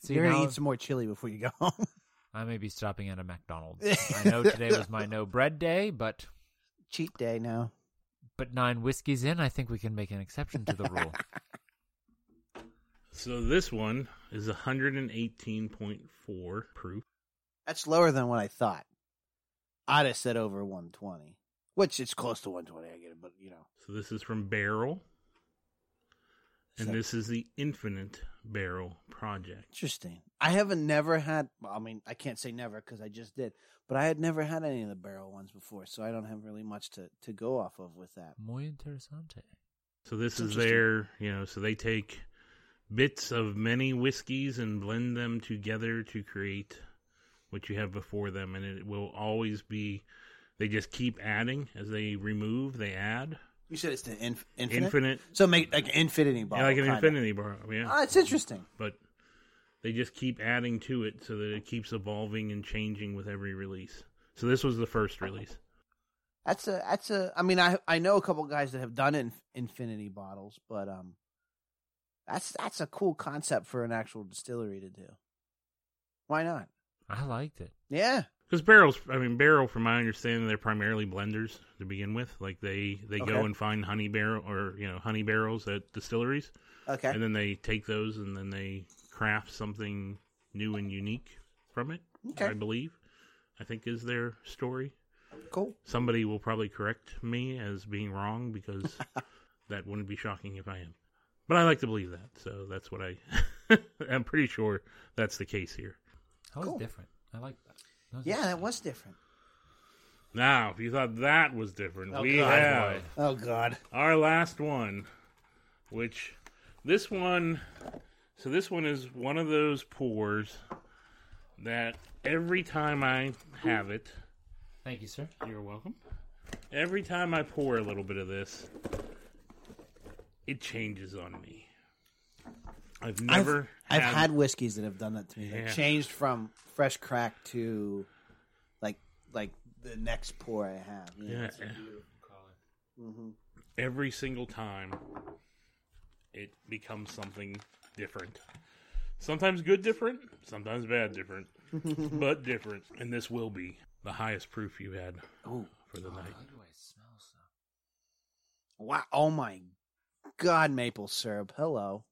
See, You're gonna now eat some more chili before you go home. I may be stopping at a McDonald's. I know today was my no bread day, but Cheat day now. but nine whiskeys in, I think we can make an exception to the rule. So this one is 118.4 proof. That's lower than what I thought. I'd have said over 120, which it's close to 120. I get it, but you know, So this is from Barrel. And So- this is the Infinite Barrel Project. interesting. I haven't never had. Well, I mean, I can't say never because I just did, but I had never had any of the barrel ones before, so I don't have really much to to go off of with that. Muy interesante. So this That's is interesting. their, you know, so they take bits of many whiskeys and blend them together to create what you have before them and it will always be they just keep adding as they remove, they add You said it's the inf- infinite? infinite, so make like an infinity bottle, yeah, like an kinda. infinity bar. Yeah. Oh, that's interesting. but they just keep adding to it so that it keeps evolving and changing with every release. So this was the first release. That's a that's a. I mean, I I know a couple guys that have done in, infinity bottles, but um, that's that's a cool concept for an actual distillery to do. Why not? I liked it. Yeah, Because barrels, I mean, barrel, from my understanding, they're primarily blenders to begin with. Like they they Okay. go and find honey barrel or you know honey barrels at distilleries, Okay. and then they take those and then they craft something new and unique from it. Okay. I believe, I think is their story. cool. Somebody will probably correct me as being wrong because that wouldn't be shocking if I am. But I like to believe that, so that's what I. I'm pretty sure that's the case here. That was Cool. different. I like that. that was Yeah, that interesting. was different. Now, if you thought that was different, Oh, we God. have Oh God. our last one, which this one. So this one is one of those pours that every time I have it, Thank you, sir. You're welcome. Every time I pour a little bit of this, it changes on me. I've never I've, I've had whiskeys that have done that to me. They Yeah. changed from fresh crack to like like the next pour I have. you know? yeah, Mm-hmm. every single time it becomes something different. Sometimes good different, sometimes bad different, but different. And this will be the highest proof you had Oh, for Oh, the night. Wow. Oh my God, maple syrup. Hello.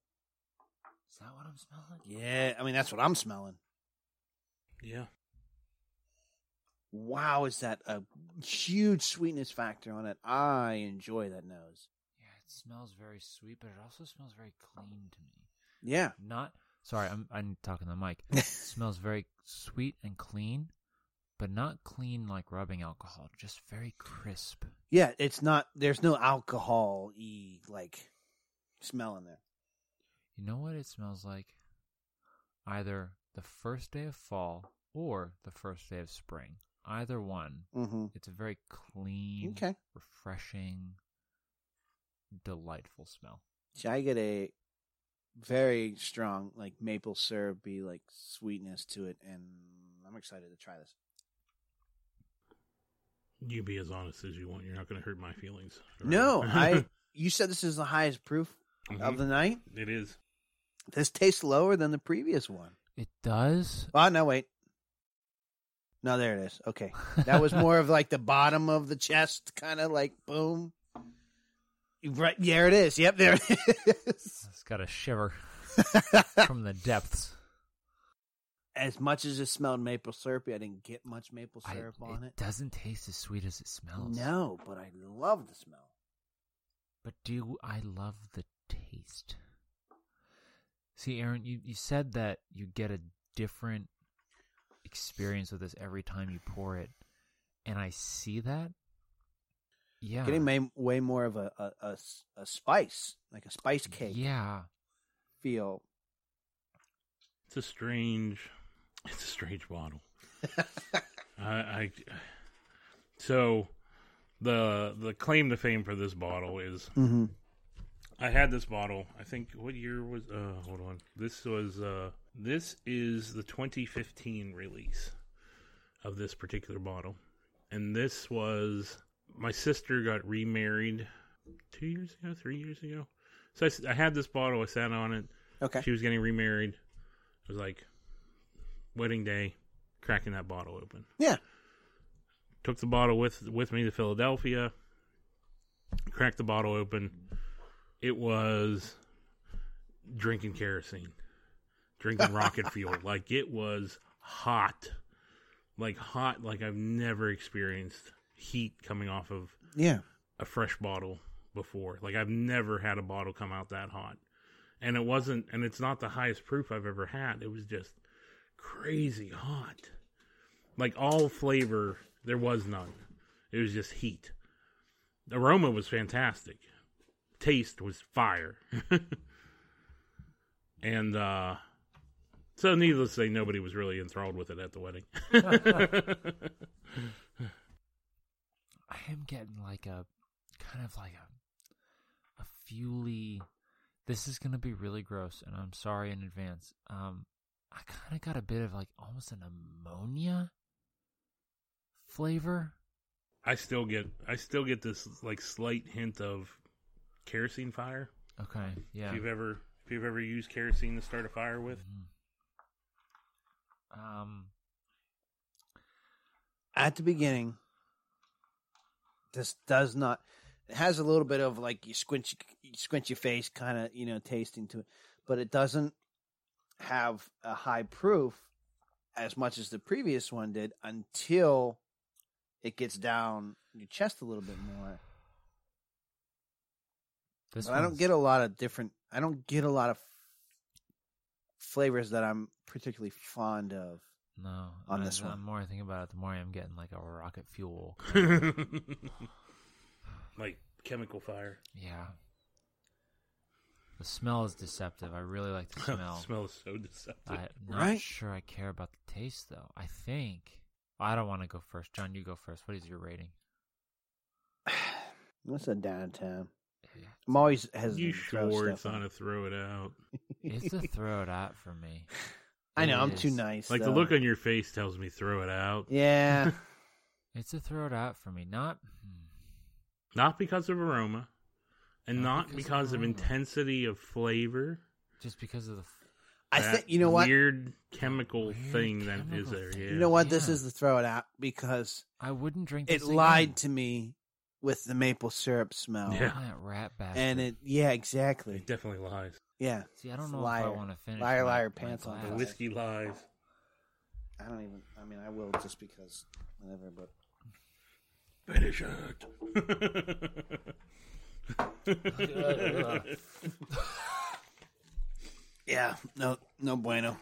Is that what I'm smelling? Yeah. I mean, that's what I'm smelling. Yeah. Wow, is that a huge sweetness factor on it? I enjoy that nose. Yeah, it smells very sweet, but it also smells very clean to me. Yeah. Not sorry, I'm I'm talking to the mic. It smells very sweet and clean, but not clean like rubbing alcohol. Just very crisp. Yeah. It's not. There's no alcohol y like smell in there. You know what it smells like? Either the first day of fall or the first day of spring. Either one. Mm-hmm. It's a very clean, Okay. refreshing, delightful smell. See, I get a very strong like maple syrupy like sweetness to it, and I'm excited to try this. You be as honest as you want. You're not going to hurt my feelings. No, I. You said this is the highest proof of the night. Mm-hmm. It is. This tastes lower than the previous one. It does. Oh no, wait. No, there it is. Okay, that was more of like the bottom of the chest, kind of like boom. Right, there it is. Yep, there it is. It's got a shiver from the depths. as much as it smelled maple syrupy, I didn't get much maple I- syrup on it. doesn't taste as sweet as it smells. No, but I love the smell. But do I love the taste? See, Aaron, you, you said that you get a different experience with this every time you pour it. And I see that. Yeah. Getting may, way more of a, a, a s- a spice, like a spice cake Yeah. feel. It's a strange. It's a strange bottle. I, I. So, the the claim to fame for this bottle is Mm-hmm. I had this bottle. I think what year was? Uh, hold on. This was. Uh, this is the 2015 release of this particular bottle, and this was my sister got remarried two years ago, three years ago. So I s I I had this bottle. I sat on it. Okay. She was getting remarried. It was like wedding day, cracking that bottle open. Yeah. Took the bottle with with me to Philadelphia. Cracked the bottle open. It was drinking kerosene, drinking rocket fuel. Like it was hot, like hot, like I've never experienced heat coming off of Yeah. a fresh bottle before. Like I've never had a bottle come out that hot. And it wasn't and it's not the highest proof I've ever had. It was just crazy hot. Like all flavor there was none. It was just heat. Aroma was fantastic. Taste was fire. and uh so needless to say nobody was really enthralled with it at the wedding. I am getting like a kind of like a a fuely. This is gonna be really gross, and I'm sorry in advance. Um, I kind of got a bit of like almost an ammonia flavor. I still get I still get this like slight hint of kerosene fire. Okay, yeah. Mm-hmm. If you've ever if you've ever used kerosene to start a fire with, Um, At the beginning, this does not. It has a little bit of like you squint, you squint your face, kind of you know tasting to it, but it doesn't have a high proof as much as the previous one did until it gets down your chest a little bit more. this But I don't one's- get a lot of different. I don't get a lot of flavors that I'm particularly fond of. no on I- this The one. more I think about it, the more I'm getting like a rocket fuel. like chemical fire, Yeah. The smell is deceptive. I really like the smell smell. smell is so deceptive. I'm not Right? sure I care about the taste though. I think I don't want to go first. John, you go first. What is your rating? What's a downtown? I'm always hesitant. you to throw sure it's stuff not out. to throw it out? It's a throw it out for me. I know It I'm too is. nice. Like the though. look on your face tells me throw it out. Yeah, It's a throw it out for me. Not hmm. Not because of aroma, and Not not, because because, of of aroma. intensity of flavor. just because of the. f- I That think you know what. weird chemical Weird thing that is chemical there. thing. Yeah, You know what? This Yeah. is the throw it out because I wouldn't drink. it this again. lied to me with the maple syrup smell. Yeah. That rat bastard. and it. Yeah, It exactly. definitely lies. Yeah, See, I don't It's know if I liar. want to finish. Liar, my- liar, my pants on glass. The Lies. whiskey lies. I don't even. I mean, I will just because whatever. But Finish it. yeah, no, no bueno.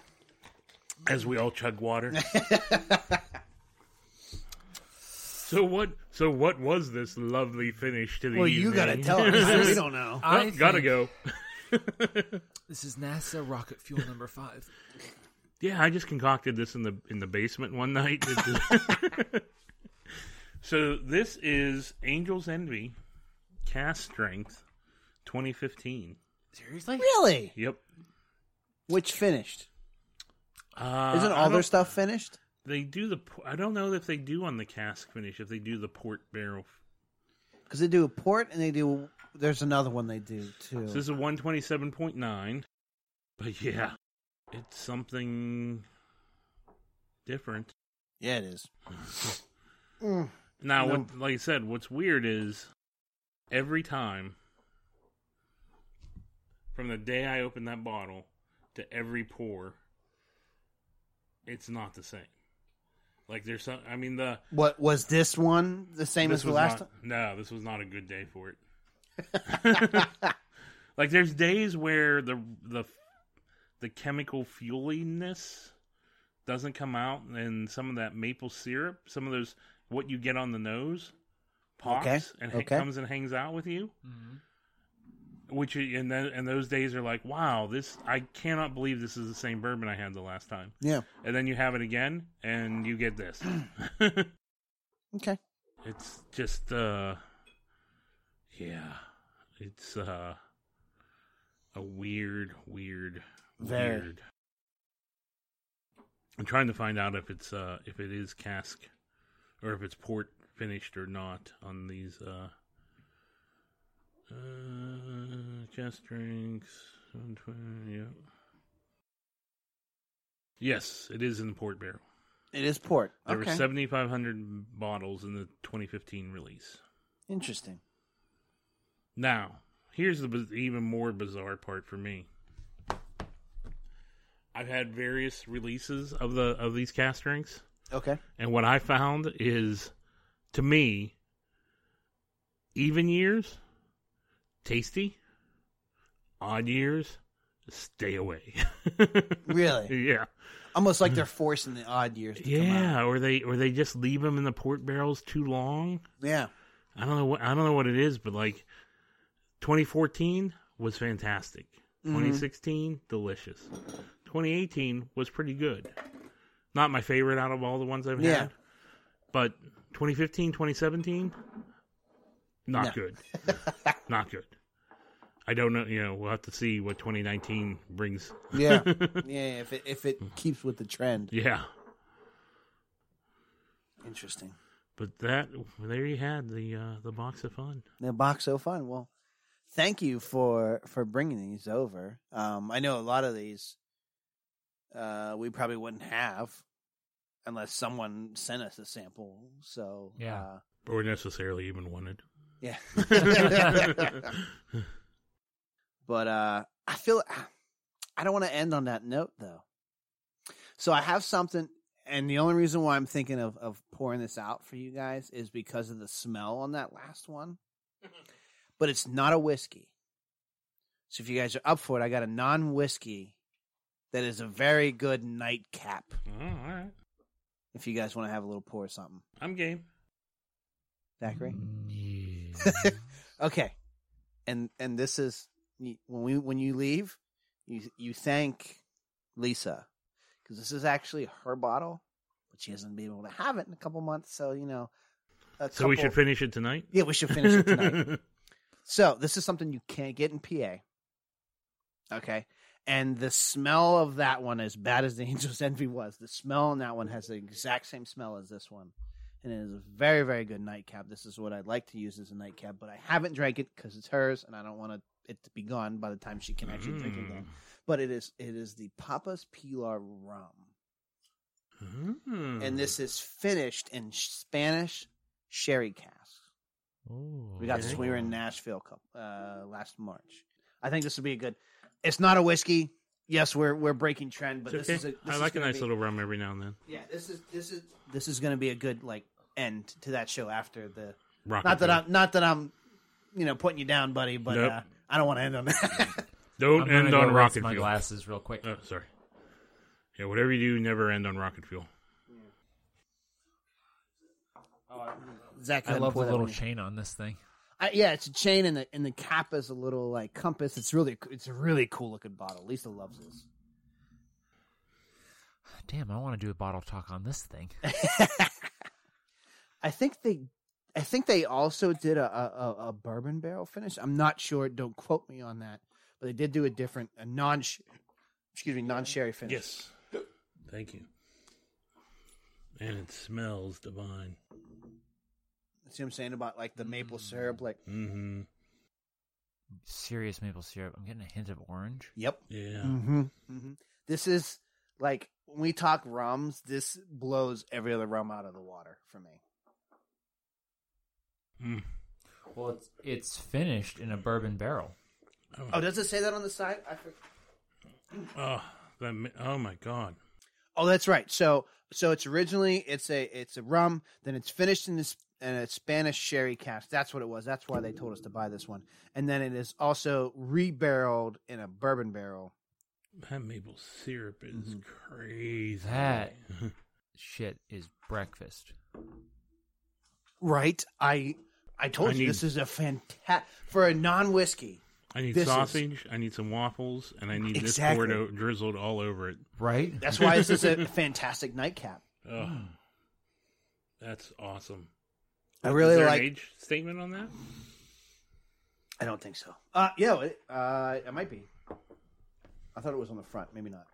as we all chug water. so what? So what was this lovely finish to the Well, evening? you gotta tell us. we don't know. Oh, I gotta think go. This is NASA rocket fuel number five. Yeah, I just concocted this in the in the basement one night. so this is Angel's Envy, Cast Strength, 2015. Seriously? Really? Yep. Which finished? Uh, Isn't I all their don't- stuff finished? They do the. po- I don't know if they do on the cask finish. If they do the port barrel. Because they do a port and they do. There's another one they do too. So this is a 127.9. But yeah, it's something different. yeah, it is. Now, No. what, like I said, what's weird is every time from the day I opened that bottle to every pour, it's not the same. Like there's some. I mean, the What was this one the same this as the was last not- No, this was not a good day for it. one? Like there's days where the the the chemical fueliness doesn't come out, and some of that maple syrup, some of those what you get on the nose, pops Okay, and ha- okay. comes and hangs out with you. hmm Which you- and then and those days are like, wow, this I cannot believe this is the same bourbon I had the last time. yeah. And then you have it again, and you get this. Okay. It's just uh yeah. It's uh a weird, weird, Very. weird. I'm trying to find out if it's uh if it is cask or if it's port finished or not on these uh uh cast drinks. Yeah. Yes, it is in the port barrel. It is port. There okay. were 7,500 bottles in the 2015 release. Interesting. Now, here's the biz- even more bizarre part for me. I've had various releases of the of these cast drinks, Okay. and what I found is, to me, even years, tasty. Odd years, stay away. Really? yeah. Almost like they're forcing the odd years. To Come out. Yeah, or they or they just leave them in the port barrels too long. Yeah. I don't know what I don't know what it is, but like 2014 was fantastic. Mm-hmm. 2016 delicious. 2018 was pretty good. Not my favorite out of all the ones I've Yeah. had. But 2015, 2017 not No. good. not good. I don't know, you know, we'll have to see what 2019 brings. Yeah. yeah. If it if it keeps with the trend. Yeah. Interesting. But that there you had the uh the box of fun. The box so fun. Well, thank you for for bringing these over. Um, I know a lot of these uh, we probably wouldn't have unless someone sent us a sample. So Yeah. uh, Or necessarily even wanted. yeah. but uh, I feel I don't want to end on that note though. So I have something, and the only reason why I'm thinking of of pouring this out for you guys is because of the smell on that last one. But it's not a whiskey. So if you guys are up for it, I got a non whiskey that is a very good nightcap. Oh, all right. If you guys want to have a little pour or something, I'm game. Zachary. Yeah. Okay, and and this is when we when you leave, you you thank Lisa because this is actually her bottle, but she hasn't been able to have it in a couple months. So you know, a So we should couple- finish it tonight. Yeah, we should finish it tonight. so this is something you can't get in PA. Okay, and the smell of that one, as bad as the Angel's Envy was, the smell on that one has the exact same smell as this one. And it is a very, very good nightcap. This is what I'd like to use as a nightcap, but I haven't drank it because it's hers, and I don't want it to be gone by the time she can actually drink it again. But it is, it is the Papa's Pilar rum Mm. and this is finished in Spanish sherry casks. We got this. when We were in Nashville cou- uh, last March. I think this would be a good. It's not a whiskey. Yes, we're we're breaking trend, but It's this is a, okay. this I is like a gonna nice be- little rum every now and then. Yeah, this is this is this is going to be a good like end to that show after the. Rock Not that I I'm not that I'm, you know, putting you down, buddy. But Nope. uh, I don't want to end on that. I'm don't gonna end go on rinse rocket my fuel. glasses real quick. Oh, sorry. Yeah, whatever you do, never end on rocket fuel. Zach, go I ahead and love pour the that little one in. chain on this thing. I, yeah, it's a chain, and the and the cap is a little like compass. It's really it's a really cool looking bottle. Lisa loves this. Damn, I want to do a bottle talk on this thing. I think they, I think they also did a, a a- a bourbon barrel finish. I'm not sure. Don't quote me on that. But they did do a different, a non, excuse me, non sherry finish. Yes. Thank you. And it smells divine. See what I'm saying about like the Mm. maple syrup, like Mm-hmm. Serious maple syrup. I'm getting a hint of orange. yep. Yeah. Mm-hmm. hmm This is like when we talk rums. This blows every other rum out of the water for me. Mm. Well, it's it's finished in a bourbon barrel. Oh, does it say that on the side? I forgot. Oh, that, ma- oh my God. Oh, that's right. So so it's originally it's a it's a rum, then it's finished in this in a Spanish sherry cask. That's what it was. That's why they told us to buy this one. And then it is also rebarreled in a bourbon barrel. That maple syrup is Mm-hmm. crazy. That shit is breakfast. Right? I I told I you need- this is a fantastic for a non whiskey. I need This is- sausage. I need some waffles, and I need Exactly. this poured o- drizzled all over it. Right? That's why Mm. this is a fantastic nightcap. Oh, that's awesome. I Is really there like. an age statement on that? I don't think so. Uh, yeah, it, uh, it might be. I thought it was on the front. Maybe not.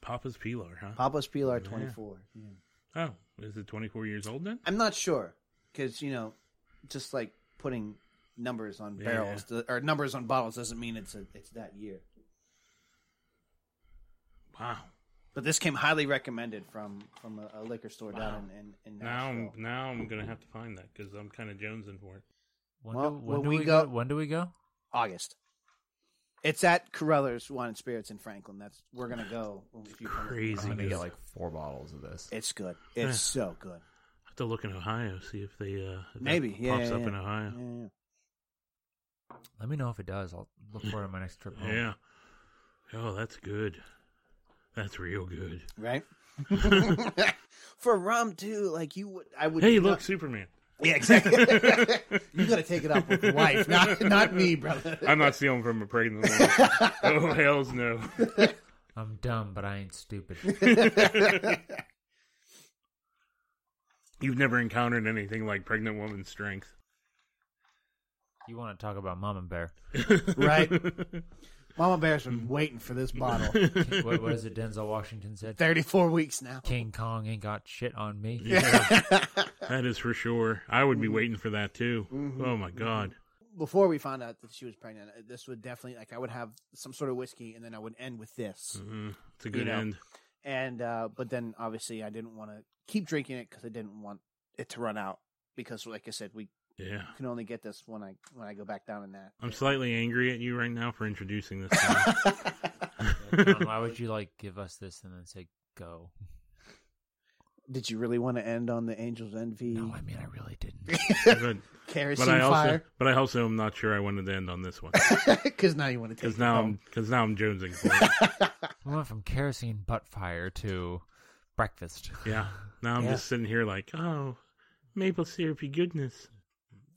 Papa's Pilar, huh? Papa's Pilar twenty four. Oh, is it 24 years old then? I'm not sure because you know, just like putting numbers on Yeah. barrels th- or numbers on bottles doesn't mean it's a, it's that year. Wow. But this came highly recommended from from a, a liquor store down in in, in Now Nashville. I'm now I'm gonna have to find that because I'm kind of jonesing for it. When, Well, do, when, when do we we, go, go- When do we go? August. It's at Carruthers Wine and Spirits in Franklin. That's we're gonna go. if you come with me. Crazy. I'm gonna news. get like four bottles of this. It's good. It's so good. I have to look in Ohio see if they uh if that Maybe yeah, pops yeah, up yeah. in Ohio. Yeah, yeah. Let me know if it does. I'll look forward to my next trip. Home. Yeah. Oh, that's good. That's real good. right? For rum too, like you would, I would. Hey, look, Superman. yeah, exactly. you got to take it up with your wife, not not me, brother. I'm not stealing from a pregnant woman. oh hell's no. I'm dumb, but I ain't stupid. You've never encountered anything like pregnant woman's strength. you want to talk about mom and bear? Right? Mama Bear's been waiting for this bottle what, what is it? Denzel Washington said. thirty four weeks now. King Kong ain't got shit on me. That is for sure. I would be Mm-hmm. waiting for that too. Oh my god. Before we found out that she was pregnant, uh, this would definitely like I would have some sort of whiskey, and then I would end with this. Mhm. It's a You good know. end. And uh but then obviously I didn't want to keep drinking it because I didn't want it to run out because, like I said, we Yeah. can only get this when I when I go back down in that. I'm slightly angry at you right now for introducing this. to me. John, why would you like give us this and then say go? Did you really want to end on the Angels Envy No, I mean I really didn't. but, kerosene but I also, fire? but I also am not sure I wanted to end on this one Because now you want to take because it now home. I'm because now I'm jonesing for it. We went from kerosene butt fire to breakfast. Yeah. Now I'm Yeah. just sitting here like, oh, maple syrupy goodness.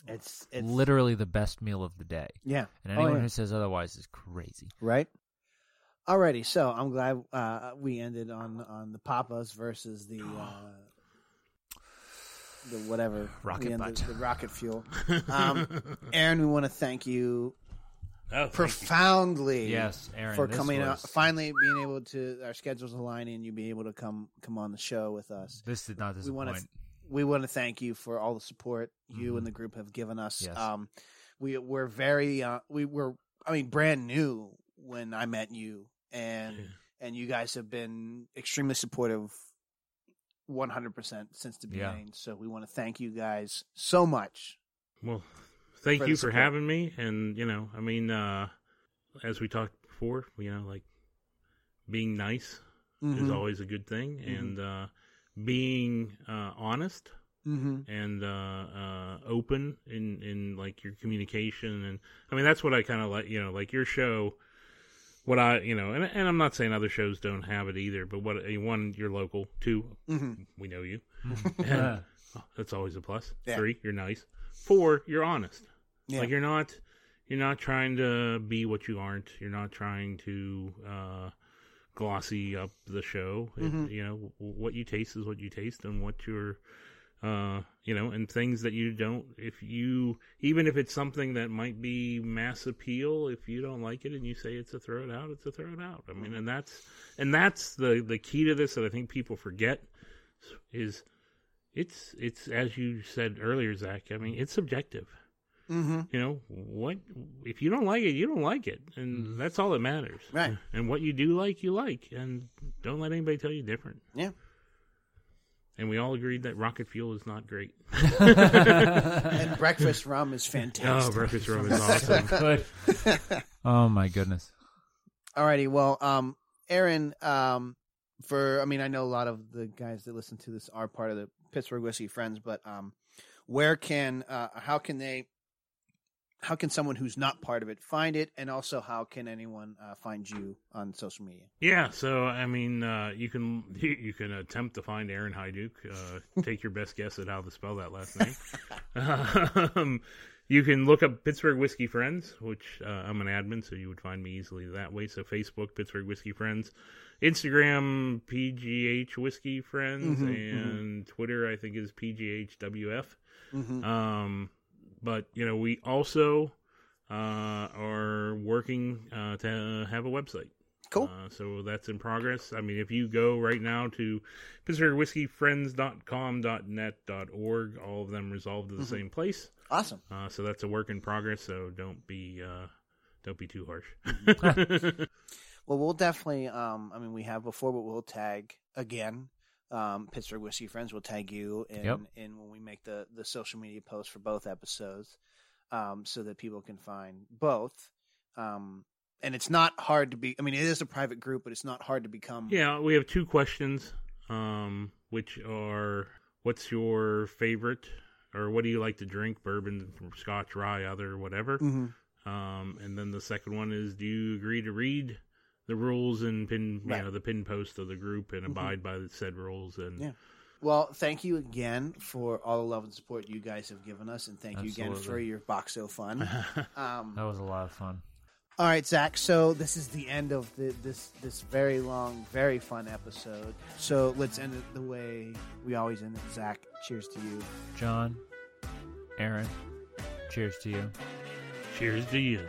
it's it's Literally the best meal of the day. yeah. And Oh, anyone yeah. who says otherwise is crazy. right? Alrighty, so I'm glad uh, we ended on on the Papas versus the uh, the whatever Rocket we ended- butt. the rocket fuel. Um, Aaron, we want to thank you Oh, thank you. profoundly. Yes, Aaron. for this coming out, was, finally being able to our schedules align and you being able to come come on the show with us. This did not we disappoint. want to we want to thank you for all the support you and the group have given us. Mm-hmm. Yes. Um, we we're very uh, we were I mean brand new when I met you and Yeah. and you guys have been extremely supportive. 100% since the Yeah. beginning. So we want to thank you guys so much. Well, thank For you the for support. having me. And, you know, I mean, uh, as we talked before, you know, like being nice is Mhm. always a good thing. Mhm. And, uh, being, uh, honest Mhm. and, uh, uh, open in, in like your communication. And I mean, that's what I kind of like, you know, like your show, what I, you know, and, and I'm not saying other shows don't have it either, but what, one, you're local, two, Mhm. we know you. and, oh, that's always a plus. Yeah. Three, you're nice. Four, you're honest. Yeah. Like you're not you're not trying to be what you aren't. You're not trying to uh glossy up the show. It- Mhm. you know, w- what you taste is what you taste and what you're uh you know, and things that you don't if you even if it's something that might be mass appeal, if you don't like it and you say it's a throw it out, it's a throw it out. I mean, and that's and that's the the key to this that I think people forget is it's it's as you said earlier, Zach. I mean, it's subjective Mhm. you know what if you don't like it you don't like it and that's all that matters Mm-hmm. Right. and what you do like you like and don't let anybody tell you different Yeah. and we all agreed that rocket fuel is not great And breakfast rum is fantastic. oh breakfast room is awesome Good. oh my goodness. Alrighty, well, um, Aaron, um, for I mean, I know a lot of the guys that listen to this are part of the Pittsburgh Whiskey Friends, but um, where can uh, how can they, how can someone who's not part of it find it, and also how can anyone uh, find you on social media? yeah so i mean uh, you can you, you can attempt to find aaron Hyduke. uh, take your best guess at how to spell that last name um, you can look up Pittsburgh Whiskey Friends, which uh, I'm an admin, so you would find me easily that way. So Facebook, Pittsburgh Whiskey Friends. Instagram PGH Whiskey Friends Mhm, and Twitter I think is PGHWF. Mhm. Um, but you know we also uh, are working uh, to have a website. Cool. Uh, so that's in progress. I mean, if you go right now to PittsburghWhiskeyFriends.com.net.org, all of them resolve to the same place. Awesome. Uh, so that's a work in progress. So don't be uh, don't be too harsh. Well, we'll definitely. Um, I mean, we have before, but we'll tag again. Um, Pittsburgh Whiskey Friends will tag you in, Yep. in when we make the the social media post for both episodes, um, so that people can find both. Um, and it's not hard to be. I mean, it is a private group, but it's not hard to become. yeah, we have two questions, um, which are: What's your favorite, or what do you like to drink? Bourbon, Scotch, rye, other, whatever. Mm-hmm. Mhm. Um, and then the second one is, do you agree to read the rules and pin, you Right. know, the pin post of the group and Mhm. abide by the said rules? And Yeah. Well, thank you again for all the love and support you guys have given us, and thank you again Absolutely. for your boxo fun. Um, That was a lot of fun. All right, Zach. So this is the end of the, this this very long, very fun episode. So let's end it the way we always end it. Zach, cheers to you. John, Aaron, cheers to you. cheers to you.